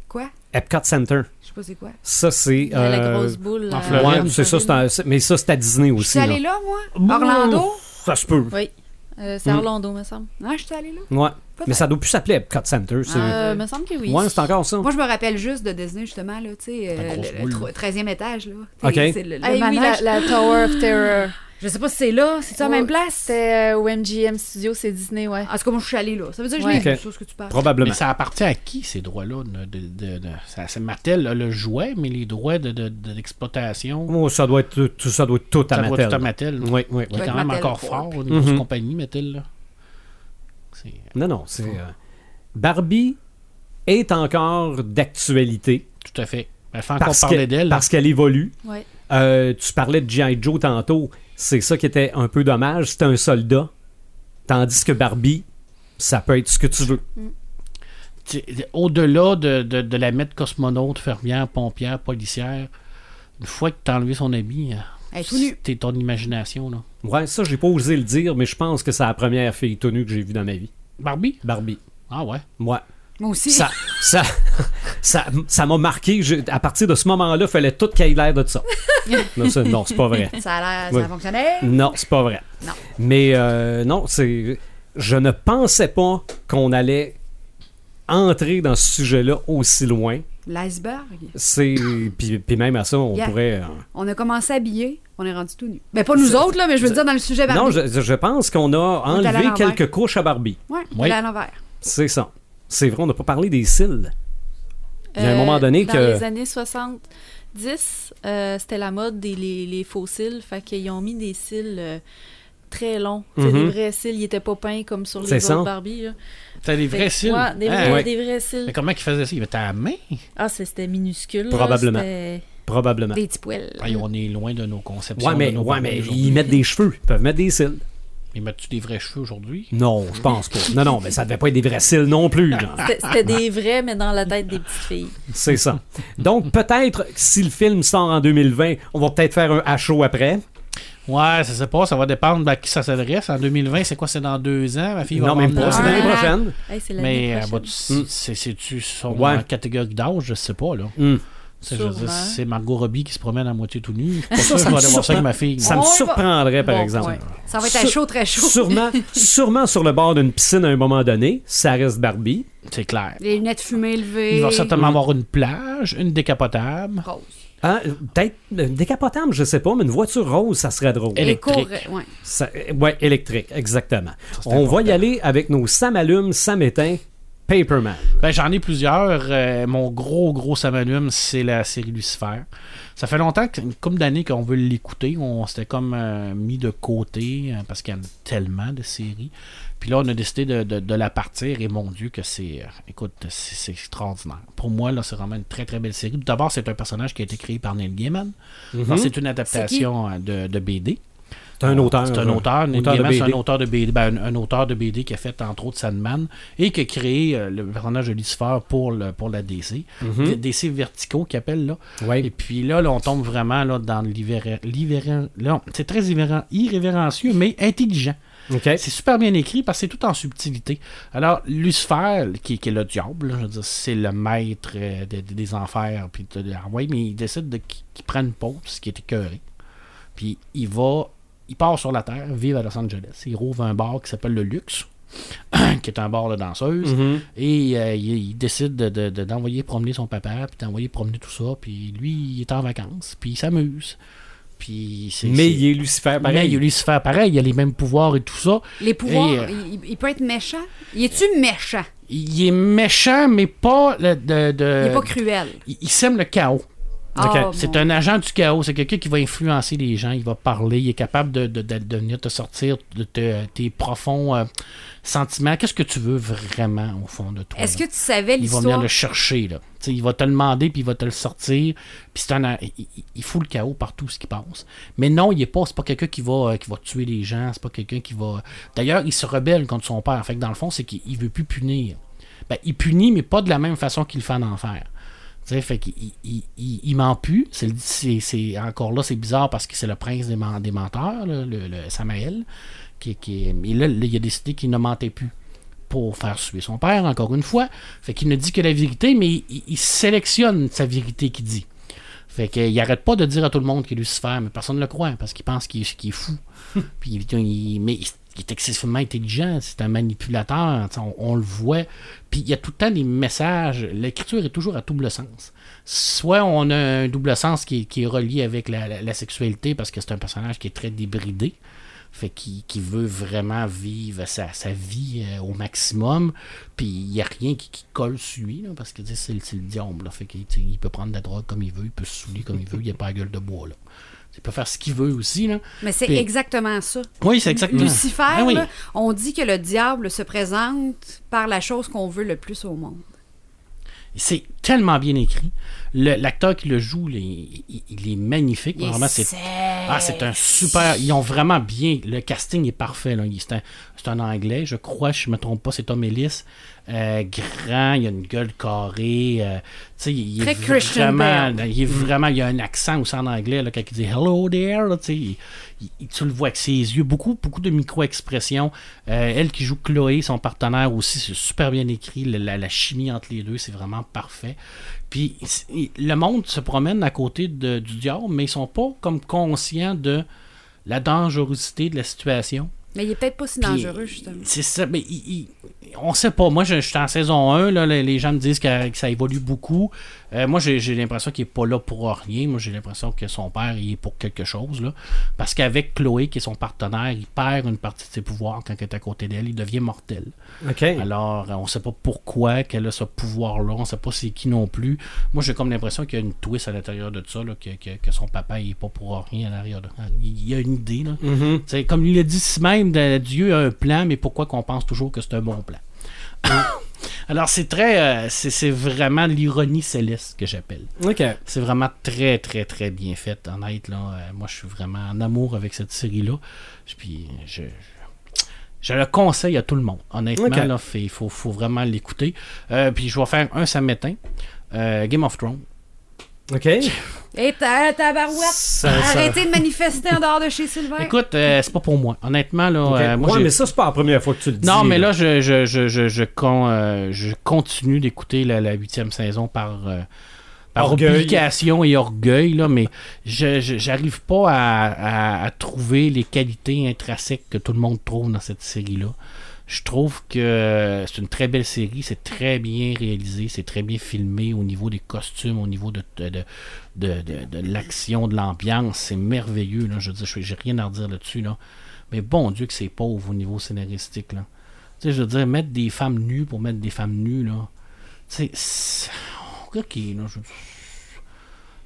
Speaker 2: Quoi?
Speaker 1: Epcot Center.
Speaker 2: Je sais pas c'est quoi.
Speaker 1: Ça, c'est.
Speaker 5: Il y a la
Speaker 1: euh,
Speaker 5: grosse boule.
Speaker 4: en
Speaker 5: euh,
Speaker 1: ouais,
Speaker 4: Floride.
Speaker 1: c'est ça, c'est un- c'est- mais ça, c'est à Disney
Speaker 2: Je
Speaker 1: aussi.
Speaker 2: suis allée
Speaker 1: Là.
Speaker 2: là, moi? Orlando?
Speaker 1: Ça se peut.
Speaker 5: Oui. Euh, c'est
Speaker 1: Mm.
Speaker 5: Orlando, me semble.
Speaker 2: Non, je suis allée là.
Speaker 1: Ouais.
Speaker 2: Peut-être.
Speaker 1: Mais ça doit plus s'appeler Epcot Center. c'est-
Speaker 5: Euh, me semble que oui.
Speaker 1: ouais, c'est encore ça.
Speaker 2: Moi, je me rappelle juste de Disney, justement, là, tu sais,
Speaker 4: La
Speaker 2: euh,
Speaker 4: grosse
Speaker 2: le-
Speaker 4: boule,
Speaker 2: le tro-
Speaker 4: là.
Speaker 2: 13e étage, là.
Speaker 1: Ok.
Speaker 2: Tu sais, C'est le, le
Speaker 5: Ah oui,
Speaker 2: manège.
Speaker 5: la, la Tower of Terror.
Speaker 2: Je sais pas si c'est là, c'est ça, à la même
Speaker 5: Ouais,
Speaker 2: place?
Speaker 5: C'est euh, au MGM Studio, c'est Disney, ouais.
Speaker 2: En tout cas, moi, je suis allée là. Ça veut dire que je
Speaker 5: Ouais.
Speaker 2: l'ai vu,
Speaker 1: Ok.
Speaker 2: ça, ce que tu parles.
Speaker 1: Probablement.
Speaker 4: Mais ça appartient à qui ces droits-là de, de- de- de- ça- c'est Mattel a le jouet, mais les droits de, de- de l'exploitation,
Speaker 1: Oh, ça, doit être, tout- ça doit être tout à
Speaker 4: ça doit
Speaker 1: Mattel.
Speaker 4: tout à Mattel.
Speaker 1: Oui, oui,
Speaker 4: Il
Speaker 1: oui.
Speaker 4: est
Speaker 2: Ouais,
Speaker 4: quand même
Speaker 2: Mattel
Speaker 4: encore
Speaker 2: Corp.
Speaker 4: fort, là, une grosse
Speaker 1: Mhm.
Speaker 4: compagnie, Mattel. Là. C'est-
Speaker 1: Non, non, c'est. euh, Barbie est encore d'actualité.
Speaker 4: Tout à fait. Il faut encore
Speaker 1: Parce
Speaker 4: parler
Speaker 1: que-
Speaker 4: d'elle. là.
Speaker 1: parce qu'elle évolue.
Speaker 5: Ouais.
Speaker 1: Euh, tu parlais de G.I. Joe tantôt. C'est ça qui était un peu dommage. C'était un soldat. Tandis que Barbie, ça peut être ce que tu veux.
Speaker 4: Tu- Au-delà de, de- de la mettre cosmonaute, fermière, pompière, policière, une fois que t'as enlevé son habit,
Speaker 2: Elle est tout nue.
Speaker 4: t'es ton imagination. Là.
Speaker 1: Ouais, ça, j'ai pas osé le dire, mais je pense que c'est la première fille tenue que j'ai vue dans ma vie.
Speaker 4: Barbie?
Speaker 1: Barbie.
Speaker 4: Ah ouais.
Speaker 1: Ouais.
Speaker 2: Moi aussi.
Speaker 1: Ça, ça, ça, ça m'a marqué. Je- à partir de ce moment-là, fallait tout qu'elle ait l'air de ça. Non, ça- non, c'est pas vrai.
Speaker 2: Ça a l'air,
Speaker 1: Oui.
Speaker 2: ça a fonctionné.
Speaker 1: Non, c'est pas vrai.
Speaker 2: Non.
Speaker 1: Mais euh, non, c'est. Je ne pensais pas qu'on allait entrer dans ce sujet-là aussi loin.
Speaker 2: L'iceberg.
Speaker 1: C'est. Puis, puis même à ça, on
Speaker 2: Yeah.
Speaker 1: pourrait. euh,
Speaker 2: On a commencé à habiller, on est rendu tout nu. Mais pas nous autres, là, mais je veux dire dans le sujet Barbie.
Speaker 1: Non, je, je pense qu'on a
Speaker 2: On est allé à
Speaker 1: enlevé
Speaker 2: l'envers.
Speaker 1: quelques couches à Barbie.
Speaker 2: Ouais, on
Speaker 4: Oui.
Speaker 2: est à l'envers.
Speaker 1: C'est ça. C'est vrai, on n'a pas parlé des cils. Il y a un
Speaker 2: Euh,
Speaker 1: moment donné
Speaker 5: Euh, dans
Speaker 1: que-
Speaker 5: les années 70, euh, c'était la mode des les, les faux cils. Fait qu'ils ont mis des cils euh, très longs. Tu sais,
Speaker 1: Mhm.
Speaker 5: Des vrais cils. Ils étaient pas peints comme sur les
Speaker 1: C'est
Speaker 5: autres
Speaker 1: ça.
Speaker 5: Barbie. là.
Speaker 4: T'as des
Speaker 5: Fait
Speaker 4: vrais
Speaker 5: que-
Speaker 4: cils.
Speaker 5: Ouais, des,
Speaker 4: Ah,
Speaker 5: vrais,
Speaker 1: Hein? ouais.
Speaker 5: des vrais cils.
Speaker 4: Mais comment ils faisaient ça? Ils mettaient à la main.
Speaker 5: Ah, c'est- c'était minuscule. là,
Speaker 1: Probablement.
Speaker 5: c'était-
Speaker 1: Probablement.
Speaker 2: Des petits poils.
Speaker 4: Hey, Ah, on est loin de nos conceptions.
Speaker 1: Ouais, mais,
Speaker 4: de nos
Speaker 1: ouais,
Speaker 4: Barbies
Speaker 1: mais
Speaker 4: aujourd'hui.
Speaker 1: ils mettent des cheveux. Ils peuvent mettre des cils.
Speaker 4: Mais mets-tu des vrais cheveux aujourd'hui?
Speaker 1: Non, je pense pas. Non, non, mais ça devait pas être des vrais cils non plus. genre.
Speaker 5: C'était c'était des vrais, mais dans la tête des petites filles.
Speaker 1: C'est ça. Donc, peut-être, que si le film sort en 2020, on va peut-être faire un HO après.
Speaker 4: Ouais, ça sait pas, ça va dépendre à qui ça s'adresse. En 2020, c'est quoi? C'est dans deux ans? Ma fille va
Speaker 1: non, même
Speaker 4: avoir
Speaker 1: pas. C'est
Speaker 4: deux ans.
Speaker 1: l'année
Speaker 2: Ah.
Speaker 1: prochaine.
Speaker 5: Hey, c'est l'année
Speaker 4: Mais euh,
Speaker 5: prochaine.
Speaker 4: bah, tu- c'est- c'est-tu son
Speaker 1: Hmm. Ouais.
Speaker 4: en catégorie d'âge? Je sais pas, là.
Speaker 1: Hum.
Speaker 4: C'est- je veux dire,
Speaker 5: Sûrement.
Speaker 4: c'est Margot Robbie qui se promène à moitié tout nu. Je suis pas sûr que je vais aller voir ça avec ma fille.
Speaker 1: Ça me
Speaker 2: On va-
Speaker 1: surprendrait, par
Speaker 2: Bon
Speaker 1: exemple.
Speaker 2: point. Ça va être à
Speaker 1: Sur-
Speaker 2: chaud, très chaud.
Speaker 1: Sûrement, sûrement sur le bord d'une piscine à un moment donné, ça reste Barbie.
Speaker 4: C'est clair.
Speaker 2: Les lunettes fumées levées.
Speaker 4: Il va certainement avoir une plage, une décapotable.
Speaker 2: Rose.
Speaker 1: Hein, peut-être euh, décapotable, je sais pas, mais une voiture rose, ça serait drôle.
Speaker 4: Elle- Électrique.
Speaker 2: Éco- ouais.
Speaker 1: Ça- euh, ouais, électrique, exactement.
Speaker 4: c'est
Speaker 1: On va y
Speaker 4: important.
Speaker 1: aller avec nos Sam allume, Sam éteint, Paperman.
Speaker 4: Ben, j'en ai plusieurs. Euh, mon gros, gros samanum, c'est la série Lucifer. Ça fait longtemps, que, une couple d'années qu'on veut l'écouter. On s'était comme euh, mis de côté euh, parce qu'il y en a tellement de séries. Puis là, on a décidé de, de- de la partir et mon Dieu que c'est... euh, écoute, c'est, c'est extraordinaire. Pour moi, là, c'est vraiment une très, très belle série. Tout d'abord, c'est un personnage qui a été créé par Neil Gaiman. Alors, c'est une adaptation euh, de, de BD.
Speaker 1: C'est un auteur.
Speaker 4: Ah, C'est un auteur. Neil
Speaker 1: auteur de
Speaker 4: Gaiman, c'est
Speaker 1: BD.
Speaker 4: un auteur de BD. ben, un, un auteur de BD qui a fait, entre autres, Sandman et qui a créé euh, le personnage de Lucifer pour, le, pour la DC. D- DC Vertigo qu'il appelle, là.
Speaker 1: Mhm. Ouais.
Speaker 4: Et puis là, là, on tombe vraiment là, dans l'hiver... l'hiver- là, on- C'est très irrévéren- irrévérencieux, mais intelligent.
Speaker 1: OK.
Speaker 4: Eh, C'est super bien écrit parce que c'est tout en subtilité. Alors, Lucifer, qui, qui est le diable, là, je veux dire, c'est le maître euh, de- de- des enfers, puis de- de- ah ouais, mais il décide de qu'il qu'il prenne une pause, ce qui est écœuré. Puis il va, il part sur la terre, vivre à Los Angeles. Il rouvre un bar qui s'appelle le Luxe, qui est un bar de danseuse.
Speaker 1: Mhm.
Speaker 4: Et euh, il, il décide de- de- de- d'envoyer promener son papa, puis d'envoyer promener tout ça. Puis lui, il est en vacances, puis il s'amuse. Puis c'est.
Speaker 1: Mais
Speaker 4: c'est-
Speaker 1: il est Lucifer, pareil.
Speaker 4: mais il a Lucifer pareil, il a les mêmes pouvoirs et tout ça.
Speaker 2: Les pouvoirs,
Speaker 4: Et, euh,
Speaker 2: il, il peut être méchant. Il est-tu méchant?
Speaker 4: Il est méchant, mais pas le- de. de-
Speaker 2: Il est pas cruel.
Speaker 4: Il- il sème le chaos.
Speaker 2: Ah,
Speaker 4: C'est
Speaker 2: mon-
Speaker 4: un agent du chaos. C'est quelqu'un qui va influencer les gens. Il va parler. Il est capable de, de, de- de venir te sortir de te- tes profonds euh, sentiments. Qu'est-ce que tu veux vraiment au fond de toi?
Speaker 2: Est-ce
Speaker 4: là?
Speaker 2: que tu savais
Speaker 4: il va venir
Speaker 2: l'histoire?
Speaker 4: le chercher. Là. Tu sais, Il va te le demander, puis il va te le sortir. Puis c'est un, a- il, il- il fout le chaos par tout ce qu'il pense. Mais non, il est pas. C'est pas quelqu'un qui va, euh, qui va tuer les gens. C'est pas quelqu'un qui va. D'ailleurs, il se rebelle contre son père. Fait que dans le fond, c'est qu'il il veut plus punir. Ben, il punit, mais pas de la même façon qu'il le fait en enfer. Tu sais, fait qu'il il, il, il- il ment plus. C'est, le- c'est, c'est- encore là, c'est bizarre parce que c'est le prince des, men- des menteurs, là, le, le Samael. Qui, qui, mais là, là, il a décidé qu'il ne mentait plus pour faire suer son père, encore une fois. Fait qu'il ne dit que la vérité, mais il, il sélectionne sa vérité qu'il dit. Fait qu'il arrête pas de dire à tout le monde qu'il est Lucifer, mais personne ne le croit parce qu'il pense qu'il est, qu'il est fou. Puis il, il- mais il, il est excessivement intelligent, c'est un manipulateur, tu sais, on, on le voit. Puis il y a tout le temps des messages. L'écriture est toujours à double sens. Soit on a un double sens qui, est- qui est relié avec la, la- la sexualité parce que c'est un personnage qui est très débridé. Fait qu'il qu'il veut vraiment vivre sa, sa vie euh, au maximum. Puis il n'y a rien qui, qui colle sur lui, là, parce que tu sais, c'est le- c'est le diable. là. Fait qu'il tu sais, il peut prendre de la drogue comme il veut, il peut se saouler comme il veut, il n'y a pas la gueule de bois. Là. Il peut faire ce qu'il veut aussi. Là.
Speaker 2: Mais c'est
Speaker 4: Puis-
Speaker 2: exactement ça.
Speaker 4: Oui, c'est exactement.
Speaker 2: Lucifer,
Speaker 4: Ah oui.
Speaker 2: là, on dit que le diable se présente par la chose qu'on veut le plus au monde.
Speaker 4: C'est tellement bien écrit. le- l'acteur qui le joue, il, est- il- il est magnifique.
Speaker 2: Il est
Speaker 4: Vraiment, c'est
Speaker 2: sec.
Speaker 4: ah, c'est un super. Ils ont vraiment bien. Le casting est parfait. là. Il- C'est un, c'est un anglais, je crois, je me trompe pas, c'est Tom Ellis. Euh, grand, il a une gueule carrée. euh, tu sais, il, il
Speaker 2: Très
Speaker 4: est
Speaker 2: Christian
Speaker 4: vraiment,
Speaker 2: Bale. Mm.
Speaker 4: il est vraiment. Il a un accent aussi en anglais là, quand il dit Hello there. là, tu sais, il- il- tu le vois avec ses yeux. Beaucoup, beaucoup de micro-expressions. Euh, elle qui joue Chloé, son partenaire aussi, c'est super bien écrit. La, la- la chimie entre les deux, c'est vraiment parfait. Puis c'est- il- le monde se promène à côté de- du diable, mais ils sont pas comme conscients de la dangerosité de la situation.
Speaker 2: Mais il est peut-être pas si
Speaker 4: Puis,
Speaker 2: dangereux, justement.
Speaker 4: C'est ça, mais il- il- on sait pas. Moi, je, je suis en saison 1, là, les, les gens me disent que, que ça évolue beaucoup. Euh, moi, j'ai, j'ai l'impression qu'il est pas là pour rien. Moi, j'ai l'impression que son père, il est pour quelque chose. Là. Parce qu'avec Chloé, qui est son partenaire, il perd une partie de ses pouvoirs quand il est à côté d'elle. Il devient mortel.
Speaker 1: OK.
Speaker 4: Alors, euh, on sait pas pourquoi qu'elle a ce pouvoir-là, on sait pas c'est qui non plus. Moi, j'ai comme l'impression qu'il y a une twist à l'intérieur de ça, là, que, que- que son papa, il est pas pour rien à l'arrière de Ah, Il y a une idée, là.
Speaker 1: Mhm.
Speaker 4: Tu sais, comme il le dit si même, de- Dieu a un plan, mais pourquoi qu'on pense toujours que c'est un bon plan? Alors, c'est très... euh, c'est c'est vraiment l'ironie céleste que j'appelle.
Speaker 1: OK.
Speaker 4: C'est vraiment très, très, très bien fait, honnête. Là. Euh, moi, je suis vraiment en amour avec cette série-là. Puis, je, je, je le conseille à tout le monde. Honnêtement,
Speaker 1: Ok.
Speaker 4: là, il faut, faut vraiment l'écouter. Euh, puis, je vais faire un samedi matin. Euh, Game of Thrones.
Speaker 1: OK.
Speaker 2: Et Eh, ta, ta
Speaker 1: Ça- ça-
Speaker 2: Arrêtez de manifester en dehors de chez Sylvain.
Speaker 4: Écoute, euh, c'est pas pour moi. Honnêtement, là,
Speaker 1: OK.
Speaker 4: euh, moi,
Speaker 1: ouais,
Speaker 4: j'ai-
Speaker 1: mais ça, c'est pas la première fois que tu le dis.
Speaker 4: Non, mais là, je, je, je, je, je con- euh, je continue d'écouter la la huitième saison par, euh, par
Speaker 1: Orgueil.
Speaker 4: obligation et orgueil, là, mais je je- j'arrive pas à, à- à trouver les qualités intrinsèques que tout le monde trouve dans cette série-là. Je trouve que c'est une très belle série, c'est très bien réalisé, c'est très bien filmé au niveau des costumes, au niveau de, de, de, de- de- de l'action, de l'ambiance, c'est merveilleux. Là. Je veux dire, je- j'ai rien à redire là-dessus. Là. Mais bon Dieu que c'est pauvre au niveau scénaristique. Là. Tu sais, je veux dire, mettre des femmes nues pour mettre des femmes nues, là. Tu sais, c'est- ok, là, je-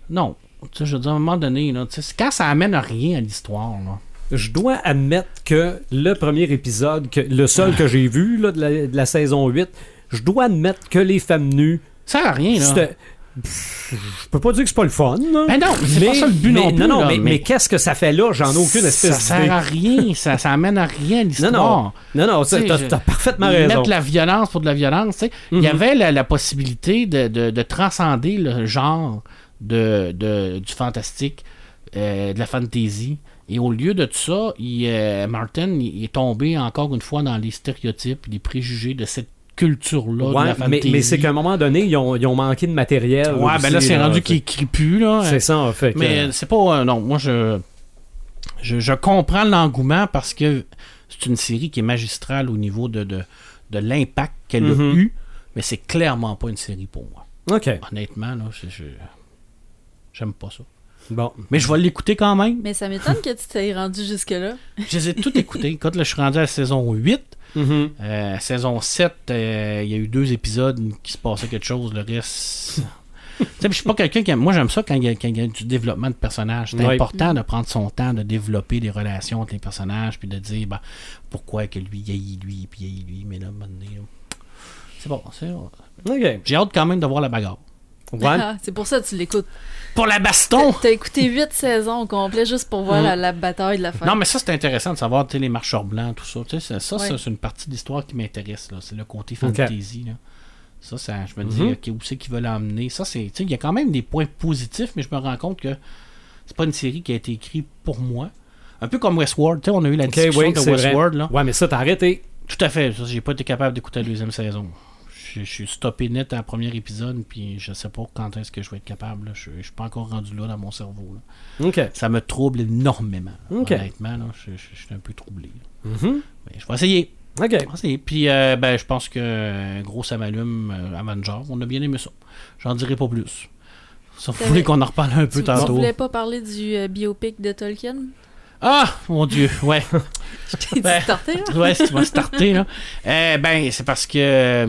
Speaker 4: Non. Tu sais, je veux dire, à un moment donné, là, tu sais, c'est quand ça amène à rien à l'histoire, là.
Speaker 1: Je dois admettre que le premier épisode, que, le seul que j'ai vu là, de, la, de la saison 8, je dois admettre que les femmes nues,
Speaker 4: Ça sert à rien, là.
Speaker 1: c'était- Pff, je peux pas dire que c'est pas le fun. là.
Speaker 4: Ben non, c'est pas ça le but
Speaker 1: mais-
Speaker 4: non plus, là,
Speaker 1: mais,
Speaker 4: mais-
Speaker 1: mais qu'est-ce que ça fait là? J'en ai aucune espèce
Speaker 4: Ça sert
Speaker 1: d'idée.
Speaker 4: à rien, ça, ça amène à rien à
Speaker 1: Non,
Speaker 4: l'histoire.
Speaker 1: non. Non, non,
Speaker 4: Tu sais,
Speaker 1: t'as t'as-
Speaker 4: je-
Speaker 1: t'as parfaitement raison.
Speaker 4: Mettre la violence pour de la violence, tu sais. Il y
Speaker 1: Mhm.
Speaker 4: avait la, la possibilité de, de- de transcender le genre de, de- du fantastique, euh, de la fantasy. Et au lieu de tout ça, il, euh, Martin il, il est tombé encore une fois dans les stéréotypes, les préjugés de cette culture-là de
Speaker 1: Ouais,
Speaker 4: la
Speaker 1: mais,
Speaker 4: fantasy.
Speaker 1: mais c'est qu'à un moment donné, ils ont, ils ont manqué de matériel.
Speaker 4: Ouais, ben là,
Speaker 1: aussi,
Speaker 4: c'est rendu
Speaker 1: fait-
Speaker 4: qu'il écrit plus, là.
Speaker 1: C'est ça, en fait.
Speaker 4: Mais
Speaker 1: que-
Speaker 4: c'est pas. euh, non, moi, je, je. je comprends l'engouement parce que c'est une série qui est magistrale au niveau de, de, de l'impact qu'elle a
Speaker 1: Mhm.
Speaker 4: eu, mais c'est clairement pas une série pour moi.
Speaker 1: OK.
Speaker 4: Honnêtement, là, je. je- J'aime pas ça.
Speaker 1: Bon.
Speaker 4: Mais je vais l'écouter quand même.
Speaker 5: Mais ça m'étonne que tu t'es rendu jusque-là.
Speaker 4: Je les ai toutes écoutées. Écoute, là, je suis rendu à la saison 8.
Speaker 1: Mhm.
Speaker 4: Euh, saison 7, euh, il y a eu deux épisodes qui se passait quelque chose. Le reste. Tu sais, puis je suis pas quelqu'un qui aime- Moi, j'aime ça quand il y, a- quand il y a du développement de personnages. C'est
Speaker 1: Ouais.
Speaker 4: important de prendre son temps, de développer des relations entre les personnages, puis de dire ben, pourquoi que lui yaillit lui, puis yaillit lui. Mais là, à un moment donné, là, c'est bon. c'est bon.
Speaker 1: OK.
Speaker 4: J'ai hâte quand même de voir la bagarre.
Speaker 1: Ouais.
Speaker 5: Ah, c'est pour ça que tu l'écoutes.
Speaker 4: Pour la baston!
Speaker 5: T'as écouté huit saisons au complet juste pour voir la, la bataille de la fin.
Speaker 4: Non, mais ça, c'est intéressant de savoir, tu sais, les marcheurs blancs, tout ça. Tu sais, ça, ça,
Speaker 5: Ouais.
Speaker 4: ça, c'est une partie de l'histoire qui m'intéresse, là. C'est le côté fantasy, là. Ça, ça, je me dis,
Speaker 1: Mhm.
Speaker 4: OK, où c'est qu'ils veulent l'emmener? Ça, c'est, tu sais, il y a quand même des points positifs, mais je me rends compte que c'est pas une série qui a été écrite pour moi. Un peu comme Westworld, tu sais, on a eu la
Speaker 1: OK,
Speaker 4: discussion
Speaker 1: oui,
Speaker 4: de
Speaker 1: c'est vrai.
Speaker 4: Westworld, là.
Speaker 1: Ouais, mais ça, t'as arrêté.
Speaker 4: Tout à fait, ça, j'ai pas été capable d'écouter la deuxième saison. Je, je suis stoppé net à la première épisode, puis je sais pas quand est-ce que je vais être capable, là. Je, je suis pas encore rendu là dans mon cerveau, là
Speaker 1: OK.
Speaker 4: ça me trouble énormément.
Speaker 1: Ok.
Speaker 4: Honnêtement, là, je, je- je suis un peu troublé.
Speaker 1: Mhm.
Speaker 4: Mais je vais essayer.
Speaker 1: OK.
Speaker 4: Je vais essayer. Puis, euh, ben, je pense que euh, gros, ça m'allume euh, Avenger. On a bien aimé ça. J'en dirai pas plus. Sauf que vous voulez qu'on en reparle un
Speaker 5: tu,
Speaker 4: peu
Speaker 5: tu
Speaker 4: tantôt.
Speaker 5: voulais pas parler du euh, biopic de Tolkien?
Speaker 4: Ah, mon Dieu, ouais.
Speaker 5: Je t'ai dit
Speaker 4: Ben,
Speaker 5: de tarter, là.
Speaker 4: Eh, ouais, tu vas starter, là. Euh, ben, c'est parce que euh,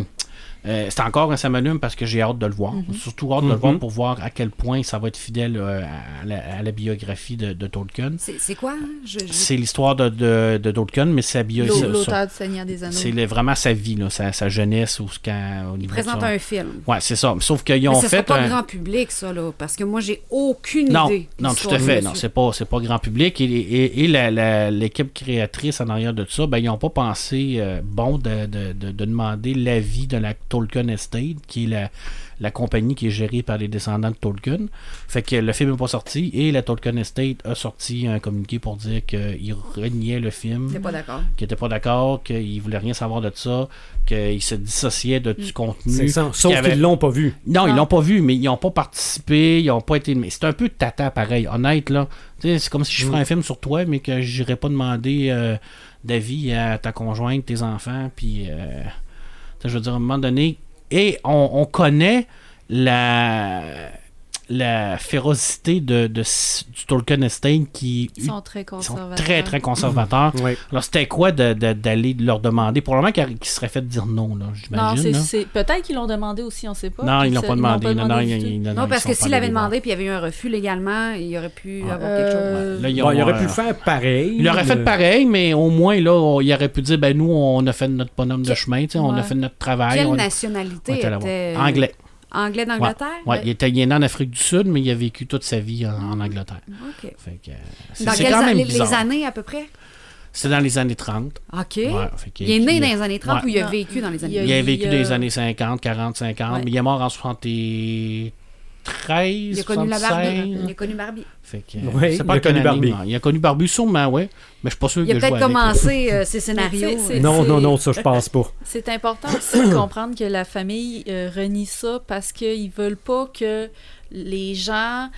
Speaker 4: Euh, c'est encore un ça m'allume parce que j'ai hâte de le voir.
Speaker 5: Mm-hmm.
Speaker 4: Surtout hâte de le voir pour voir à quel point ça va être fidèle euh, à, la, à la biographie de, de Tolkien.
Speaker 2: C'est c'est quoi? hein? Je- je-
Speaker 4: C'est l'histoire de, de, de Tolkien, mais sa biographie.
Speaker 5: L'auteur du Seigneur des
Speaker 4: C'est
Speaker 5: Anneaux.
Speaker 4: le- vraiment sa vie, là, sa, sa jeunesse ou ce quand, au niveau de
Speaker 2: Présente
Speaker 4: son-
Speaker 2: un film.
Speaker 4: Ouais, c'est ça. Sauf qu'ils
Speaker 2: Mais
Speaker 4: ont
Speaker 2: ce sera
Speaker 4: fait
Speaker 2: pas
Speaker 4: un-
Speaker 2: grand public, ça, là, parce que moi, j'ai aucune
Speaker 4: Non,
Speaker 2: idée. de
Speaker 4: non, tout
Speaker 2: l'histoire
Speaker 4: à
Speaker 2: du
Speaker 4: fait.
Speaker 2: monsieur.
Speaker 4: Non, c'est pas, c'est pas grand public. Et, et, et la- la- l'équipe créatrice en arrière de tout ça, ben, ils n'ont pas pensé euh, bon de, de, de, de demander l'avis de la Tolkien Estate, qui est la, la compagnie qui est gérée par les descendants de Tolkien. Fait que le film n'est pas sorti et la Tolkien Estate a sorti un communiqué pour dire qu'ils reniaient le film
Speaker 2: T'es pas d'accord.
Speaker 4: qui n'étaient pas d'accord, qu'ils voulaient rien savoir de ça, qu'ils se dissociaient de,
Speaker 5: Mm.
Speaker 4: du contenu.
Speaker 1: C'est ça.
Speaker 4: qu'il y
Speaker 1: Sauf
Speaker 4: avait-
Speaker 1: qu'ils l'ont pas vu.
Speaker 4: Non, ils
Speaker 5: Non.
Speaker 4: l'ont pas vu, mais ils n'ont pas participé, ils n'ont pas été. Mais c'est un peu tata pareil, honnête, là. Tu sais, C'est comme si je
Speaker 5: Mm.
Speaker 4: ferais un film sur toi, mais que j'irais pas demander euh, d'avis à ta conjointe, tes enfants, puis. euh, tu sais, je veux dire, à un moment donné. Et on, on connaît la. La férocité de, de- du Tolkien Estate qui
Speaker 5: Ils sont très
Speaker 4: ils sont
Speaker 5: conservateurs.
Speaker 4: très, très conservateurs.
Speaker 1: Oui.
Speaker 4: Alors, c'était quoi de- de- d'aller leur demander? Probablement qu'ils qu'ils seraient fait dire non, là,
Speaker 5: Non,
Speaker 4: j'imagine.
Speaker 5: c'est,
Speaker 4: là.
Speaker 5: c'est- peut-être qu'ils l'ont demandé aussi, on sait pas.
Speaker 4: Non, ils
Speaker 5: Puis
Speaker 4: l'ont
Speaker 5: ça-
Speaker 4: pas demandé.
Speaker 5: l'ont
Speaker 4: Non, non,
Speaker 5: demandé
Speaker 4: ils-
Speaker 5: du tout.
Speaker 4: ils-
Speaker 2: Non, parce
Speaker 4: ils
Speaker 2: que
Speaker 4: sont
Speaker 2: s'il avait
Speaker 4: allés
Speaker 2: demandé puis il y avait eu un refus légalement, il aurait pu
Speaker 4: Ouais.
Speaker 2: avoir quelque chose.
Speaker 5: Euh,
Speaker 4: voir. Là, ils
Speaker 1: Bon, il
Speaker 4: ont,
Speaker 1: aurait
Speaker 4: Ah. euh,
Speaker 1: pu le faire pareil.
Speaker 4: Il aurait fait
Speaker 1: mais-
Speaker 4: pareil, euh, mais au moins, là, on- il aurait pu dire, ben nous, on a fait notre bonhomme de
Speaker 2: Quel-
Speaker 4: chemin, tu sais, on a
Speaker 5: Ouais.
Speaker 4: fait notre travail.
Speaker 2: Quelle
Speaker 4: on-
Speaker 2: nationalité
Speaker 4: on est allé voir.
Speaker 2: était euh,
Speaker 4: Anglais.
Speaker 2: Anglais
Speaker 4: Ouais.
Speaker 2: d'Angleterre?
Speaker 4: Ouais, il était il est né en Afrique du Sud, mais il a vécu toute sa vie en, en Angleterre.
Speaker 2: OK.
Speaker 4: Fait que, euh, c'est
Speaker 2: Dans
Speaker 4: c'est
Speaker 2: quelles
Speaker 4: quand
Speaker 2: an-
Speaker 4: même
Speaker 2: les,
Speaker 4: bizarre.
Speaker 2: les années à peu près?
Speaker 4: C'est dans les années 30.
Speaker 2: OK.
Speaker 4: Ouais, fait qu'il
Speaker 2: il est
Speaker 4: a
Speaker 2: né
Speaker 4: vécu-
Speaker 2: dans les années 30 ou
Speaker 4: Ouais.
Speaker 2: il a
Speaker 5: Non,
Speaker 2: vécu dans les
Speaker 5: il
Speaker 2: années
Speaker 5: a-
Speaker 4: Il a vécu
Speaker 5: euh,
Speaker 4: dans les années 50, 40, 50,
Speaker 2: Ouais.
Speaker 4: mais il est mort en 73,
Speaker 2: Il a connu la Barbie.
Speaker 4: 76.
Speaker 2: Il a connu Barbie.
Speaker 4: Fait que, euh,
Speaker 1: Ouais,
Speaker 4: c'est pas
Speaker 1: il a
Speaker 4: quelle
Speaker 1: connu Barbie.
Speaker 4: année, non. Il a connu Barbie sûrement, ouais. Mais je suis pas sûr
Speaker 2: Il a
Speaker 4: que je
Speaker 2: peut-être
Speaker 4: vois avec, là.
Speaker 2: commencé euh, ses
Speaker 5: Mais
Speaker 2: scénarios.
Speaker 5: tu sais,
Speaker 2: euh,
Speaker 5: c'est-
Speaker 1: Non, non, non, ça, je pense pas.
Speaker 5: C'est important aussi de comprendre que la famille euh, renie ça parce qu'ils veulent pas que les gens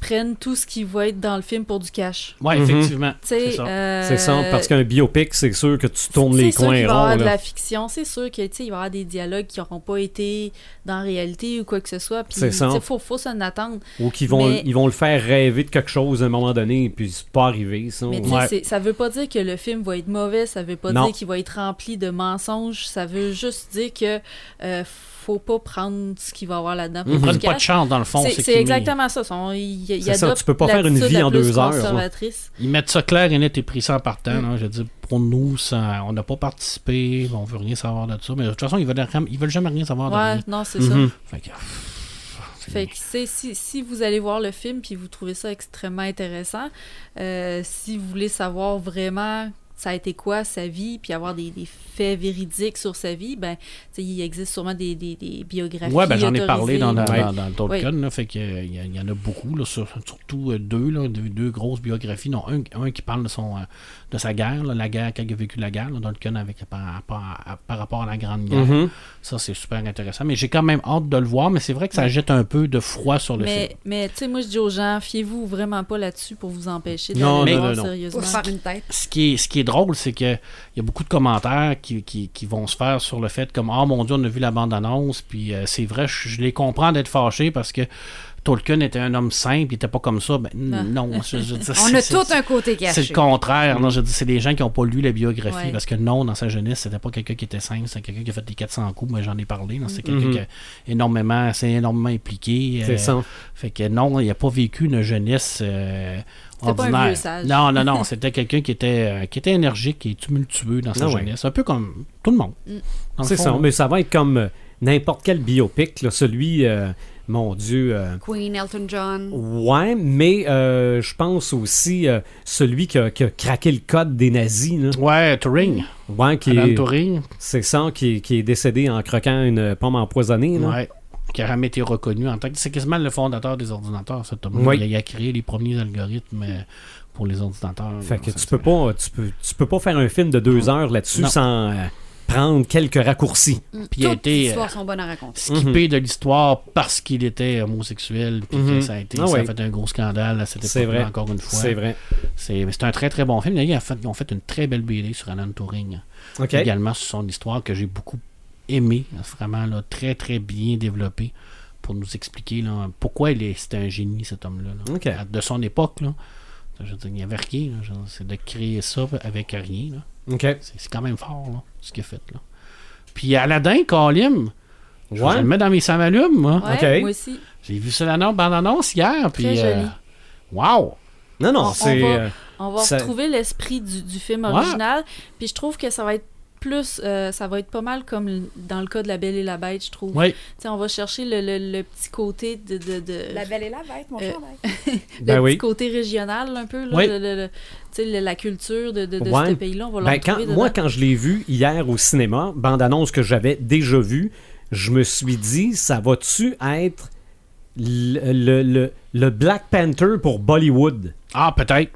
Speaker 5: prennent tout ce qu'ils voient être dans le film pour du cash.
Speaker 4: Ouais,
Speaker 1: Mhm.
Speaker 4: effectivement.
Speaker 5: Tu sais,
Speaker 4: C'est ça.
Speaker 5: euh,
Speaker 1: C'est simple, parce qu'un biopic, c'est sûr que tu tournes les
Speaker 5: C'est sûr qu'il va y
Speaker 1: coins
Speaker 5: avoir
Speaker 1: ronds.
Speaker 5: de
Speaker 1: là.
Speaker 5: la fiction, c'est sûr qu'il va y avoir des dialogues qui n'auront pas été dans la réalité ou quoi que ce soit. Puis
Speaker 1: C'est ça.
Speaker 5: il faut, faut s'en attendre.
Speaker 1: Ou qu'ils vont,
Speaker 5: Mais-
Speaker 1: ils vont le faire rêver de quelque chose à un moment donné, et puis c'est pas arrivé, ça.
Speaker 5: Mais tu sais,
Speaker 4: Ouais.
Speaker 5: c'est- ça veut pas dire que le film va être mauvais, ça veut pas
Speaker 1: Non.
Speaker 5: dire qu'il va être rempli de mensonges, ça veut juste dire que euh, faut pas prendre ce qu'il va y avoir
Speaker 1: Mhm.
Speaker 5: là-dedans pour
Speaker 4: Ils
Speaker 5: du
Speaker 4: prennent pas de
Speaker 5: cash.
Speaker 4: chance, dans le fond.
Speaker 5: C'est-
Speaker 4: c'est
Speaker 5: C'est
Speaker 4: qu'ils-
Speaker 5: exactement ça. Son, il, il
Speaker 1: C'est ça,
Speaker 5: adopte
Speaker 1: tu peux pas faire une
Speaker 5: l'attitude
Speaker 1: vie
Speaker 5: la
Speaker 1: en
Speaker 5: plus
Speaker 1: deux heures, ouais.
Speaker 5: conservatrice.
Speaker 4: Ils mettent ça clair et net et pris ça en partant. là. Je veux dire, pour nous, ça, on n'a pas participé, on veut rien savoir de ça. Mais de toute façon, ils veulent, ils veulent jamais rien savoir de
Speaker 5: Ouais,
Speaker 4: rien.
Speaker 5: non, c'est
Speaker 1: Mhm.
Speaker 5: ça.
Speaker 4: Fait que, pff, c'est-
Speaker 5: Fait que c'est- si, si vous allez voir le film puis vous trouvez ça extrêmement intéressant, euh, si vous voulez savoir vraiment ça a été quoi sa vie puis avoir des, des faits véridiques sur sa vie, ben, tu sais, il existe sûrement des, des, des biographies.
Speaker 4: Ouais, ben, j'en ai parlé
Speaker 5: autorisées.
Speaker 4: dans, la-
Speaker 1: Ouais.
Speaker 4: dans, dans le Tolkien. là. fait que, euh, il y, a- il y en a beaucoup, là, sur- surtout euh, deux, là, deux, deux grosses biographies. Non, un, un qui parle de, son, euh, de sa guerre, là, la guerre, quand il a vécu la guerre, là, Tolkien avec, par, rapport à- par rapport à la Grande Guerre.
Speaker 1: Mhm.
Speaker 4: Ça, c'est super intéressant. Mais j'ai quand même hâte de le voir. Mais c'est vrai que ça jette un peu de froid sur le film.
Speaker 5: Mais, mais tu sais, moi, je dis aux gens, fiez-vous vraiment pas là-dessus pour vous empêcher d'aller
Speaker 1: Non,
Speaker 5: le
Speaker 4: non,
Speaker 5: voir
Speaker 4: non, non.
Speaker 5: sérieusement.
Speaker 2: Pour se faire une tête.
Speaker 4: ce qui est, ce qui est drôle, c'est que il y a beaucoup de commentaires qui, qui, qui vont se faire sur le fait comme Ah mon Dieu, on a vu la bande-annonce, puis euh, c'est vrai, je, je les comprends d'être fâchés parce que Tolkien était un homme simple, il était pas comme ça. Ben, n- non, je, je veux
Speaker 2: Ah.
Speaker 4: dire,
Speaker 2: On
Speaker 4: c'est-
Speaker 2: a
Speaker 4: c'est-
Speaker 2: tout un côté
Speaker 4: c'est
Speaker 2: caché.
Speaker 4: le contraire. Non, je dis, c'est des gens qui n'ont pas lu la biographie
Speaker 5: Ouais.
Speaker 4: parce que non, dans sa jeunesse, c'était pas quelqu'un qui était simple, c'était quelqu'un qui a fait des 400 coups. Moi, j'en ai parlé. non, C'était quelqu'un
Speaker 1: Mhm.
Speaker 4: qui a énormément, s'est énormément impliqué.
Speaker 1: C'est
Speaker 4: euh,
Speaker 1: ça.
Speaker 4: fait que non, il n'a pas vécu une jeunesse euh,
Speaker 5: C'était pas un
Speaker 4: ordinaire.
Speaker 5: vieux sage.
Speaker 4: Non, non, non. C'était quelqu'un qui était euh, qui était énergique et tumultueux dans sa
Speaker 1: Ah ouais.
Speaker 4: jeunesse. Un peu comme tout le monde.
Speaker 5: Mm.
Speaker 4: dans le
Speaker 1: C'est
Speaker 4: fond,
Speaker 1: ça.
Speaker 4: là.
Speaker 1: Mais ça va être comme euh, n'importe quel biopic, là, celui, euh, mon Dieu. euh,
Speaker 2: Queen, Elton John.
Speaker 1: Ouais, mais euh, je pense aussi euh, celui qui a, qui a craqué le code des nazis, là.
Speaker 4: Ouais, Turing.
Speaker 1: Ouais, qui
Speaker 4: Alan
Speaker 1: est-
Speaker 4: Turing.
Speaker 1: c'est ça, qui, est- qui est décédé en croquant une pomme empoisonnée. là.
Speaker 4: Ouais. Qui a jamais été reconnu en tant que. C'est quasiment le fondateur des ordinateurs, cet homme.
Speaker 1: Oui.
Speaker 4: Il, a, il a créé les premiers algorithmes euh, pour les ordinateurs.
Speaker 1: Fait que
Speaker 4: Ça,
Speaker 1: tu
Speaker 4: c'est-
Speaker 1: peux pas, tu peux, tu peux pas faire un film de deux heures là-dessus
Speaker 4: Non.
Speaker 1: sans euh, prendre quelques raccourcis.
Speaker 4: Puis il a
Speaker 2: Toutes les
Speaker 4: été. euh,
Speaker 2: histoires sont bonnes à raconter.
Speaker 4: skippé de l'histoire parce qu'il était homosexuel puis que
Speaker 1: Mhm.
Speaker 4: ça a été
Speaker 1: Ah
Speaker 4: ça
Speaker 1: ouais.
Speaker 4: a fait un gros scandale à cette
Speaker 1: C'est
Speaker 4: époque
Speaker 1: vrai.
Speaker 4: encore une fois
Speaker 1: C'est vrai.
Speaker 4: C'est mais c'est un très très bon film. D'ailleurs, Ils ont fait, ils ont fait une très belle BD sur Alan Turing.
Speaker 1: Ok.
Speaker 4: Également sur son histoire que j'ai beaucoup aimé. Vraiment là, très très bien développé pour nous expliquer là, pourquoi il est c'était un génie cet homme-là. là.
Speaker 1: Ok.
Speaker 4: À- De son époque. Là. Je veux dire, il n'y avait rien. là. Je veux dire, C'est de créer ça avec rien. là.
Speaker 1: Ok.
Speaker 4: C'est c'est quand même fort là, ce qu'il a fait. Là. Puis Aladdin, Kalim, Je vais le mettre dans mes samalumes, moi.
Speaker 5: Ouais,
Speaker 1: Ok.
Speaker 5: Moi aussi.
Speaker 4: J'ai vu ça dans bande-annonce hier, puis...
Speaker 5: Très
Speaker 4: euh,
Speaker 5: joli.
Speaker 4: wow!
Speaker 1: Non,
Speaker 5: On-
Speaker 1: non,
Speaker 5: on
Speaker 1: c'est.
Speaker 5: va-
Speaker 1: euh,
Speaker 5: On va
Speaker 1: Ça-
Speaker 5: retrouver l'esprit du, du film
Speaker 4: Ouais.
Speaker 5: original. Puis je trouve que ça va être plus, euh, ça va être pas mal comme l- dans le cas de La Belle et la Bête, je trouve.
Speaker 4: Oui,
Speaker 5: Tu sais, On va chercher le, le- le petit côté de, de- de-
Speaker 2: La belle et la bête, mon
Speaker 5: Euh,
Speaker 2: chandail.
Speaker 5: le
Speaker 1: ben
Speaker 5: petit
Speaker 1: oui.
Speaker 5: côté régional un peu, là,
Speaker 4: Oui.
Speaker 5: le- le- le- tu sais, le- la culture de, de, de
Speaker 1: Ouais.
Speaker 5: ce pays-là. On va le
Speaker 1: Ben, quand-
Speaker 5: retrouver dedans.
Speaker 1: moi, quand je l'ai vu hier au cinéma, bande-annonce que j'avais déjà vue, je me suis dit, ça va-tu être le, le- le- le Black Panther pour Bollywood?
Speaker 4: ah, peut-être.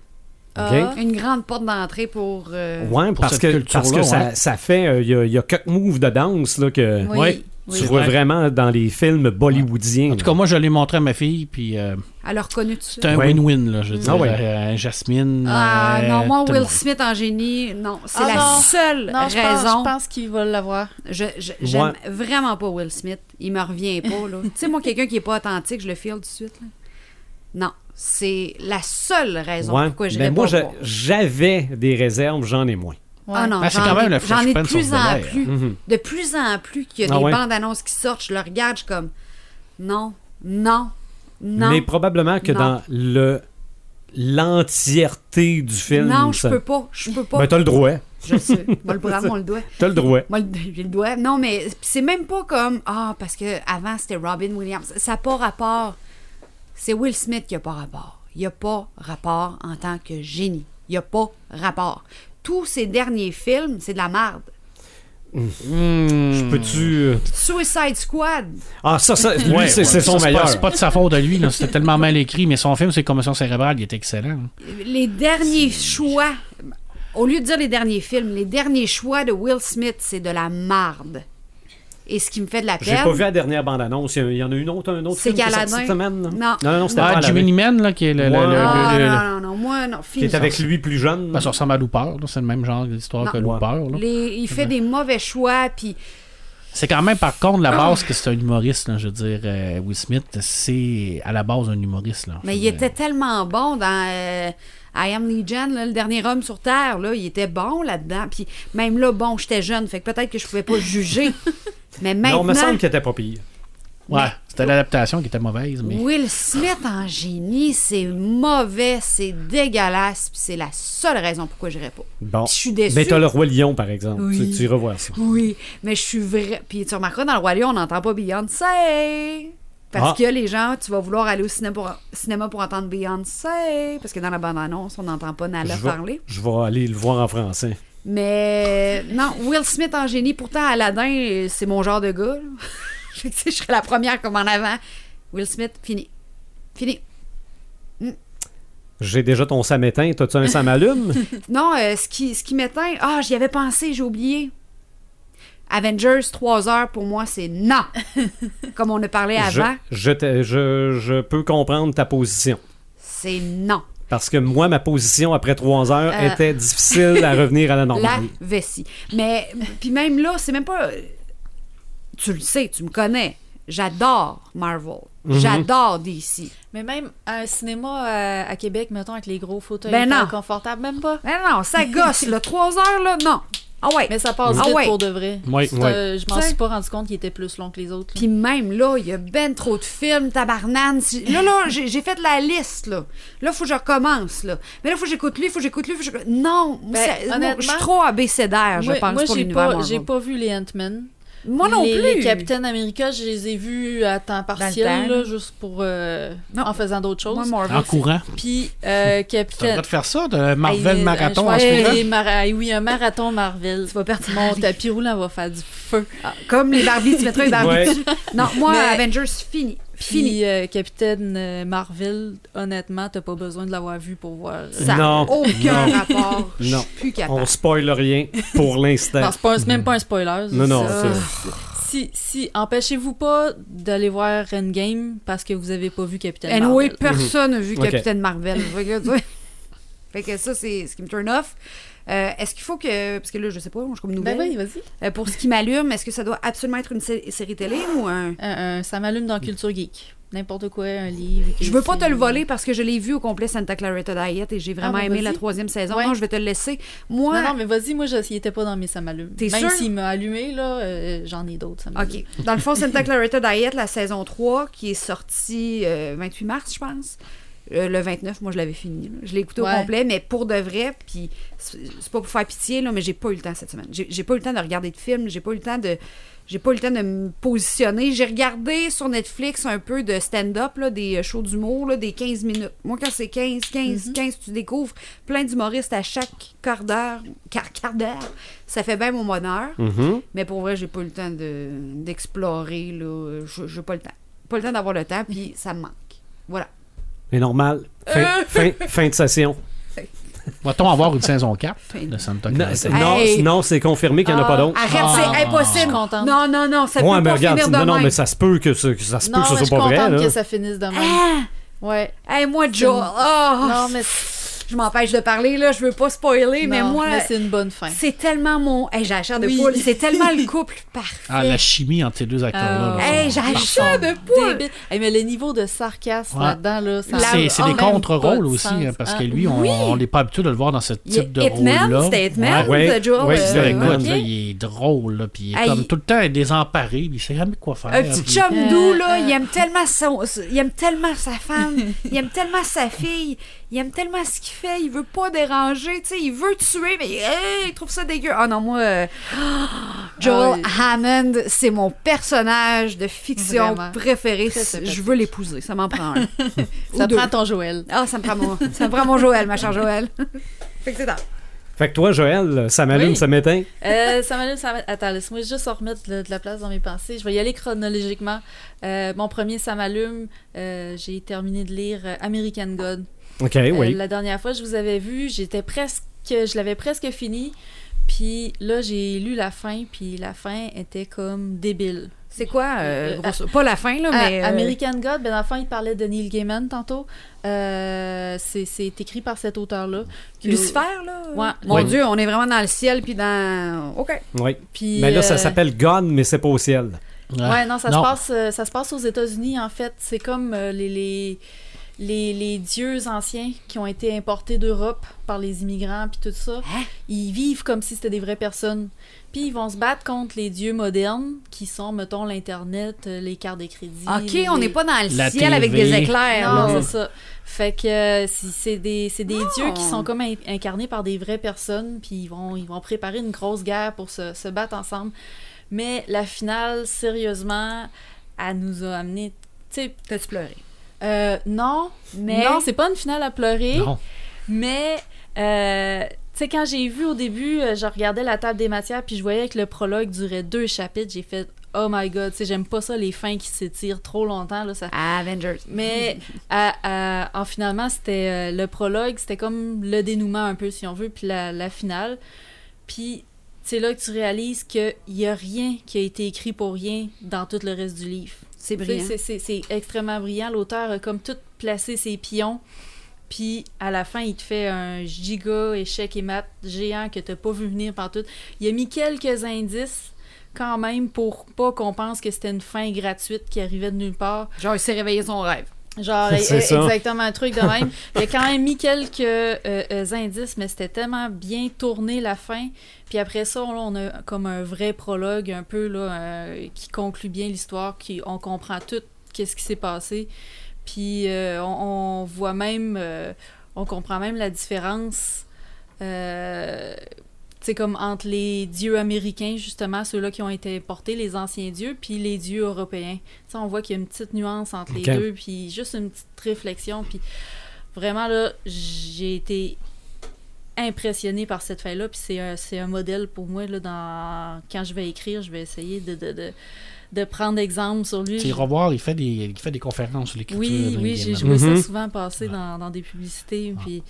Speaker 5: Ah,
Speaker 2: Une grande porte d'entrée pour. euh,
Speaker 1: Ouais,
Speaker 4: Pour
Speaker 1: parce
Speaker 4: cette
Speaker 1: que,
Speaker 4: culture-là,
Speaker 1: parce que ça,
Speaker 4: ouais.
Speaker 1: ça fait. Il y, a quelques moves de danse là, que
Speaker 5: oui,
Speaker 4: Ouais.
Speaker 5: oui.
Speaker 1: tu
Speaker 4: C'est
Speaker 1: vois
Speaker 4: vrai.
Speaker 1: vraiment dans les films bollywoodiens.
Speaker 4: En tout cas, moi, je l'ai montré à ma fille, puis euh,
Speaker 2: Elle a reconnu tout ça.
Speaker 4: c'est un
Speaker 1: Ouais.
Speaker 4: win-win, là, je veux
Speaker 1: Ah
Speaker 4: dire.
Speaker 1: ouais.
Speaker 4: Euh, Jasmine...
Speaker 2: Ah
Speaker 4: euh,
Speaker 2: non, moi,
Speaker 4: tout le
Speaker 2: Will
Speaker 4: monde.
Speaker 2: Smith en génie, non. C'est
Speaker 5: Ah
Speaker 2: la
Speaker 5: non.
Speaker 2: seule
Speaker 5: Non, je pense,
Speaker 2: raison.
Speaker 5: je pense qu'il va l'avoir.
Speaker 2: Je, je- j'aime vraiment pas Will Smith. Il me revient pas, là. tu sais, moi, quelqu'un qui est pas authentique, je le file tout de suite, là. Non, c'est la seule raison
Speaker 1: Ouais.
Speaker 2: pourquoi je
Speaker 1: Ben,
Speaker 2: réponds
Speaker 1: moi,
Speaker 2: pas.
Speaker 1: je- j'avais des réserves, j'en ai moins.
Speaker 2: Ah non,
Speaker 4: Ben, c'est
Speaker 2: j'en
Speaker 4: quand
Speaker 2: ai-
Speaker 4: même le
Speaker 2: j'en ai de plus
Speaker 4: Fresh Prince of
Speaker 2: en
Speaker 4: Bel-Air.
Speaker 2: plus. De plus en plus qu'il y
Speaker 1: hein.
Speaker 2: a
Speaker 1: Mhm. Ah
Speaker 2: des
Speaker 1: ouais.
Speaker 2: bandes annonces qui sortent, je le regarde, je suis comme non, non, non.
Speaker 1: Mais probablement que
Speaker 2: Non.
Speaker 1: dans le l'entièreté du film.
Speaker 2: non, je
Speaker 1: ça-
Speaker 2: peux pas, je peux pas.
Speaker 1: Ben, t'as le droit.
Speaker 2: je le sais. Moi, le bras, on le doigt.
Speaker 1: T'as le droit.
Speaker 2: Moi, le- j'ai le doigt. Non, mais c'est même pas comme Ah, parce que avant c'était Robin Williams. Ça n'a pas rapport. C'est Will Smith qui n'a pas rapport. Il n'a pas rapport en tant que génie. Il n'a pas rapport. Tous ses derniers films, c'est de la merde.
Speaker 1: Je peux-tu.
Speaker 2: Suicide Squad.
Speaker 1: Hmm. Ah, ça, ça, lui,
Speaker 4: Ouais,
Speaker 1: c'est
Speaker 4: ouais.
Speaker 1: c'est son
Speaker 4: Ça, c'est pas-
Speaker 1: meilleur.
Speaker 4: C'est pas de sa faute à lui, là. C'était tellement mal écrit, mais son film, c'est Commotion cérébrale, il est excellent. hein.
Speaker 2: Les derniers choix. Au lieu de dire les derniers films, les derniers choix de Will Smith, c'est de la marde. Et ce qui me fait de la
Speaker 1: J'ai
Speaker 2: peine.
Speaker 1: pas vu la dernière bande-annonce. Il y en a- il y en a une autre, un autre
Speaker 2: C'est
Speaker 1: film qui est sorti
Speaker 2: Galadin.
Speaker 1: cette semaine. là.
Speaker 2: Non.
Speaker 1: non, non, c'était
Speaker 4: Ah,
Speaker 1: avant la-
Speaker 4: Jimmy Neiman, là, qui est le... le-
Speaker 1: Ouais.
Speaker 4: le-
Speaker 2: Ah,
Speaker 4: le- le-
Speaker 2: non, non, non, moi, non,
Speaker 1: qui
Speaker 2: finis
Speaker 1: est
Speaker 2: ça.
Speaker 1: avec lui plus jeune.
Speaker 4: Ben, ça ressemble à Looper, là. C'est le même genre d'histoire
Speaker 2: Non.
Speaker 4: que
Speaker 2: Ouais.
Speaker 4: Looper, là.
Speaker 2: Les- il fait des mauvais choix, puis
Speaker 4: C'est quand même, par contre, la base que c'est un humoriste, là, je veux dire, euh, Will Smith, c'est à la base un humoriste, là.
Speaker 2: Mais
Speaker 4: Je
Speaker 2: il
Speaker 4: veux dire.
Speaker 2: était tellement bon dans euh, I Am Legion, là, le dernier homme sur Terre. Là, il était bon là-dedans. Puis même là, bon, j'étais jeune, fait que peut-être que je pouvais pas le juger. mais
Speaker 1: Non,
Speaker 2: maintenant,
Speaker 1: me semble qu'il était pas pire.
Speaker 4: Ouais, c'était l'adaptation qui était mauvaise, mais...
Speaker 2: Will Smith en génie, c'est mauvais, c'est dégueulasse. Puis c'est la seule raison pourquoi je pas.
Speaker 1: Bon.
Speaker 2: Puis je suis déçue.
Speaker 1: Mais t'as le Roi Lion, par exemple.
Speaker 2: Oui.
Speaker 1: Tu, tu iras voir ça.
Speaker 2: Oui, mais je suis vrai. Puis tu remarqueras, dans le Roi Lion, on n'entend pas Beyoncé. Parce
Speaker 1: Ah.
Speaker 2: que les gens, tu vas vouloir aller au cinéma pour, cinéma pour entendre Beyoncé. Parce que dans la bande-annonce, on n'entend pas Nala
Speaker 1: je, vais,
Speaker 2: parler.
Speaker 1: je vais aller le voir en français.
Speaker 2: Mais non, Will Smith en génie, pourtant Aladdin, euh, c'est mon genre de gars. là. Fait que, tu sais, je serais la première comme en avant. Will Smith, fini. Fini.
Speaker 1: J'ai déjà ton samétain. T'as-tu un samalume?
Speaker 2: Non, euh, ce qui, ce qui m'éteint, ah, j'y avais pensé, j'ai oublié. Avengers, 3 heures, pour moi, c'est non. comme on a parlé
Speaker 1: je,
Speaker 2: avant,
Speaker 1: je, t'ai- je, je peux comprendre ta position.
Speaker 2: c'est non.
Speaker 1: Parce que moi, ma position après trois heures
Speaker 5: Euh.
Speaker 1: était difficile à revenir à la
Speaker 2: la
Speaker 1: normale.
Speaker 2: vessie. Mais puis même là, c'est même pas. Tu le sais, tu me connais. J'adore Marvel. J'adore DC.
Speaker 5: Mais même un cinéma euh, à Québec, mettons, avec les gros fauteuils
Speaker 2: Ben non.
Speaker 5: confortables, même pas.
Speaker 2: Mais non, ça gosse, là. Trois heures, là, non. Ah ouais.
Speaker 5: Mais ça passe
Speaker 2: Ah
Speaker 5: vite
Speaker 2: ouais.
Speaker 5: pour de vrai.
Speaker 4: Ouais,
Speaker 5: C'est,
Speaker 4: ouais.
Speaker 5: euh, je m'en
Speaker 2: Tu sais.
Speaker 5: suis pas rendu compte qu'il était plus long que les autres. là.
Speaker 2: Puis même là, il y a ben trop de films, tabarnane. Si- Là, là, j'ai j'ai fait la liste, là. Là, faut que je recommence, là. Mais là, faut que j'écoute lui, faut que j'écoute lui, faut que j'écoute- Non,
Speaker 5: Ben,
Speaker 2: ça- moi,
Speaker 5: honnêtement,
Speaker 2: je suis trop abécédaire, je
Speaker 5: moi,
Speaker 2: pense,
Speaker 5: moi,
Speaker 2: pour
Speaker 5: j'ai
Speaker 2: l'univers
Speaker 5: pas,
Speaker 2: Marvel.
Speaker 5: j'ai pas vu les Ant-Man.
Speaker 2: Moi non
Speaker 5: les,
Speaker 2: plus.
Speaker 5: Les Capitaine America, je les ai vus à temps
Speaker 2: Dans le
Speaker 5: partiel,
Speaker 2: temps.
Speaker 5: là, juste pour. euh,
Speaker 2: Non.
Speaker 5: en faisant d'autres
Speaker 2: Moi,
Speaker 5: choses.
Speaker 2: Marvel,
Speaker 4: En
Speaker 2: c'est-
Speaker 4: courant.
Speaker 5: Puis, euh,
Speaker 4: T'as le droit
Speaker 5: Capitaine.
Speaker 4: de faire ça, de Marvel
Speaker 2: euh,
Speaker 5: Hey,
Speaker 4: Marathon
Speaker 1: hein,
Speaker 5: un
Speaker 4: en
Speaker 5: cheval-
Speaker 4: suivant.
Speaker 5: des mara- hey, Oui, un marathon Marvel.
Speaker 2: Tu vas perdre ton
Speaker 5: Mon
Speaker 2: mari.
Speaker 5: tapis roulant va faire du feu.
Speaker 2: Comme les Barbies, tu mettras les Barbies
Speaker 1: Ah. Ouais.
Speaker 2: dessus. Non, moi,
Speaker 5: Mais-
Speaker 2: Avengers, fini. Fini.
Speaker 5: Puis, euh, Capitaine euh, Marvel, honnêtement, t'as pas besoin de l'avoir vu pour voir. euh,
Speaker 2: Ça n'a
Speaker 1: Non.
Speaker 2: aucun
Speaker 1: Non.
Speaker 2: rapport. Je
Speaker 1: Non.
Speaker 2: suis plus capable.
Speaker 1: On spoil rien pour l'instant.
Speaker 5: Non, c'est pas un- c'est même pas un spoiler.
Speaker 1: Mm. Non, non,
Speaker 5: Ça,
Speaker 1: c'est-
Speaker 5: Si, si, empêchez-vous pas d'aller voir Endgame parce que vous avez pas vu Capitaine
Speaker 2: Anyway,
Speaker 5: Marvel.
Speaker 2: personne n'a vu
Speaker 1: Ok.
Speaker 2: Capitaine Marvel. Fait que, tu vois, fait que ça, c'est ce qui me turn off. Euh, est-ce qu'il faut que. Parce que là, je sais pas, je suis comme nouvelle.
Speaker 5: Ben oui, vas-y.
Speaker 2: Euh, pour ce qui m'allume, est-ce que ça doit absolument être une sé- série télé ou un.
Speaker 5: Euh, euh, ça m'allume dans Culture Geek. n'importe quoi, un livre.
Speaker 2: Je veux pas
Speaker 5: c'est-
Speaker 2: te le voler parce que je l'ai vu au complet Santa Clarita Diet et j'ai vraiment
Speaker 5: ben,
Speaker 2: aimé
Speaker 5: vas-y.
Speaker 2: la troisième saison.
Speaker 5: Ouais.
Speaker 2: Non, je vais te le laisser. Moi,
Speaker 5: Non, non, mais vas-y, moi, je, il était pas dans mes ça m'allume.
Speaker 2: T'es
Speaker 5: Même
Speaker 2: sûr?
Speaker 5: s'il m'a allumé, là, euh, j'en ai d'autres, ça m'allume.
Speaker 2: OK. Dans le fond, Santa Clarita Diet, la saison 3, qui est sortie euh, 28 mars, je pense. Euh, le 29, moi, je l'avais fini. là. Je l'ai écouté
Speaker 5: Ouais.
Speaker 2: au complet, mais pour de vrai, puis c'est c'est pas pour faire pitié, là, mais j'ai pas eu le temps cette semaine. J'ai j'ai pas eu le temps de regarder de films, j'ai pas eu le temps de. J'ai pas eu le temps de me positionner. J'ai regardé sur Netflix un peu de stand-up, là, des euh, shows d'humour, là, des 15 minutes. Moi, quand c'est 15, 15,
Speaker 5: Mm-hmm.
Speaker 2: 15, tu découvres plein d'humoristes à chaque quart d'heure, quart, quart d'heure. Ça fait bien mon bonheur.
Speaker 1: Mhm.
Speaker 2: Mais pour vrai, j'ai pas eu le temps de- d'explorer. là. Je- J'ai pas le temps. Pas le temps d'avoir le temps, puis ça me manque. Voilà.
Speaker 1: Mais normal.
Speaker 2: Euh.
Speaker 1: Fin, fin, fin de session.
Speaker 4: Va-t-on avoir une saison 4
Speaker 2: Fin.
Speaker 4: de Santa
Speaker 1: Non,
Speaker 4: Clarita?
Speaker 1: c'est non,
Speaker 2: Hey.
Speaker 1: non, c'est confirmé qu'il n'y en a pas d'autre.
Speaker 2: Arrête, c'est
Speaker 5: Je suis
Speaker 2: impossible.
Speaker 5: contente.
Speaker 2: Non, non, non, ça
Speaker 1: Ouais,
Speaker 2: peut
Speaker 1: mais
Speaker 2: pas
Speaker 1: ah. regarde,
Speaker 2: finir
Speaker 1: tu-
Speaker 2: de
Speaker 1: non, non,
Speaker 2: même.
Speaker 1: mais ça se peut que ce, que ça se peut
Speaker 5: Non,
Speaker 1: que ce
Speaker 5: mais je suis
Speaker 1: soit pas vrai.
Speaker 5: contente
Speaker 1: là.
Speaker 5: que ça finisse demain.
Speaker 2: Ah!
Speaker 5: Ouais.
Speaker 2: Hey, moi,
Speaker 5: C'est une-
Speaker 2: Joe, oh,
Speaker 5: Non, mais,
Speaker 2: je m'empêche de parler, là, je veux pas spoiler, mais
Speaker 5: non,
Speaker 2: moi,
Speaker 5: mais c'est une bonne fin.
Speaker 2: c'est tellement mon... Hey, j'ai la chair de
Speaker 5: Oui.
Speaker 2: poule, c'est tellement le couple parfait.
Speaker 4: Ah, la chimie entre ces deux
Speaker 5: Ah.
Speaker 4: acteurs-là. là,
Speaker 2: euh, Hey, j'ai
Speaker 4: ça-
Speaker 2: la
Speaker 4: ça
Speaker 2: chair
Speaker 4: ressemble.
Speaker 2: de poule.
Speaker 5: Débile. Hey, mais le niveau de sarcasme
Speaker 4: Ouais.
Speaker 5: là-dedans, là, ça
Speaker 2: La-
Speaker 4: C'est c'est
Speaker 5: Ah,
Speaker 4: des
Speaker 5: même pas de
Speaker 4: contre-rôles aussi,
Speaker 5: sens.
Speaker 4: hein, parce
Speaker 5: Ah,
Speaker 4: que lui, on
Speaker 2: oui.
Speaker 4: on n'est pas habitué de le voir dans ce
Speaker 2: Il y a
Speaker 4: type de
Speaker 2: Hitman,
Speaker 4: rôle-là.
Speaker 2: c'était Hitman,
Speaker 4: Ouais.
Speaker 1: Ouais,
Speaker 2: de Joe.
Speaker 1: ouais,
Speaker 2: euh,
Speaker 1: c'est
Speaker 4: Le
Speaker 1: vrai,
Speaker 4: gars,
Speaker 1: ok.
Speaker 4: là, il est drôle, là, puis il est
Speaker 2: Ah,
Speaker 4: comme
Speaker 2: il-
Speaker 4: tout le temps désemparé, puis il sait jamais quoi faire.
Speaker 2: Un petit
Speaker 4: puis-
Speaker 2: chum
Speaker 5: Euh,
Speaker 2: doux, là,
Speaker 5: euh.
Speaker 2: il aime tellement son, il aime tellement sa femme, il aime tellement sa fille, il aime tellement ce qu'il fait, il veut pas déranger, tu sais, il veut tuer, mais hey, il trouve ça dégueu. Ah non, moi, euh, Joel Hammond, c'est mon personnage de fiction
Speaker 5: Vraiment.
Speaker 2: préféré.
Speaker 5: Très sympathique.
Speaker 2: Je veux l'épouser, ça m'en prend un. Ou
Speaker 5: Ça
Speaker 2: deux.
Speaker 5: prend ton Joël.
Speaker 2: Ah, ça me prend mon, ça me prend mon Joël, ma chère Joël. fait que c'est ça.
Speaker 1: Fait que toi, Joël, ça m'allume,
Speaker 5: Oui.
Speaker 1: ça m'éteint.
Speaker 5: Euh, ça m'allume, ça m'allume. Attends, laisse-moi juste remettre le- de la place dans mes pensées. Je vais y aller chronologiquement. Euh, mon premier, ça m'allume. Euh, j'ai terminé de lire euh, American God.
Speaker 1: OK,
Speaker 5: Euh,
Speaker 1: Eh oui.
Speaker 5: la dernière fois, je vous avais vu, j'étais presque, je l'avais presque fini. Puis là, j'ai lu la fin, puis la fin était comme débile.
Speaker 2: C'est quoi, euh,
Speaker 5: Euh,
Speaker 2: grosso- pas la fin, là, mais.
Speaker 5: Ah,
Speaker 2: euh,
Speaker 5: American God, ben dans le fond, il parlait de Neil Gaiman tantôt. Euh, c'est c'est écrit par cet auteur-là. Que-
Speaker 2: Lucifer, là.
Speaker 5: euh, Ouais.
Speaker 2: Mon
Speaker 1: Ouais.
Speaker 2: Dieu, on est vraiment dans le ciel, puis dans. OK.
Speaker 1: Oui.
Speaker 5: Puis,
Speaker 1: Mais là, ça
Speaker 5: euh,
Speaker 1: s'appelle Gone, mais c'est pas au ciel.
Speaker 5: Ouais, non, ça, Se passe, euh, ça se passe aux États-Unis, en fait. C'est comme euh, les, les, les, les dieux anciens qui ont été importés d'Europe par les immigrants, puis tout ça.
Speaker 2: Hein?
Speaker 5: Ils vivent comme si c'était des vraies personnes. Puis ils vont se battre contre les dieux modernes, qui sont, mettons, l'Internet, euh, les cartes de crédit.
Speaker 2: OK, on
Speaker 5: les-
Speaker 2: n'est pas dans le
Speaker 4: La
Speaker 2: ciel avec
Speaker 4: TV.
Speaker 2: des éclairs.
Speaker 5: Non,
Speaker 2: là.
Speaker 5: c'est ça. Fait que euh, c'est c'est des, c'est des dieux qui sont comme in- incarnés par des vraies personnes, puis ils vont, ils vont préparer une grosse guerre pour se, se battre ensemble. Mais la finale, sérieusement, elle nous a amené. Tu sais,
Speaker 2: T'as-tu pleuré?
Speaker 5: euh, non,
Speaker 2: Mais-
Speaker 5: non, c'est pas une finale à pleurer.
Speaker 4: Non.
Speaker 5: Mais, euh, tu sais, quand j'ai vu au début, euh, je regardais la table des matières, puis je voyais que le prologue durait deux chapitres, j'ai fait. Oh my god, tu sais, j'aime pas ça, les fins qui s'étirent trop longtemps, là, ça
Speaker 2: Avengers.
Speaker 5: mais à- à- en finalement, c'était euh, le prologue, c'était comme le dénouement un peu, si on veut, puis la, la finale. Puis c'est là que tu réalises qu'il n'y a rien qui a été écrit pour rien dans tout le reste du livre.
Speaker 2: C'est
Speaker 5: Tu sais,
Speaker 2: brillant.
Speaker 5: c'est- C'est c'est extrêmement brillant. L'auteur a comme tout placé ses pions. Puis à la fin, il te fait un giga échec et mat géant que t'as pas vu venir partout. Il a mis quelques indices quand même pour pas qu'on pense que c'était une fin gratuite qui arrivait de nulle part.
Speaker 2: Genre, il s'est réveillé son rêve.
Speaker 5: Genre,
Speaker 1: C'est
Speaker 5: e-
Speaker 1: ça.
Speaker 5: exactement un truc de même. Il a quand même mis quelques euh, euh, indices, mais c'était tellement bien tourné la fin. Puis après ça, là, on a comme un vrai prologue un peu là, euh, qui conclut bien l'histoire, qui on comprend tout qu'est-ce qui s'est passé. Puis euh, on, on voit même, euh, on comprend même la différence. euh, tu sais, comme entre les dieux américains, justement, ceux-là qui ont été importés, les anciens dieux, puis les dieux européens. Tu sais, on voit qu'il y a une petite nuance entre les
Speaker 1: Ok.
Speaker 5: deux, puis juste une petite réflexion. Puis vraiment, là, j'ai été impressionnée par cette feuille-là, puis c'est un, c'est un modèle pour moi, là, dans... quand je vais écrire, je vais essayer de, de, de, de prendre exemple sur lui.
Speaker 4: C'est revoir, il fait des, il fait des conférences sur l'écriture.
Speaker 5: Oui,
Speaker 4: Neil
Speaker 5: oui, j'ai
Speaker 4: Gaiman.
Speaker 5: joué
Speaker 1: Mhm.
Speaker 5: ça souvent passer dans, dans des publicités. Puis,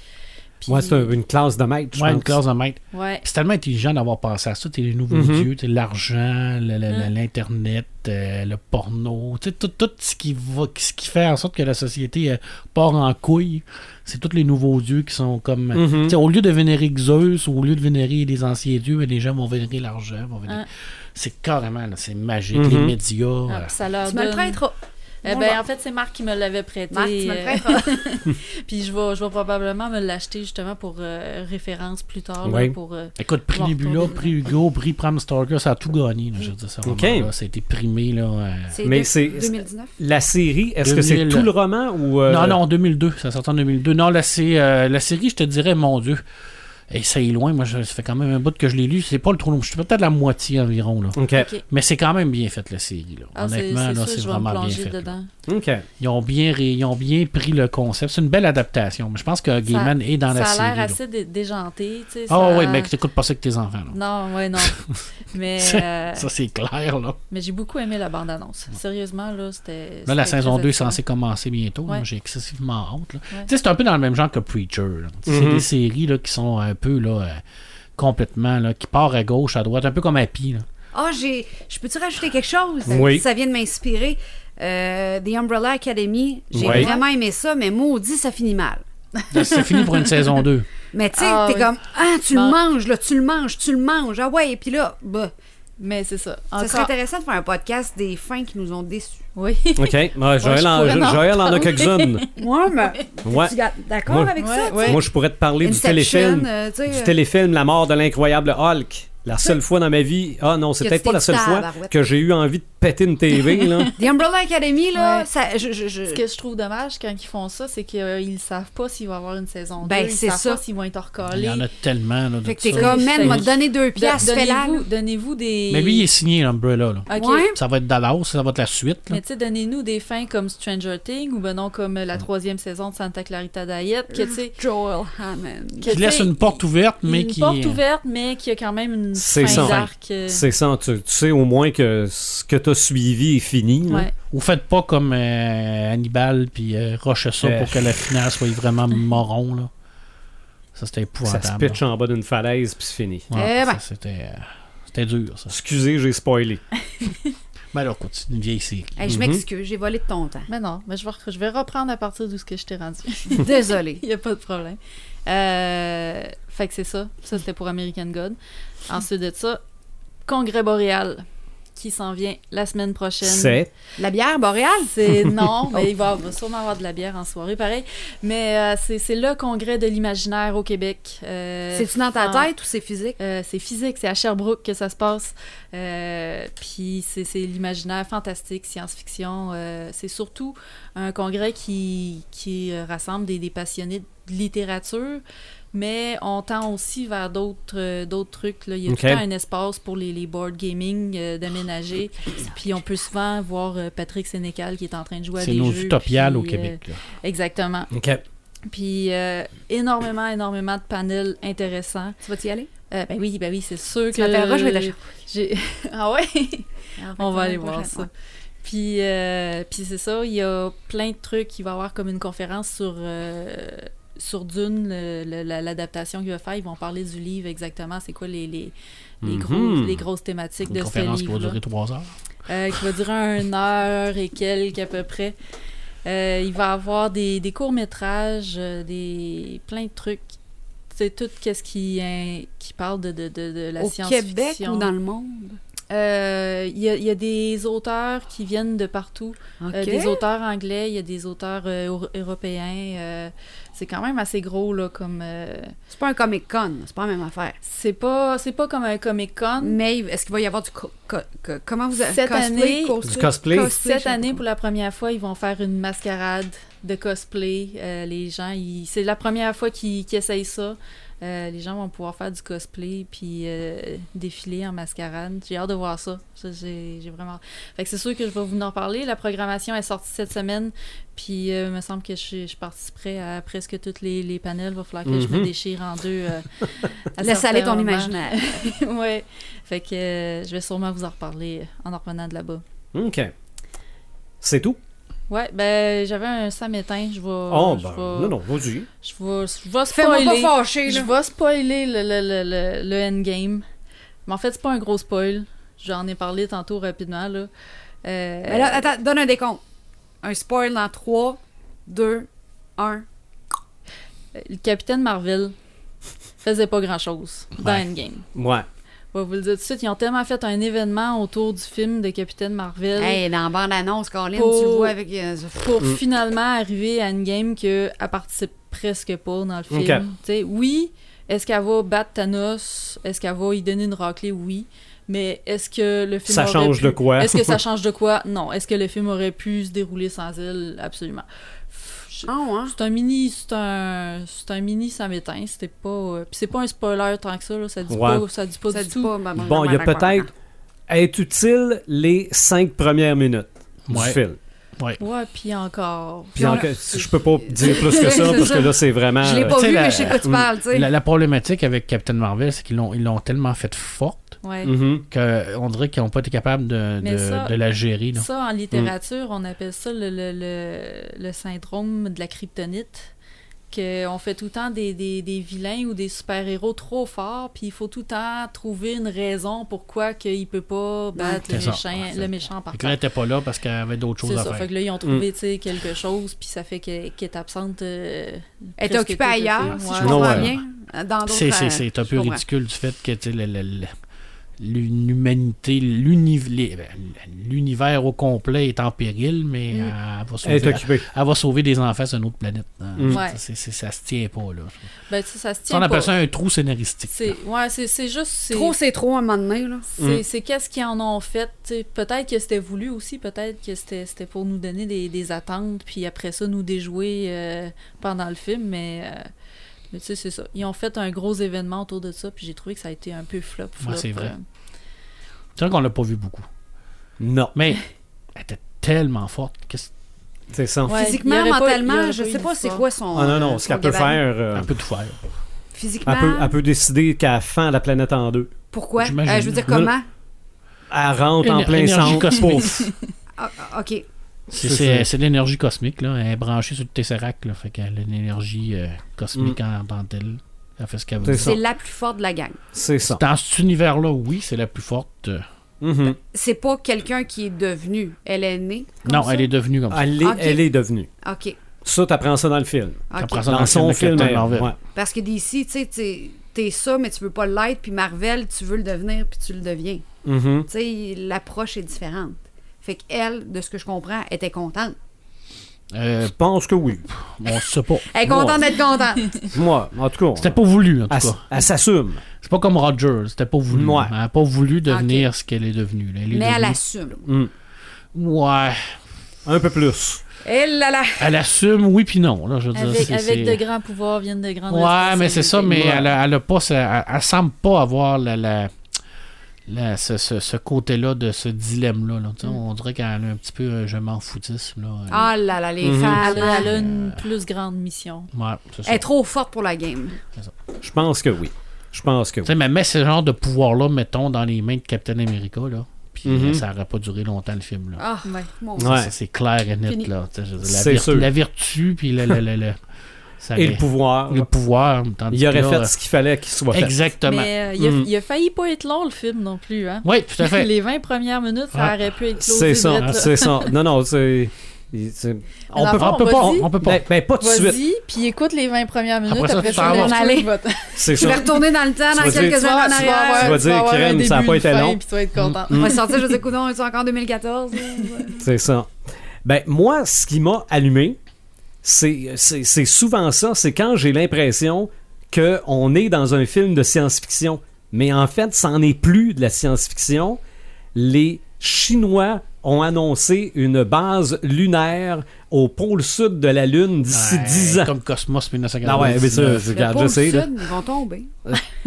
Speaker 5: puis-
Speaker 1: Moi, c'est un- une classe de maître, je
Speaker 4: Ouais, une
Speaker 1: pense.
Speaker 4: classe de maître.
Speaker 5: Ouais.
Speaker 4: C'est tellement intelligent d'avoir passé à ça. T'es les nouveaux
Speaker 1: Mhm.
Speaker 4: dieux, t'es l'argent, le- le- le-
Speaker 5: Mm.
Speaker 4: l'Internet, euh, le porno, tu sais, tout, tout ce, qui va, ce qui fait en sorte que la société euh, part en couille. C'est tous les nouveaux dieux qui sont comme.
Speaker 1: Mhm.
Speaker 4: tu sais, Au lieu de vénérer Zeus, au lieu de vénérer les anciens dieux, ben, les gens vont vénérer l'argent. vont vénérer-
Speaker 5: Hein.
Speaker 4: C'est carrément, là, c'est magique.
Speaker 1: Ah. Mhm.
Speaker 4: Les médias.
Speaker 5: Ah,
Speaker 4: euh,
Speaker 5: puis ça leur
Speaker 2: Tu me le
Speaker 5: donne-
Speaker 2: prêteras.
Speaker 5: Eh
Speaker 2: Bon,
Speaker 5: ben,
Speaker 2: bon.
Speaker 5: en fait, c'est Marc qui me l'avait prêté.
Speaker 2: Marc, tu me le
Speaker 5: euh,
Speaker 2: prêteras.
Speaker 5: Puis je vais, je vais probablement me l'acheter justement pour euh, référence plus tard. là,
Speaker 1: Ouais.
Speaker 5: pour, euh,
Speaker 4: Écoute, prix
Speaker 5: Bon,
Speaker 4: Nebula,
Speaker 5: retourner.
Speaker 4: prix Hugo, prix Pram Stalker, ça a tout gagné. là, je veux dire, ça,
Speaker 1: Ok.
Speaker 4: vraiment, là, ça a été primé. Là, euh,
Speaker 2: C'est
Speaker 1: Mais
Speaker 2: deux-
Speaker 1: c'est-
Speaker 2: 2019.
Speaker 1: La série, est-ce que c'est
Speaker 4: 2000.
Speaker 1: tout le roman ou. euh,
Speaker 4: Non, non, en 2002. Ça sortait en 2002. Non, là, c'est, euh, la série, je te dirais, mon Dieu. Et ça est loin. Moi, je- ça fait quand même un bout que je l'ai lu. C'est pas le trop long. Je suis peut-être à la moitié environ. Là.
Speaker 1: Ok.
Speaker 5: ok.
Speaker 4: Mais c'est quand même bien fait, la série. là.
Speaker 5: Ah, c'est
Speaker 4: Honnêtement,
Speaker 5: c'est
Speaker 4: là,
Speaker 5: sûr,
Speaker 4: c'est
Speaker 5: je vais me
Speaker 4: vraiment bien
Speaker 5: plonger
Speaker 4: fait. là.
Speaker 5: dedans.
Speaker 1: Ok.
Speaker 4: Ils ont, bien ré- ils ont bien pris le concept. C'est une belle adaptation. Mais je pense que Gaiman est dans
Speaker 5: ça
Speaker 4: la
Speaker 5: a
Speaker 4: série.
Speaker 5: l'air
Speaker 4: là.
Speaker 5: assez dé- déjanté. tu sais,
Speaker 4: Ah
Speaker 5: ça-
Speaker 4: oui, mais t'écoutes pas ça avec tes enfants. là.
Speaker 5: Non, ouais, non. mais euh,
Speaker 4: Ça, c'est clair. Là,
Speaker 5: mais j'ai beaucoup aimé la bande-annonce. Sérieusement, là, c'était.
Speaker 4: là la
Speaker 5: c'était
Speaker 4: saison
Speaker 5: très
Speaker 4: 2 est
Speaker 5: attirant.
Speaker 4: censée commencer bientôt. là.
Speaker 5: Ouais.
Speaker 4: J'ai excessivement honte.
Speaker 5: Ouais.
Speaker 4: Tu sais, c'est un peu dans le même genre que Preacher. là. Tu sais, C'est
Speaker 1: Mhm.
Speaker 4: des séries là, qui sont un peu là, euh, complètement là, qui part à gauche, à droite, un peu comme Happy. Là.
Speaker 2: Ah, j'ai. Je peux-tu rajouter quelque chose?
Speaker 1: Oui.
Speaker 2: Ça vient de m'inspirer. Euh, The Umbrella Academy, j'ai
Speaker 1: Oui.
Speaker 2: vraiment aimé ça, mais maudit, ça finit mal.
Speaker 4: Là, C'est fini pour une saison 2.
Speaker 2: Mais tu sais,
Speaker 5: Ah,
Speaker 2: t'es
Speaker 5: oui.
Speaker 2: comme Ah, tu
Speaker 5: Bon.
Speaker 2: le manges, là, tu le manges, tu le manges. Ah ouais, et puis là, bah.
Speaker 5: Mais c'est ça.
Speaker 2: Ça serait
Speaker 5: Encore.
Speaker 2: intéressant de faire un podcast des fins qui nous ont déçus.
Speaker 5: Oui.
Speaker 1: Ok. Ouais, Joël, en,
Speaker 5: pourrais en
Speaker 1: Joël en a
Speaker 5: parler.
Speaker 1: quelques-unes.
Speaker 2: Moi, mais.
Speaker 1: Ouais.
Speaker 2: Tu gars- d'accord
Speaker 1: Moi-
Speaker 2: avec
Speaker 5: Ouais,
Speaker 2: ça? tu sais?
Speaker 5: ouais.
Speaker 1: Moi, je pourrais te parler
Speaker 2: Inception,
Speaker 1: du téléfilm.
Speaker 2: euh, tu sais,
Speaker 1: du
Speaker 2: euh,
Speaker 1: téléfilm La mort de l'incroyable Hulk. La seule fois dans ma vie. Ah non, c'est
Speaker 2: Que
Speaker 1: peut-être
Speaker 2: tu
Speaker 1: pas la
Speaker 2: t'es
Speaker 1: seule
Speaker 2: dit,
Speaker 1: fois
Speaker 2: tabarouette.
Speaker 1: que j'ai eu envie de péter une TV. Là.
Speaker 2: The Umbrella Academy, là,
Speaker 5: Ouais.
Speaker 2: ça, je, je- je-
Speaker 5: Ce que je trouve dommage quand ils font ça, c'est qu'ils savent pas s'il va y avoir une saison 2.
Speaker 2: Ben,
Speaker 5: ils
Speaker 2: c'est
Speaker 5: savent
Speaker 2: ça.
Speaker 5: pas s'ils vont être recollés.
Speaker 4: Il y en a tellement. Là, de
Speaker 2: Fait que
Speaker 4: tout
Speaker 2: t'es
Speaker 4: ça.
Speaker 2: comme, man,
Speaker 5: c'est-
Speaker 2: m'a donné deux
Speaker 5: Do-
Speaker 2: piastres, fais-la.
Speaker 5: Donnez-vous donnez-vous des.
Speaker 4: Mais lui, il est signé, l'Umbrella. Là.
Speaker 5: Ok.
Speaker 2: Ouais.
Speaker 4: Ça va être Dallas, ça va être la suite. là.
Speaker 5: Mais tu sais, donnez-nous des fins comme Stranger Things ou ben non, comme euh, la troisième saison de Santa Clarita Diet, que tu sais.
Speaker 2: Joel Hammond.
Speaker 5: que,
Speaker 4: Qui laisse
Speaker 5: tu sais,
Speaker 4: une porte ouverte, mais
Speaker 5: une
Speaker 4: qui. euh,
Speaker 5: porte ouverte, mais qui a quand même une
Speaker 1: C'est
Speaker 5: fin
Speaker 1: ça.
Speaker 5: d'arc. euh,
Speaker 1: C'est ça. Tu, tu sais au moins que ce que t'as suivi est fini. là.
Speaker 5: ouais.
Speaker 4: Ou faites pas comme euh, Hannibal puis euh, rochez ça
Speaker 1: Euh.
Speaker 4: pour que la finale soit vraiment moron. Là. Ça, c'était
Speaker 1: Ça
Speaker 4: épouvantable.
Speaker 1: se pitch
Speaker 4: là.
Speaker 1: en bas d'une falaise puis c'est fini.
Speaker 4: Ouais,
Speaker 2: Eh ben.
Speaker 4: ça, c'était, euh, c'était dur, ça.
Speaker 1: Excusez, j'ai spoilé.
Speaker 4: Mais alors, écoute, c'est une vieille série.
Speaker 2: Hey, je
Speaker 1: Mhm.
Speaker 2: m'excuse, j'ai volé de ton temps.
Speaker 5: Mais non, mais je vais, re- je vais reprendre à partir d'où ce que je t'ai rendu.
Speaker 2: Désolée.
Speaker 5: Il n'y a pas de problème. Euh, fait que c'est ça. Ça, c'était pour American God. Ensuite de ça, Congrès boréal qui s'en vient la semaine prochaine.
Speaker 1: C'est.
Speaker 2: La bière boréale? Oh.
Speaker 5: C'est non, mais il va avoir- sûrement avoir de la bière en soirée, pareil. Mais euh, c'est c'est le congrès de l'imaginaire au Québec. Euh,
Speaker 2: C'est-tu dans ta
Speaker 5: fin-
Speaker 2: tête ou c'est physique?
Speaker 5: Euh, c'est physique, c'est à Sherbrooke que ça se passe. Euh, puis c'est c'est l'imaginaire fantastique, science-fiction. Euh, c'est surtout un congrès qui, qui euh, rassemble des, des passionnés de littérature, mais on tend aussi vers d'autres euh, d'autres trucs. là. Il y a
Speaker 1: Ok.
Speaker 5: tout le temps un espace pour les, les board gaming euh, d'aménager. Puis on peut souvent voir euh, Patrick Sénécal qui est en train de jouer à
Speaker 4: C'est
Speaker 5: des jeux.
Speaker 4: nos utopiales
Speaker 5: puis,
Speaker 4: au Québec. là.
Speaker 5: euh, exactement.
Speaker 1: Ok.
Speaker 5: Puis euh, énormément, énormément de panels intéressants.
Speaker 2: Tu vas-tu y aller?
Speaker 5: Euh, ben oui, ben oui, c'est sûr
Speaker 2: Tu
Speaker 5: que...
Speaker 2: m'appelleras, je vais la
Speaker 5: J'ai- Ah ouais? On va aller voir ça. Puis, euh, puis c'est ça, il y a plein de trucs. Il va y avoir comme une conférence sur, euh, sur Dune, le- le- la- l'adaptation qu'il va faire. Ils vont parler du livre exactement, c'est quoi les, les, les,
Speaker 1: Mhm.
Speaker 5: grosses, les grosses thématiques
Speaker 4: Mm-hmm.
Speaker 5: de
Speaker 4: Une
Speaker 5: ce
Speaker 4: conférence qui va
Speaker 5: livre
Speaker 4: durer trois heures.
Speaker 5: euh, qui va durer une heure et quelques à peu près. Euh, il va avoir des, des courts-métrages, euh, des plein de trucs. C'est tout quest ce qui, hein, qui parle de, de, de, de la
Speaker 2: Au
Speaker 5: science-fiction.
Speaker 2: Québec ou dans le monde?
Speaker 5: Euh, Il y, a- il y a des auteurs qui viennent de partout. Euh,
Speaker 2: OK.
Speaker 5: des auteurs anglais, il y a des auteurs euh, euro- européens. euh, c'est quand même assez gros, là, comme... euh,
Speaker 2: C'est pas un Comic Con, c'est pas la même affaire.
Speaker 5: c'est pas, c'est pas comme un Comic-Con.
Speaker 2: Mais est-ce qu'il va y avoir du. co- co- co- comment vous
Speaker 5: Cette année,
Speaker 1: Du cosplay.
Speaker 5: Cette année, pour la première fois, ils vont faire une mascarade de cosplay. Euh, les gens, ils- c'est la première fois qu'ils qu'ils essayent ça. Euh, les gens vont pouvoir faire du cosplay puis euh, défiler en mascarade. J'ai hâte de voir ça. Ça, J'ai j'ai vraiment. hâte. Fait que c'est sûr que je vais vous en parler. La programmation est sortie cette semaine. Puis euh, il me semble que je, je participerai à presque tous les, les panels. va falloir que je
Speaker 1: Mhm.
Speaker 5: me déchire en deux. euh, à
Speaker 2: Laisse aller
Speaker 5: certains
Speaker 2: ton
Speaker 5: moments.
Speaker 2: imaginaire.
Speaker 5: ouais. Fait que euh, je vais sûrement vous en reparler en en revenant de là-bas.
Speaker 1: Ok. C'est tout?
Speaker 5: Ouais, ben j'avais un samétain, je vais.
Speaker 1: Oh,
Speaker 5: je
Speaker 1: ben,
Speaker 5: vais-
Speaker 1: non, non, vas-y.
Speaker 5: Je vais, je vais
Speaker 2: Fais-moi pas
Speaker 5: spoiler.
Speaker 2: fâcher,
Speaker 5: Je
Speaker 2: là.
Speaker 5: vais spoiler le, le, le, le, le endgame. Mais en fait, c'est pas un gros spoil. J'en ai parlé tantôt rapidement, là. Euh,
Speaker 2: Mais Ben là, attends, donne un décompte. Un spoil dans 3, 2, 1.
Speaker 5: le capitaine Marvel faisait pas grand chose dans
Speaker 4: Ouais.
Speaker 5: Endgame.
Speaker 1: Ouais.
Speaker 5: vais vous le dire tout de suite, ils ont tellement fait un événement autour du film de Capitaine Marvel
Speaker 2: Hey, dans la bande-annonce, Colin,
Speaker 5: Pour-
Speaker 2: tu le vois avec... euh,
Speaker 5: pour
Speaker 1: Mm.
Speaker 5: finalement arriver à une game qu'elle participe presque pas dans le film.
Speaker 1: Ok.
Speaker 5: Tu sais, oui, est-ce qu'elle va battre Thanos? Est-ce qu'elle va y donner une raclée? Oui. Mais est-ce que le film
Speaker 1: Ça
Speaker 5: aurait
Speaker 1: change
Speaker 5: pu-
Speaker 1: de quoi?
Speaker 5: Est-ce que ça change de quoi? Non. Est-ce que le film aurait pu se dérouler sans elle? Absolument. Pff, je-
Speaker 2: Ah, ouais.
Speaker 5: C'est un mini, c'est un, c'est un mini ça m'éteint. C'était pas, euh, puis c'est pas un spoiler tant que ça. là, ça dit
Speaker 1: Ouais.
Speaker 5: pas, ça dit pas
Speaker 2: Ça
Speaker 5: du
Speaker 2: dit
Speaker 5: tout.
Speaker 2: pas, maman,
Speaker 1: Bon, il y a
Speaker 2: maman, d'accord.
Speaker 1: peut-être être utile les cinq premières minutes du
Speaker 4: Ouais.
Speaker 1: film.
Speaker 5: Ouais, puis encore.
Speaker 1: Puis en-
Speaker 5: c'est-
Speaker 1: je peux pas dire plus que ça
Speaker 5: C'est
Speaker 1: parce
Speaker 5: ça.
Speaker 1: que là c'est vraiment.
Speaker 2: Je l'ai
Speaker 1: euh,
Speaker 2: pas
Speaker 4: Tu sais,
Speaker 2: vu,
Speaker 4: la-
Speaker 2: mais je sais de quoi tu
Speaker 1: Mm.
Speaker 2: parles, tu sais.
Speaker 4: La, la problématique avec Captain Marvel, c'est qu'ils l'ont, ils l'ont tellement faite forte
Speaker 5: Ouais.
Speaker 1: mhm.
Speaker 4: qu'on dirait qu'ils n'ont pas été capables de,
Speaker 5: Mais
Speaker 4: de-
Speaker 5: ça-
Speaker 4: de la gérer. là.
Speaker 5: Ça, en
Speaker 4: Mm.
Speaker 5: littérature, on appelle ça le, le- le- le syndrome de la kryptonite. Qu'on fait tout le temps des, des- des vilains ou des super-héros trop forts, puis il faut tout le temps trouver une raison pourquoi qu'il peut pas battre le
Speaker 4: C'est ça.
Speaker 5: méchant,
Speaker 4: Ouais, c'est-
Speaker 5: le méchant par
Speaker 4: Fait que là, elle n'était pas là parce qu'elle avait d'autres
Speaker 5: C'est
Speaker 4: choses à
Speaker 5: ça.
Speaker 4: faire.
Speaker 5: Fait que là, ils ont
Speaker 4: Mm.
Speaker 5: trouvé tu sais, quelque chose, puis ça fait qu'elle qu'elle est absente. euh,
Speaker 2: Elle est
Speaker 5: presque
Speaker 2: occupée
Speaker 5: tout le
Speaker 2: ailleurs,
Speaker 5: film.
Speaker 2: si
Speaker 5: Ouais.
Speaker 2: je
Speaker 1: Non,
Speaker 2: comprends
Speaker 1: ouais.
Speaker 2: bien. Dans d'autres...
Speaker 4: C'est, c'est,
Speaker 2: euh,
Speaker 4: c'est un
Speaker 2: je
Speaker 4: peu
Speaker 2: comprends.
Speaker 4: ridicule du fait que tu sais, le- le- le- l'humanité, l'uni- les- ben, l'univers au complet est en péril, mais
Speaker 5: Mm.
Speaker 4: euh, elle, va
Speaker 1: Elle
Speaker 4: sauver,
Speaker 1: est occupée.
Speaker 4: elle va sauver des enfants sur une autre planète. hein.
Speaker 1: Mm.
Speaker 5: Ouais.
Speaker 4: Ça, c'est- c'est- ça se tient pas. Là.
Speaker 5: Ben, tu sais, ça se
Speaker 4: Ça,
Speaker 5: tient
Speaker 4: on appelle
Speaker 5: pas.
Speaker 4: ça un trou scénaristique.
Speaker 5: C'est ouais, c'est- c'est juste. c'est-
Speaker 2: Trop, c'est trop à un moment donné, là.
Speaker 4: Mm.
Speaker 5: C'est c'est qu'est-ce qu'ils en ont fait. tu sais. Peut-être que c'était voulu aussi, peut-être que c'était c'était pour nous donner des, des attentes, puis après ça, nous déjouer euh, pendant le film, mais, euh, mais tu sais, c'est ça. Ils ont fait un gros événement autour de ça, puis j'ai trouvé que ça a été un peu flop. flop
Speaker 4: Ouais, c'est vrai.
Speaker 5: euh.
Speaker 4: C'est vrai qu'on l'a pas vu beaucoup.
Speaker 1: Non,
Speaker 4: Mais elle était tellement forte. Qu'est-ce
Speaker 1: c'est ça.
Speaker 5: Ouais, il
Speaker 2: Physiquement,
Speaker 5: y aurait pas-
Speaker 2: mentalement,
Speaker 5: il y aurait
Speaker 2: je
Speaker 5: pas eu
Speaker 2: sais pas c'est
Speaker 5: d'histoire.
Speaker 2: quoi son...
Speaker 1: Ah non,
Speaker 2: euh,
Speaker 1: non, ce
Speaker 2: son
Speaker 1: qu'elle peut
Speaker 2: gabarit.
Speaker 1: faire, euh,
Speaker 4: qu'elle peut tout faire?
Speaker 2: Physiquement,
Speaker 1: elle peut, elle peut décider qu'elle fend la planète en deux.
Speaker 2: pourquoi?
Speaker 4: J'imagine.
Speaker 2: Euh, je veux dire,
Speaker 1: Non,
Speaker 2: comment?
Speaker 1: Elle rentre en
Speaker 4: Éner-
Speaker 1: plein
Speaker 4: énergie
Speaker 1: centre.
Speaker 4: cosmique.
Speaker 1: Pouf!
Speaker 2: Ah, ah, OK.
Speaker 1: C'est
Speaker 4: C'est, c'est-
Speaker 1: ça.
Speaker 4: c'est de l'énergie cosmique. Là. Elle est branchée sur le Tesseract. Là. Fait qu'elle a une énergie euh, cosmique en tant que telle. Elle fait ce qu'elle veut.
Speaker 1: Mm. C'est ça.
Speaker 2: C'est la plus forte de la gang.
Speaker 1: C'est ça.
Speaker 4: Dans cet univers-là, oui, c'est la plus forte. euh,
Speaker 1: Mhm.
Speaker 2: C'est pas quelqu'un qui est devenu. Elle est née. comme
Speaker 4: Non,
Speaker 2: ça?
Speaker 4: elle est devenue comme ça.
Speaker 1: Elle, est,
Speaker 2: Ok.
Speaker 1: elle est devenue.
Speaker 2: OK.
Speaker 1: Ça, t'apprends ça dans le film.
Speaker 2: ok.
Speaker 4: T'apprends ça
Speaker 1: Dans,
Speaker 4: le
Speaker 1: son film,
Speaker 4: de
Speaker 1: elle-
Speaker 4: Captain Marvel.
Speaker 1: ouais.
Speaker 2: Parce que d'ici, tu sais, t'es- t'es ça, mais tu veux pas l'être, puis Marvel, tu veux le devenir, puis tu le deviens.
Speaker 1: Mhm.
Speaker 2: Tu sais, l'approche est différente. Fait qu'elle, de ce que je comprends, était contente.
Speaker 4: Euh,
Speaker 1: Je pense que oui.
Speaker 4: on sait pas.
Speaker 2: Elle est contente d'être contente.
Speaker 1: Moi, en tout cas.
Speaker 4: C'était pas voulu, en
Speaker 1: elle
Speaker 4: tout
Speaker 1: s-
Speaker 4: cas.
Speaker 1: elle s'assume.
Speaker 4: C'est pas comme Rogers, c'était pas voulu.
Speaker 1: Ah, Ouais.
Speaker 4: Elle a pas voulu devenir ce qu'elle est devenue. là. Elle est
Speaker 2: mais elle
Speaker 4: devenue-
Speaker 2: assume.
Speaker 4: Ouais.
Speaker 1: Un peu plus.
Speaker 2: Elle, là, là.
Speaker 4: Elle assume, oui puis non. Là, je veux dire,
Speaker 5: Avec,
Speaker 4: c'est-
Speaker 5: avec
Speaker 4: c'est-
Speaker 5: de grands pouvoirs viennent de grandes
Speaker 4: Ouais, mais c'est ça, mais euh,
Speaker 5: responsabilités.
Speaker 4: elle, a- elle a pas, ça, elle, elle semble pas avoir la, la- la- ce, ce- ce côté-là de ce dilemme-là. là. Tu sais, On dirait qu'elle a un petit peu euh, je m'en foutisme. Là. euh,
Speaker 2: Ah là là, les
Speaker 1: Mhm.
Speaker 2: femmes.
Speaker 5: Elle a- elle a une plus grande mission.
Speaker 4: Ouais, c'est ça.
Speaker 2: Elle est trop forte pour la game.
Speaker 1: Je pense que oui. Je pense que
Speaker 4: Tu
Speaker 1: oui.
Speaker 4: sais, mais mets ce genre de pouvoir-là, mettons, dans les mains de Captain America, là. Puis
Speaker 1: Mhm.
Speaker 4: euh, ça aurait pas duré longtemps le film, là.
Speaker 2: Ah,
Speaker 5: Ouais.
Speaker 2: mon
Speaker 1: Ouais.
Speaker 4: Ça, ça, c'est clair et net,
Speaker 2: Fini.
Speaker 4: là. Tu sais, je veux dire, La,
Speaker 1: C'est
Speaker 4: vir-
Speaker 1: sûr.
Speaker 4: la vertu, puis le, le- le- le- ça
Speaker 1: Et
Speaker 4: aurait-
Speaker 1: le pouvoir.
Speaker 4: le pouvoir, tandis
Speaker 1: Il aurait
Speaker 4: que là,
Speaker 1: fait ce qu'il fallait qu'il soit fait.
Speaker 4: Exactement.
Speaker 5: Mais euh, il, a,
Speaker 1: Mm.
Speaker 5: il a failli pas être long, le film, non plus. Hein?
Speaker 4: Oui, tout à fait.
Speaker 5: Les 20 premières minutes, ça
Speaker 4: Ouais.
Speaker 5: aurait pu être
Speaker 1: C'est
Speaker 5: closé.
Speaker 1: ça,
Speaker 5: direct, là.
Speaker 1: c'est ça. Non, non, c'est. il- c'est-
Speaker 5: On
Speaker 4: On peut,
Speaker 5: Avant,
Speaker 4: on peut
Speaker 5: on
Speaker 4: pas,
Speaker 5: va dire-
Speaker 4: on peut pas.
Speaker 1: Ben, ben, pas tout de suite.
Speaker 5: Vas-y, puis écoute les 20 premières minutes.
Speaker 4: Après ça,
Speaker 5: Après
Speaker 4: tu
Speaker 5: ça,
Speaker 4: t'en
Speaker 5: on
Speaker 4: vas.
Speaker 5: allait. Tu vas
Speaker 1: C'est
Speaker 2: Je vais
Speaker 1: ça.
Speaker 2: retourner dans le temps
Speaker 1: Tu
Speaker 2: dans
Speaker 1: vas dire-
Speaker 2: quelques années en
Speaker 5: tu vas
Speaker 2: arrière.
Speaker 5: avoir-
Speaker 1: Tu vas
Speaker 5: tu
Speaker 1: dire,
Speaker 5: vas avoir un
Speaker 1: Crème, ça a
Speaker 5: début,
Speaker 1: pas
Speaker 5: une
Speaker 1: été
Speaker 5: fin,
Speaker 1: long. Mm,
Speaker 5: Puis tu vas être contente.
Speaker 2: On va sortir, je sais, coudon, ils sont encore en 2014. là?
Speaker 1: C'est ça. Ben, moi, ce qui m'a allumé, c'est c'est- c'est souvent ça. C'est quand j'ai l'impression qu'on est dans un film de science-fiction. Mais en fait, ça n'en est plus de la science-fiction. Les Chinois ont annoncé une base lunaire au pôle sud de la Lune d'ici
Speaker 4: Ouais,
Speaker 1: 10 ans.
Speaker 4: Comme Cosmos 1999.
Speaker 1: Ah ouais, mais ça,
Speaker 4: Mais,
Speaker 1: c'est-
Speaker 2: Le
Speaker 1: regarde, je
Speaker 2: pôle
Speaker 1: sais.
Speaker 2: sud,
Speaker 1: là.
Speaker 2: ils vont tomber.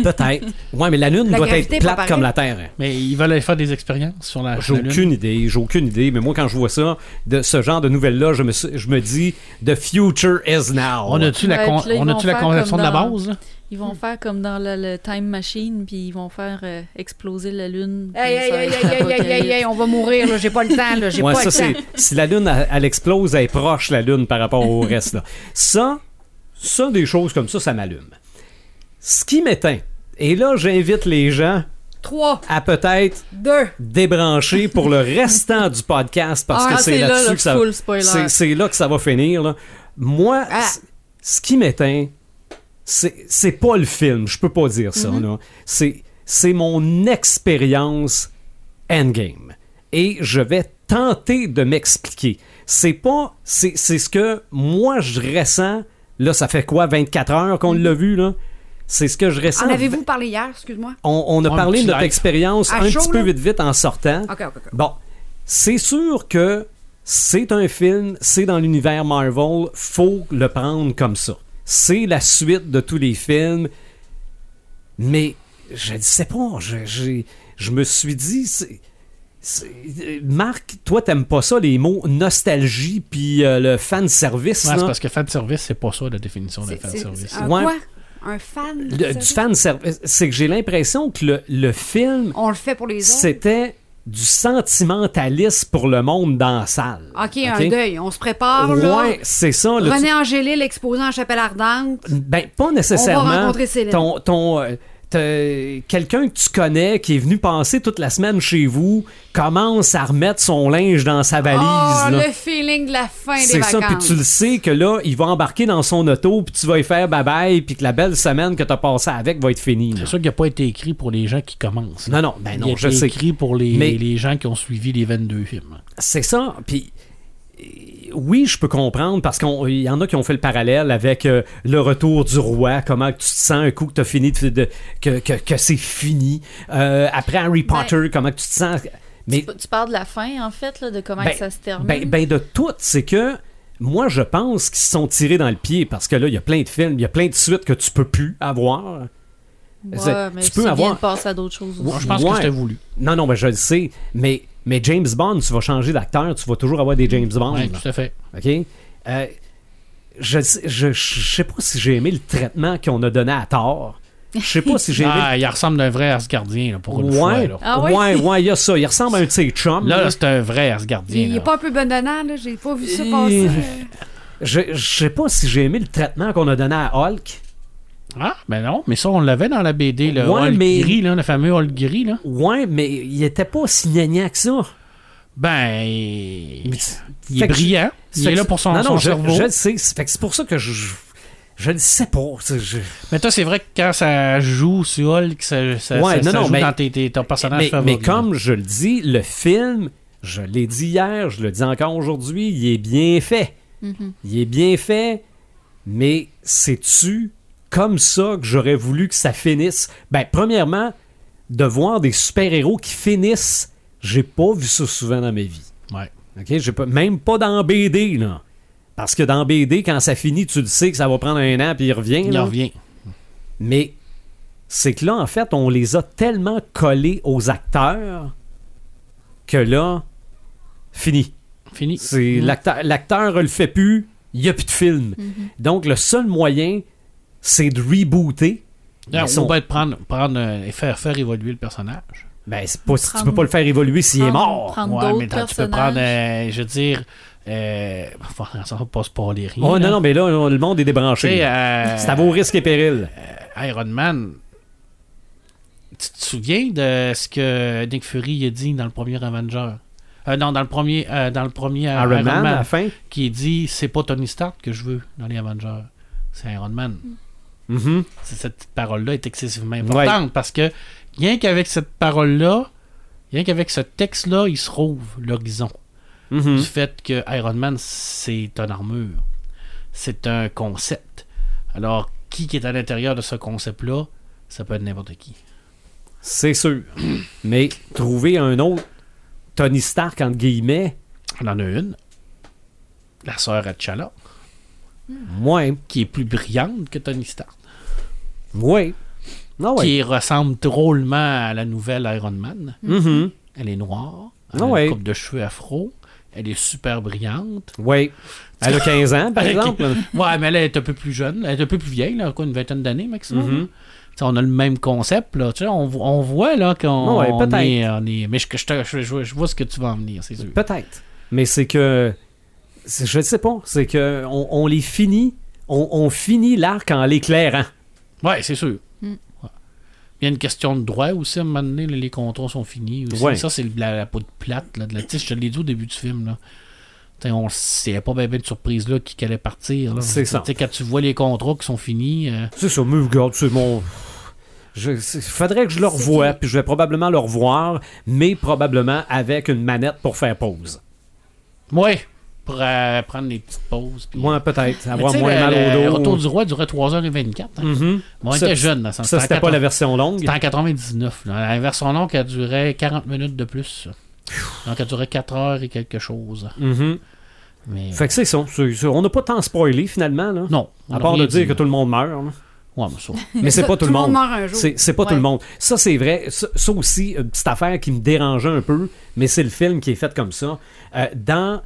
Speaker 1: Peut-être. Ouais, mais la Lune
Speaker 2: La
Speaker 1: doit
Speaker 2: gravité
Speaker 1: être
Speaker 2: est pas
Speaker 1: plate
Speaker 2: pareille.
Speaker 1: comme la Terre.
Speaker 4: ils veulent aller faire des expériences sur la
Speaker 1: J'ai
Speaker 4: la Lune.
Speaker 1: aucune idée, j'ai aucune idée, mais moi quand je vois ça, de ce genre de nouvelles-là, je me, suis- je me dis The future is now.
Speaker 4: On a-tu la,
Speaker 5: Ouais,
Speaker 4: con-
Speaker 5: puis là, ils
Speaker 4: on a-tu
Speaker 5: vont
Speaker 4: la
Speaker 5: faire
Speaker 4: conception de
Speaker 5: comme
Speaker 4: la
Speaker 5: dans-
Speaker 4: base? là?
Speaker 5: Ils vont faire comme dans le, le Time Machine, puis ils vont faire euh, exploser la Lune. puis
Speaker 2: Aïe,
Speaker 5: ça
Speaker 2: aïe,
Speaker 5: va
Speaker 2: aïe,
Speaker 5: être
Speaker 2: aïe, aïe, aïe, aïe, aïe, on va mourir, là, j'ai pas le temps, là, j'ai
Speaker 1: Ouais,
Speaker 2: pas
Speaker 1: ça,
Speaker 2: le
Speaker 1: c'est-
Speaker 2: temps.
Speaker 1: si la Lune, elle, elle explose, elle est proche, la Lune, par rapport au reste. Là. Ça, ça, des choses comme ça, ça m'allume. Ce qui m'éteint, et là, j'invite les gens
Speaker 2: 3,
Speaker 1: à peut-être
Speaker 2: 2,
Speaker 1: débrancher pour le restant du podcast parce
Speaker 5: Ah,
Speaker 1: que c'est
Speaker 5: c'est là,
Speaker 1: là-dessus
Speaker 5: là,
Speaker 1: que ça
Speaker 5: full spoiler.
Speaker 1: c'est- c'est là que ça va finir là. moi
Speaker 2: Ah.
Speaker 1: c-
Speaker 2: Mm-hmm.
Speaker 1: ce qui m'éteint c'est c'est pas le film je peux pas dire ça là. c'est c'est mon expérience endgame. Et je vais tenter de m'expliquer. C'est pas. C'est c'est ce que moi je ressens. Là, ça fait quoi, 24 heures qu'on l'a vu, là? C'est ce que je ressens.
Speaker 2: En avez-vous parlé hier, excuse-moi?
Speaker 1: On, on a
Speaker 4: Un
Speaker 1: parlé
Speaker 4: petit
Speaker 1: de notre
Speaker 4: live.
Speaker 1: expérience
Speaker 2: À
Speaker 1: un
Speaker 2: chaud,
Speaker 1: petit peu
Speaker 2: là?
Speaker 1: vite-vite en sortant.
Speaker 2: Ok, ok, ok.
Speaker 1: Bon, c'est sûr que c'est un film, c'est dans l'univers Marvel, faut le prendre comme ça. C'est la suite de tous les films, mais je ne sais pas, je, j'ai- je me suis dit... c'est- c'est- euh, Marc, toi, t'aimes pas ça, les mots nostalgie puis euh, le fan service.
Speaker 4: Ouais, c'est
Speaker 1: là.
Speaker 4: parce que fan service, c'est pas ça la définition de
Speaker 2: C'est-
Speaker 4: fan
Speaker 2: c'est-
Speaker 4: service.
Speaker 2: c'est
Speaker 5: ah.
Speaker 2: Un
Speaker 1: Ouais.
Speaker 2: quoi? Un fan?
Speaker 1: Le-
Speaker 2: ça?
Speaker 1: du fan service, c'est que j'ai l'impression que le, le film,
Speaker 2: On le fait pour les autres?
Speaker 1: c'était du sentimentaliste pour le monde dans la salle.
Speaker 2: OK, un
Speaker 1: Ok?
Speaker 2: deuil. On se prépare, là.
Speaker 1: Ouais, c'est ça. là, tu-
Speaker 2: René Angélil exposé en chapelle ardente.
Speaker 1: Ben, pas nécessairement.
Speaker 2: On va rencontrer Céline.
Speaker 1: Ton, ton, euh, t'as- quelqu'un que tu connais qui est venu passer toute la semaine chez vous commence à remettre son linge dans sa valise.
Speaker 2: oh,
Speaker 1: là.
Speaker 2: le feeling de la fin des
Speaker 1: C'est ça,
Speaker 2: vacances.
Speaker 1: puis tu le sais que là, il va embarquer dans son auto, puis tu vas y faire bye-bye, puis que la belle semaine que t'as passée avec va être finie. là.
Speaker 4: C'est sûr qu'il n'a pas été écrit pour les gens qui commencent.
Speaker 1: Non, non, ben
Speaker 4: Il
Speaker 1: non,
Speaker 4: a
Speaker 1: je
Speaker 4: été
Speaker 1: sais.
Speaker 4: écrit pour les,
Speaker 1: Mais-
Speaker 4: les gens qui ont suivi les 22 films.
Speaker 1: C'est ça, puis euh, oui, je peux comprendre parce qu'il y en a qui ont fait le parallèle avec euh, le retour du roi, comment tu te sens un coup que t'as fini de, de- que, que, que c'est fini. Euh, après Harry
Speaker 5: Ben,
Speaker 1: Potter, comment que tu te sens. Mais
Speaker 5: Tu, tu parles de la fin, en fait, là, de comment
Speaker 1: ben,
Speaker 5: que ça se termine.
Speaker 1: ben- ben de tout, c'est que moi je pense qu'ils se sont tirés dans le pied parce que là, il y a plein de films, il y a plein de suites que tu peux plus avoir.
Speaker 5: ouais,
Speaker 1: C'est-
Speaker 5: mais
Speaker 1: tu
Speaker 5: tu
Speaker 1: peux
Speaker 5: peux
Speaker 1: avoir-
Speaker 5: de passer à d'autres choses
Speaker 1: Ouais,
Speaker 5: aussi.
Speaker 4: je pense
Speaker 1: Ouais.
Speaker 4: que c'était voulu.
Speaker 1: Non, non, mais je le sais, mais, mais James Bond, tu vas changer d'acteur, tu vas toujours avoir des James Bond.
Speaker 4: Ouais, ben,
Speaker 1: là.
Speaker 4: tout à fait.
Speaker 1: OK? Euh, je ne sais pas si j'ai aimé le traitement qu'on a donné à Thor. Je sais pas si j'ai aimé.
Speaker 4: Ah, il ressemble d'un vrai Asgardien, là, pour une
Speaker 1: ouais,
Speaker 4: fois. Là,
Speaker 5: Ah
Speaker 1: ouais,
Speaker 5: ouais?
Speaker 1: ouais, il y a ça. Il ressemble à un de ses chums.
Speaker 4: là,
Speaker 1: là.
Speaker 4: là, c'est un vrai Asgardien.
Speaker 2: Il
Speaker 4: là.
Speaker 2: est pas un peu bedonnant, là. J'ai pas vu ça
Speaker 1: Et-
Speaker 2: passer.
Speaker 1: Je, je sais pas si j'ai aimé le traitement qu'on a donné à Hulk.
Speaker 4: Ah, ben non, mais ça, on l'avait dans la BD, le
Speaker 1: Ouais,
Speaker 4: Hulk
Speaker 1: mais-
Speaker 4: gris, là, le fameux Hulk gris. Là.
Speaker 1: Ouais, mais il était pas si gnagnan que ça.
Speaker 4: Ben, il
Speaker 1: Fait
Speaker 4: est
Speaker 1: que
Speaker 4: brillant.
Speaker 1: je-
Speaker 4: Il
Speaker 1: fait
Speaker 4: est
Speaker 1: que
Speaker 4: là
Speaker 1: je-
Speaker 4: pour son,
Speaker 1: non, non,
Speaker 4: son
Speaker 1: je,
Speaker 4: cerveau.
Speaker 1: je le sais. C'est- fait que C'est pour ça que je. Je, je le sais pas. c'est- je-
Speaker 4: Mais toi, c'est vrai que quand ça joue sur Hulk, ça, ça,
Speaker 1: Ouais,
Speaker 4: ça-
Speaker 1: non,
Speaker 4: ça
Speaker 1: non,
Speaker 4: joue
Speaker 1: mais-
Speaker 4: dans tes, tes- ton personnage
Speaker 1: mais,
Speaker 4: favori.
Speaker 1: mais comme je le dis, le film, je l'ai dit hier, je le dis encore aujourd'hui, il est bien fait. Il est bien fait, mais c'est-tu comme ça que j'aurais voulu que ça finisse? Ben, premièrement, de voir des super-héros qui finissent, j'ai pas vu ça souvent dans ma vie.
Speaker 4: Ouais.
Speaker 1: OK? J'ai pas, même pas dans BD, là. Parce que dans BD, quand ça finit, tu le sais que ça va prendre un an puis il revient.
Speaker 4: Il
Speaker 1: là.
Speaker 4: en revient.
Speaker 1: Mais c'est que là, en fait, on les a tellement collés aux acteurs que là, fini.
Speaker 4: Fini.
Speaker 1: C'est
Speaker 5: Mm-hmm.
Speaker 4: Mm.
Speaker 1: l'acteur, l'acteur le fait plus, il n'y a plus de film.
Speaker 5: Mm-hmm.
Speaker 1: Donc le seul moyen, c'est de rebooter.
Speaker 4: Là,
Speaker 1: Mais son-
Speaker 4: On va être prendre, prendre euh, et faire, faire évoluer le personnage.
Speaker 1: Ben, c'est pas, tu peux
Speaker 5: Prendre-
Speaker 1: pas le faire évoluer s'il est
Speaker 5: prendre-
Speaker 1: mort.
Speaker 5: prendre
Speaker 4: Ouais,
Speaker 5: d'autres
Speaker 4: mais t'as- tu peux
Speaker 5: personnages.
Speaker 4: prendre, euh, je veux dire, euh, enfin, ça va pas se parler rien.
Speaker 1: Oh
Speaker 4: là.
Speaker 1: non, non, mais là, on- le monde est
Speaker 4: Tu
Speaker 1: débranché.
Speaker 4: sais, euh,
Speaker 1: c'est à vos risques et périls.
Speaker 4: Iron Man, tu te souviens de ce que Nick Fury a dit dans le premier Avenger Euh, non, dans le premier, euh, dans le premier euh,
Speaker 1: Iron,
Speaker 4: Iron,
Speaker 1: Man, à
Speaker 4: Man,
Speaker 1: la fin.
Speaker 4: qui dit c'est pas Tony Stark que je veux dans les Avengers, c'est Iron Man.
Speaker 1: Mhm.
Speaker 4: C'est- Cette petite parole-là est excessivement importante parce que rien qu'avec cette parole-là, rien qu'avec ce texte-là, il se trouve l'horizon
Speaker 1: Mhm.
Speaker 4: du fait que Iron Man, c'est une armure. C'est un concept. Alors, qui qui est à l'intérieur de ce concept-là, ça peut être n'importe qui.
Speaker 1: C'est sûr. mais trouver un autre Tony Stark, entre guillemets,
Speaker 4: On en a une, la sœur T'Challa,
Speaker 1: moins.
Speaker 4: qui est plus brillante que Tony Stark,
Speaker 1: Oui. Ah Non, oui.
Speaker 4: qui ressemble drôlement à la nouvelle Iron Man.
Speaker 1: Mhm.
Speaker 4: Elle est noire, elle
Speaker 1: Ah
Speaker 4: a
Speaker 1: ouais.
Speaker 4: une coupe de cheveux afro, elle est super brillante.
Speaker 1: Oui. Elle a 15 ans, par exemple.
Speaker 4: Ouais, mais elle est un peu plus jeune, elle est un peu plus vieille, là, quoi, une vingtaine d'années maximum.
Speaker 1: Mhm.
Speaker 4: là. Tu sais, On a le même concept, là. Tu sais, on, vo- on voit là qu'on
Speaker 1: Ouais,
Speaker 4: on
Speaker 1: peut-être.
Speaker 4: est, on est- Mais je, je te- je- je- je vois ce que tu vas en venir, c'est sûr.
Speaker 1: Peut-être. Mais c'est que. c'est- Je ne sais pas. C'est que on, on les finit. On, on finit l'arc en l'éclairant.
Speaker 4: Ouais, c'est sûr.
Speaker 5: Mm.
Speaker 4: Ouais. Il y a une question de droit aussi, à un moment donné, là, les contrats sont finis. aussi.
Speaker 1: Ouais.
Speaker 4: Ça, c'est le- la, la peau de plate. Là, de la, tu sais, je te l'ai dit au début du film. Là. Tu sais, on ne pas bien de surprise là, qui, qui allait partir. là.
Speaker 1: C'est
Speaker 4: Tu
Speaker 1: ça.
Speaker 4: sais, Quand tu vois les contrats qui sont finis, euh,
Speaker 1: C'est ça, mais regarde, c'est mon. Je, c'est- faudrait que je le revoie, puis je vais probablement le revoir, mais probablement avec une manette pour faire pause.
Speaker 4: Ouais, pour euh, prendre des petites pauses. puis-
Speaker 1: Moi, peut-être,
Speaker 4: Mais
Speaker 1: avoir
Speaker 4: tu sais,
Speaker 1: moins
Speaker 4: le-
Speaker 1: mal
Speaker 4: le
Speaker 1: au dos.
Speaker 4: Retour du roi durait 3h24. hein.
Speaker 1: Mhm.
Speaker 4: Bon, on
Speaker 1: Ça,
Speaker 4: était jeunes hein, dans ce
Speaker 1: Ça,
Speaker 4: temps.
Speaker 1: c'était pas la version longue.
Speaker 4: C'était en 99. là. La version longue, elle durait 40 minutes de plus. Donc, elle durait 4 heures et quelque chose.
Speaker 1: Mhm.
Speaker 4: Mais euh,
Speaker 1: Fait que c'est ça. c'est- c'est- On n'a pas tant spoilé, finalement. Là.
Speaker 4: non. on
Speaker 1: À
Speaker 4: a
Speaker 1: part
Speaker 4: rien
Speaker 1: de dire
Speaker 4: dit,
Speaker 1: que
Speaker 4: là.
Speaker 1: tout le monde meurt. là.
Speaker 4: Ouais, mais ça.
Speaker 1: Mais c'est
Speaker 2: Ça,
Speaker 1: pas tout le monde.
Speaker 2: meurt un jour.
Speaker 1: C'est c'est pas tout
Speaker 5: Ouais.
Speaker 1: le monde. Ça, c'est vrai. Ça, ça aussi, une petite affaire qui me dérangeait un peu, mais c'est le film qui est fait comme ça. Euh, dans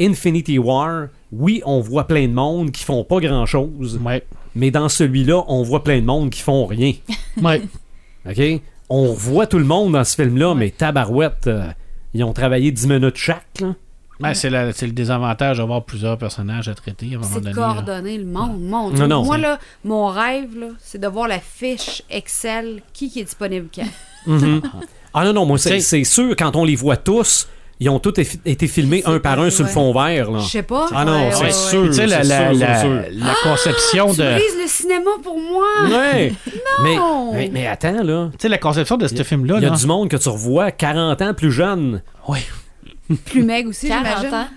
Speaker 1: Infinity War, oui, on voit plein de monde qui font pas grand-chose,
Speaker 4: Ouais.
Speaker 1: mais dans celui-là, on voit plein de monde qui font rien.
Speaker 4: Ouais.
Speaker 1: OK? On voit tout le monde dans ce film-là, mais tabarouette, euh, ils ont travaillé 10 minutes chaque. là.
Speaker 4: Ben, c'est, la- c'est le désavantage d'avoir plusieurs personnages à traiter à un moment
Speaker 2: C'est de
Speaker 4: donné. là.
Speaker 2: coordonner le monde. Mon
Speaker 1: Non,
Speaker 2: Dieu.
Speaker 1: non,
Speaker 2: Moi,
Speaker 1: c'est-
Speaker 2: là, mon rêve, là, c'est de voir la fiche Excel, qui, qui est disponible quand.
Speaker 1: Ah non, non, moi, c'est
Speaker 4: T'sais-
Speaker 1: c'est sûr, quand on les voit tous, ils ont tous effi- été filmés un par un sur le
Speaker 5: ouais.
Speaker 1: fond vert. Là.
Speaker 2: Je sais pas.
Speaker 1: Ah non,
Speaker 2: Ouais,
Speaker 1: c'est
Speaker 2: ouais, ouais.
Speaker 1: sûr.
Speaker 4: Puis, Tu sais, la,
Speaker 1: c'est
Speaker 4: la-
Speaker 1: sûr,
Speaker 4: la-
Speaker 1: c'est sûr.
Speaker 4: la
Speaker 5: Ah,
Speaker 4: conception
Speaker 2: Tu
Speaker 4: de.
Speaker 2: brises le cinéma pour moi.
Speaker 1: Ouais. mais,
Speaker 2: Non.
Speaker 1: mais, mais attends, là.
Speaker 4: Tu sais, la conception de ce film-là.
Speaker 1: Il y a
Speaker 4: là.
Speaker 1: du monde que tu revois 40 ans plus jeune.
Speaker 4: Ouais.
Speaker 2: Plus meg aussi,
Speaker 5: 40
Speaker 2: j'imagine.
Speaker 5: ans,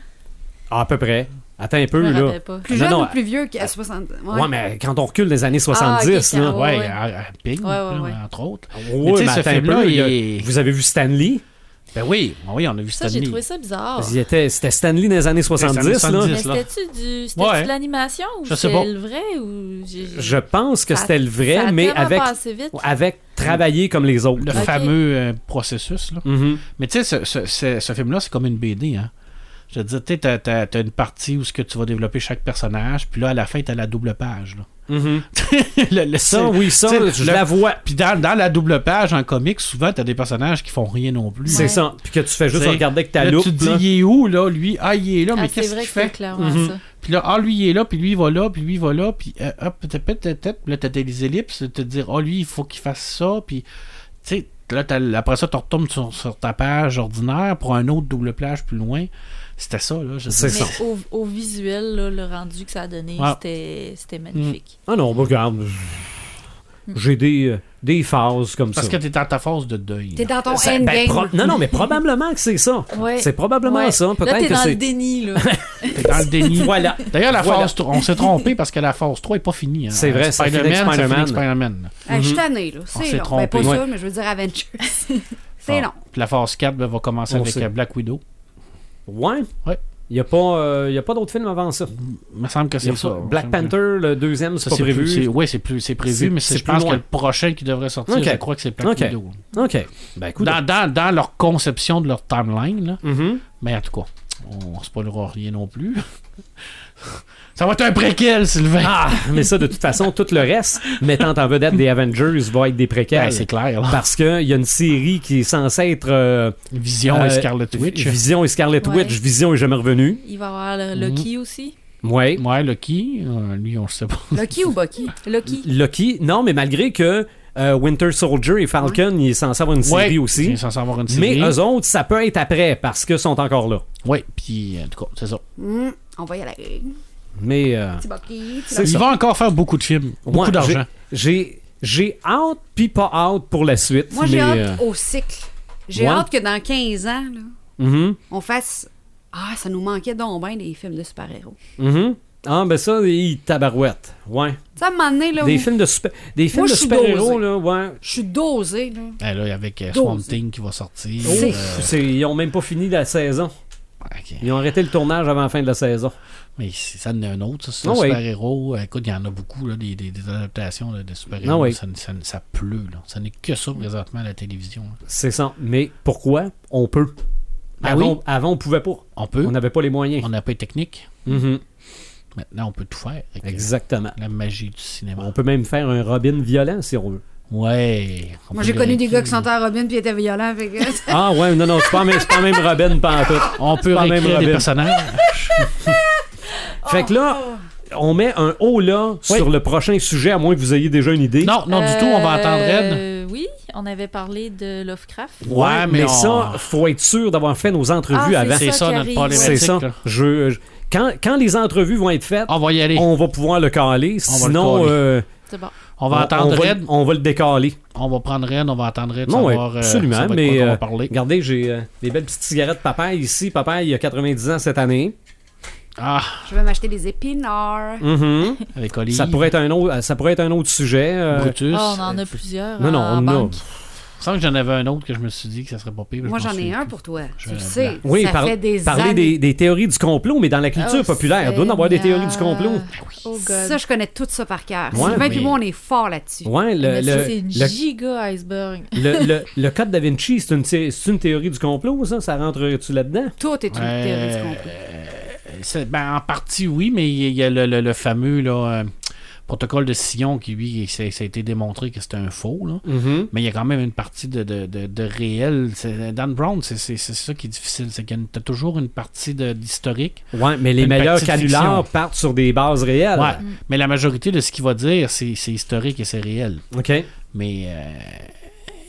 Speaker 1: Ah, à peu près. Attends un peu,
Speaker 5: je me
Speaker 1: là.
Speaker 5: rappelle pas.
Speaker 2: Plus
Speaker 1: Ah, Non,
Speaker 2: jeune
Speaker 1: non, euh,
Speaker 2: ou plus vieux qu'à 60
Speaker 1: Ouais. mais quand on recule des années 70,
Speaker 5: Ah, ok,
Speaker 1: là.
Speaker 5: Ouais,
Speaker 4: Ouais,
Speaker 5: ouais.
Speaker 4: à, à Pig,
Speaker 5: Ouais, ouais,
Speaker 4: là,
Speaker 5: ouais.
Speaker 4: entre autres.
Speaker 1: Ouais,
Speaker 4: tu sais,
Speaker 1: mais
Speaker 4: ce
Speaker 1: attends un
Speaker 4: film-là,
Speaker 1: peu,
Speaker 4: il
Speaker 1: là.
Speaker 4: est-
Speaker 1: Vous avez vu Stanley?
Speaker 4: Ben oui, oui, on a vu
Speaker 5: Ça,
Speaker 4: cette
Speaker 5: j'ai
Speaker 4: année.
Speaker 5: trouvé ça bizarre.
Speaker 1: Ils étaient- C'était Stanley dans les années 70,
Speaker 4: années
Speaker 1: là.
Speaker 4: 70.
Speaker 5: Mais c'était-tu du... c'était-tu
Speaker 4: Ouais.
Speaker 5: de l'animation ou
Speaker 4: Je sais
Speaker 5: c'était
Speaker 4: pas.
Speaker 5: le vrai ou... j'ai-
Speaker 1: Je pense que
Speaker 5: Ça-
Speaker 1: c'était le
Speaker 5: ça
Speaker 1: vrai,
Speaker 5: a
Speaker 1: mais
Speaker 5: tellement
Speaker 1: avec,
Speaker 5: passé vite.
Speaker 1: avec travailler comme les autres.
Speaker 4: Le
Speaker 5: Ok.
Speaker 4: fameux euh, processus. Là.
Speaker 1: Mhm.
Speaker 4: Mais tu sais, ce, ce- ce- ce film-là, c'est comme une BD. Hein? Je veux dire, tu sais, t'as- t'as t'as une partie où ce que tu vas développer chaque personnage, puis là, à la fin, t'as la double page. Là.
Speaker 1: Mhm.
Speaker 4: Le- le-
Speaker 1: Ça,
Speaker 4: c'est-
Speaker 1: oui, ça,
Speaker 4: tu sais,
Speaker 1: je
Speaker 4: le-
Speaker 1: la vois.
Speaker 4: Puis dans, dans la double page en comics, souvent, t'as des personnages qui font rien non plus.
Speaker 1: C'est ça. Puis que tu fais juste
Speaker 4: T'sais,
Speaker 1: regarder avec ta
Speaker 4: là,
Speaker 1: loupe.
Speaker 4: tu te dis,
Speaker 1: là.
Speaker 4: il est où, là, lui? Ah, il est là,
Speaker 5: Ah,
Speaker 4: mais
Speaker 5: c'est
Speaker 4: qu'est-ce
Speaker 5: vrai
Speaker 4: qu'il
Speaker 5: que c'est
Speaker 4: fait?
Speaker 5: clairement
Speaker 1: Mhm.
Speaker 5: ça.
Speaker 4: Puis là, ah, lui, il est là, puis lui, il va là, puis lui, il va là, puis euh, hop, peut-être, peut-être, peut-être, là, t'as des ellipses, te dire, ah, lui, il faut qu'il fasse ça, puis, tu sais, là, t'as- après ça, tu retombes sur, sur ta page ordinaire pour un autre double plage plus loin. C'était ça, là, je
Speaker 1: C'est ça.
Speaker 4: sais.
Speaker 5: Mais au, au visuel, là, le rendu que ça a donné,
Speaker 4: Ouais.
Speaker 5: c'était c'était magnifique.
Speaker 1: Ah non, bah, regarde.
Speaker 5: Hmm.
Speaker 1: J'ai des, euh, des phases comme
Speaker 4: Parce
Speaker 1: ça.
Speaker 4: que t'es dans ta phase de deuil.
Speaker 2: T'es dans ton
Speaker 1: Ça- ben,
Speaker 2: endgame.
Speaker 1: pro- non, non, mais probablement que c'est ça.
Speaker 5: Ouais.
Speaker 1: Mm. C'est probablement
Speaker 5: Ouais.
Speaker 1: ça.
Speaker 5: Là,
Speaker 1: Peut-être
Speaker 5: t'es
Speaker 1: que
Speaker 5: dans le
Speaker 1: c'est.
Speaker 5: déni, là.
Speaker 4: T'es dans le déni.
Speaker 1: Voilà.
Speaker 4: D'ailleurs, la
Speaker 1: Voilà.
Speaker 4: phase 3, on s'est trompé parce que la phase 3 est pas finie. hein.
Speaker 1: C'est vrai, ça finit avec
Speaker 4: Spider-Man, ça finit avec
Speaker 1: Spider-Man.
Speaker 4: Spider-Man.
Speaker 2: Hey, Ah,
Speaker 1: mm-hmm.
Speaker 2: Je suis tannée, là.
Speaker 4: s'est
Speaker 2: C'est long.
Speaker 4: trompé.
Speaker 2: Ben, pas
Speaker 1: Ah, Ouais.
Speaker 2: sûr, mais je veux dire Avengers. c'est
Speaker 4: Ah.
Speaker 2: long.
Speaker 4: Puis la phase 4 ben, va commencer
Speaker 1: On
Speaker 4: avec
Speaker 1: sait.
Speaker 4: euh, Black Widow.
Speaker 1: Ouais.
Speaker 4: Ouais.
Speaker 1: Il n'y a pas, euh, y a pas d'autres films avant ça.
Speaker 4: Il me semble que
Speaker 1: Y a
Speaker 4: c'est ça.
Speaker 1: pas- Black Panther, le deuxième, c'est
Speaker 4: Ça,
Speaker 1: pas
Speaker 4: c'est
Speaker 1: prévu.
Speaker 4: plus- c'est- ouais, c'est plus, c'est
Speaker 1: C'est-
Speaker 4: prévu, mais c'est-
Speaker 1: c'est
Speaker 4: je
Speaker 1: plus
Speaker 4: pense
Speaker 1: loin.
Speaker 4: que le prochain qui devrait sortir,
Speaker 1: Ok.
Speaker 4: je crois que c'est Black
Speaker 1: Ok.
Speaker 4: Widow.
Speaker 1: OK. Ben, écoute.
Speaker 4: Dans, dans, dans leur conception de leur timeline, là.
Speaker 1: Mhm.
Speaker 4: Mais en tout cas, on ne spoilera rien non plus. ça va être un préquel, Sylvain.
Speaker 1: Ah, mais ça, de toute façon, tout le reste, mettant en vedette des Avengers, va être des préquels.
Speaker 4: Ben, c'est clair. là.
Speaker 1: parce qu'il y a une série qui est censée être. euh,
Speaker 4: Vision
Speaker 1: euh,
Speaker 4: et Scarlet Witch.
Speaker 1: Vision et Scarlet
Speaker 5: Ouais.
Speaker 1: Witch. Vision est jamais revenu.
Speaker 5: Il va y avoir le
Speaker 1: Mhm.
Speaker 5: Loki aussi.
Speaker 1: Ouais.
Speaker 4: Ouais, Lucky, euh, lui, on ne sait pas.
Speaker 2: Lucky ou Bucky?
Speaker 5: Loki.
Speaker 1: Lucky, non, mais malgré que euh, Winter Soldier et Falcon, ils sont censés avoir une série
Speaker 4: Ouais,
Speaker 1: aussi.
Speaker 4: c'est censé avoir une
Speaker 1: Mais
Speaker 4: série.
Speaker 1: eux autres, ça peut être après parce qu'ils sont encore là.
Speaker 4: Ouais, puis euh, en tout cas, c'est ça.
Speaker 2: Hmm, on va y aller.
Speaker 1: Mais euh,
Speaker 2: Petit Bucky. petit
Speaker 1: C'est
Speaker 4: Il
Speaker 1: ça.
Speaker 4: va encore faire beaucoup de films, beaucoup
Speaker 1: moi,
Speaker 4: d'argent.
Speaker 1: J'ai j'ai hâte puis pas hâte pour la suite.
Speaker 2: Moi, j'ai
Speaker 1: mais,
Speaker 2: hâte
Speaker 1: euh,
Speaker 2: au cycle. J'ai
Speaker 1: ouais.
Speaker 2: hâte que dans 15 ans, là,
Speaker 1: mhm,
Speaker 2: on fasse. Ah, ça nous manquait donc bien des films de super-héros.
Speaker 1: mhm. Ah ben ça, il tabarouette. Ouais.
Speaker 2: Tu sais, à un moment donné, là,
Speaker 1: Des
Speaker 2: où
Speaker 1: films de super des films
Speaker 2: Moi,
Speaker 1: de
Speaker 2: je suis
Speaker 1: super héros
Speaker 2: dosée.
Speaker 1: là, ouais.
Speaker 2: je suis dosée, là.
Speaker 4: Eh, là, avec euh, Swamp
Speaker 2: Dose.
Speaker 4: Thing qui va sortir.
Speaker 1: Oh,
Speaker 2: C'est-
Speaker 1: c'est- ils ont même pas fini la saison.
Speaker 4: Ok.
Speaker 1: Ils ont arrêté le tournage avant la fin de la saison.
Speaker 4: Mais c'est- ça en est un autre, ça, c'est
Speaker 1: Ah
Speaker 4: un
Speaker 1: oui.
Speaker 4: super-héros. Euh, Écoute, il y en a beaucoup, là, des, des- des adaptations là, de super-héros.
Speaker 1: Ah oui.
Speaker 4: ça, ça- ça pleut, là. Ça n'est que ça présentement à la télévision. là.
Speaker 1: C'est ça. Mais pourquoi On peut.
Speaker 4: Ben
Speaker 1: avant,
Speaker 4: oui.
Speaker 1: avant, on pouvait pas.
Speaker 4: On peut,
Speaker 1: On n'avait pas les moyens.
Speaker 4: on n'a pas les techniques.
Speaker 1: Mhm.
Speaker 4: Maintenant, on peut tout faire. avec, euh,
Speaker 1: Exactement.
Speaker 4: La magie du cinéma.
Speaker 1: On peut même faire un Robin violent si on veut.
Speaker 4: Ouais. on
Speaker 2: Moi,
Speaker 4: peut
Speaker 2: j'ai connu des
Speaker 4: éradiquer-
Speaker 2: gars qui sont à Robin puis étaient violents. Fait que...
Speaker 1: Ah ouais, non, non, c'est pas, même- c'est pas même Robin pantoute.
Speaker 4: On peut
Speaker 1: pas même
Speaker 4: réécrire des
Speaker 1: Robin.
Speaker 4: personnages.
Speaker 1: Fait que là, on met un haut là
Speaker 4: Oui.
Speaker 1: sur le prochain sujet, à moins que vous ayez déjà une idée.
Speaker 4: non, non, du tout, on va attendre Red.
Speaker 5: Euh, Oui, on avait parlé de Lovecraft.
Speaker 1: Ouais,
Speaker 4: Ouais,
Speaker 1: mais,
Speaker 4: mais on-
Speaker 1: ça, faut être sûr d'avoir fait nos entrevues
Speaker 5: Ah,
Speaker 1: avant.
Speaker 5: c'est
Speaker 4: C'est ça,
Speaker 5: qui
Speaker 4: notre
Speaker 5: arrive.
Speaker 1: C'est
Speaker 4: problématique.
Speaker 1: ça.
Speaker 4: là.
Speaker 1: Je, je- quand, quand les entrevues vont être faites,
Speaker 4: On va y aller.
Speaker 1: on va pouvoir le caler.
Speaker 4: On va le
Speaker 1: Sinon,
Speaker 4: caler.
Speaker 1: euh,
Speaker 5: C'est bon.
Speaker 4: On va
Speaker 1: on
Speaker 4: attendre
Speaker 1: va,
Speaker 4: Red,
Speaker 1: on va le décaler.
Speaker 4: on va prendre Red, on va attendre Red,
Speaker 1: Non, ouais,
Speaker 4: savoir, euh,
Speaker 1: absolument,
Speaker 4: ça va être
Speaker 1: mais,
Speaker 4: quoi qu'on va
Speaker 1: euh,
Speaker 4: parler.
Speaker 1: Regardez, j'ai euh, des belles petites cigarettes Papa ici. Papa, il a 90 ans cette année.
Speaker 4: Ah,
Speaker 2: Je vais m'acheter des épinards.
Speaker 1: Mhm.
Speaker 4: avec Oli,
Speaker 1: Ça pourrait être un autre, ça pourrait être un autre sujet. euh,
Speaker 4: Brutus.
Speaker 2: Oh,
Speaker 5: Ah, on en
Speaker 4: Euh,
Speaker 5: a plusieurs.
Speaker 1: non, non,
Speaker 5: en
Speaker 1: on en a.
Speaker 5: banque.
Speaker 4: Je sens que j'en avais un autre que je me suis dit que ça serait pas pire.
Speaker 2: Moi,
Speaker 4: je m'en
Speaker 2: j'en ai
Speaker 4: souviens
Speaker 2: un
Speaker 4: plus.
Speaker 2: pour toi.
Speaker 4: Je
Speaker 2: Tu le
Speaker 4: blanc.
Speaker 2: sais.
Speaker 1: oui,
Speaker 2: ça
Speaker 1: par-
Speaker 2: fait des
Speaker 1: parler
Speaker 2: années.
Speaker 1: des, des théories du complot, mais dans la culture
Speaker 5: Oh,
Speaker 1: populaire, il doit y en avoir des
Speaker 5: Seigneur.
Speaker 1: théories du complot.
Speaker 5: Oh God.
Speaker 2: Ça, je connais tout ça par cœur.
Speaker 1: Ouais,
Speaker 2: Sylvain
Speaker 1: mais-
Speaker 2: puis moi, on est fort là-dessus.
Speaker 1: Ouais, le,
Speaker 5: Mais ça,
Speaker 1: le,
Speaker 5: c'est
Speaker 1: le-
Speaker 5: giga iceberg.
Speaker 1: le- le- le code da Vinci, c'est une, thé- c'est une théorie du complot, ça? Ça rentre-tu là-dedans?
Speaker 2: Tout est une
Speaker 4: Ouais.
Speaker 2: théorie du complot.
Speaker 4: Euh, C'est- ben, en partie, oui, mais il y a- il y a le, le- le fameux là, euh, protocole de Sion qui, lui, ça, ça a été démontré que c'était un faux. là. Mais il y a quand même une partie de, de, de- de réel. C'est- Dan Brown, c'est c'est- c'est ça qui est difficile. C'est qu'il y a toujours une partie de- d'historique.
Speaker 1: Ouais, mais les
Speaker 4: Une
Speaker 1: meilleurs
Speaker 4: petite
Speaker 1: canulars
Speaker 4: fiction.
Speaker 1: partent sur des bases réelles.
Speaker 4: Ouais. Mais la majorité de ce qu'il va dire, c'est c'est historique et c'est réel.
Speaker 1: OK.
Speaker 4: Mais euh,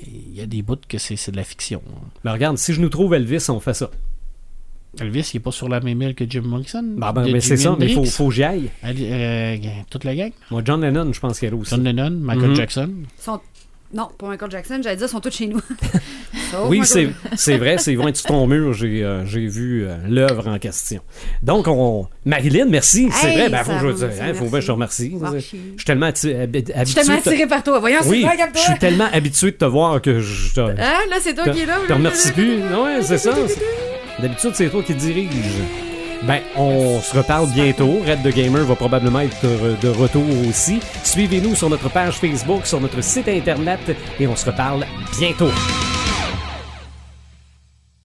Speaker 4: il y a des bouts que c'est c'est de la fiction.
Speaker 1: Mais regarde, si je nous trouve Elvis, on fait ça.
Speaker 4: Elvis, il n'est pas sur la même île que Jim Morrison.
Speaker 1: Bah, ben,
Speaker 4: de
Speaker 1: mais c'est
Speaker 4: Jimi
Speaker 1: ça, mais faut,
Speaker 4: Hendrix.
Speaker 1: faut que j'y aille.
Speaker 4: Ali- euh, toute la gang.
Speaker 1: Moi, John Lennon, je pense qu'il est là aussi.
Speaker 4: John Lennon, Michael
Speaker 1: Mhm.
Speaker 4: Jackson.
Speaker 2: Sont- Non, pour Michael Jackson, j'allais dire, ils sont tous chez nous. Sauf
Speaker 1: Oui,
Speaker 2: Michael-
Speaker 1: c'est c'est vrai, c'est loin de ton mur, j'ai euh, j'ai vu euh, l'œuvre en question. Donc, on... Marilyn, merci, c'est
Speaker 2: Hey,
Speaker 1: vrai, ben,
Speaker 2: ça
Speaker 1: faut, que je,
Speaker 2: va, ça,
Speaker 1: hein, faut bien que je te remercie.
Speaker 2: Marchi.
Speaker 1: Je suis tellement atti- habi-
Speaker 2: Je suis
Speaker 1: habitué.
Speaker 2: tellement
Speaker 1: de te-
Speaker 2: attirée par toi. Voyons,
Speaker 1: Oui,
Speaker 2: Sylvain,
Speaker 1: je suis
Speaker 2: calme-toi.
Speaker 1: tellement habitué de te voir que je te,
Speaker 2: Hein, là, c'est toi qui es là.
Speaker 1: te remercie plus. Ouais, c'est ça. c'est- D'habitude, c'est toi qui dirige. Ben, on se reparle bientôt. Red de Gamer va probablement être re- de retour aussi. Suivez-nous sur notre page Facebook, sur notre site internet et on se reparle bientôt.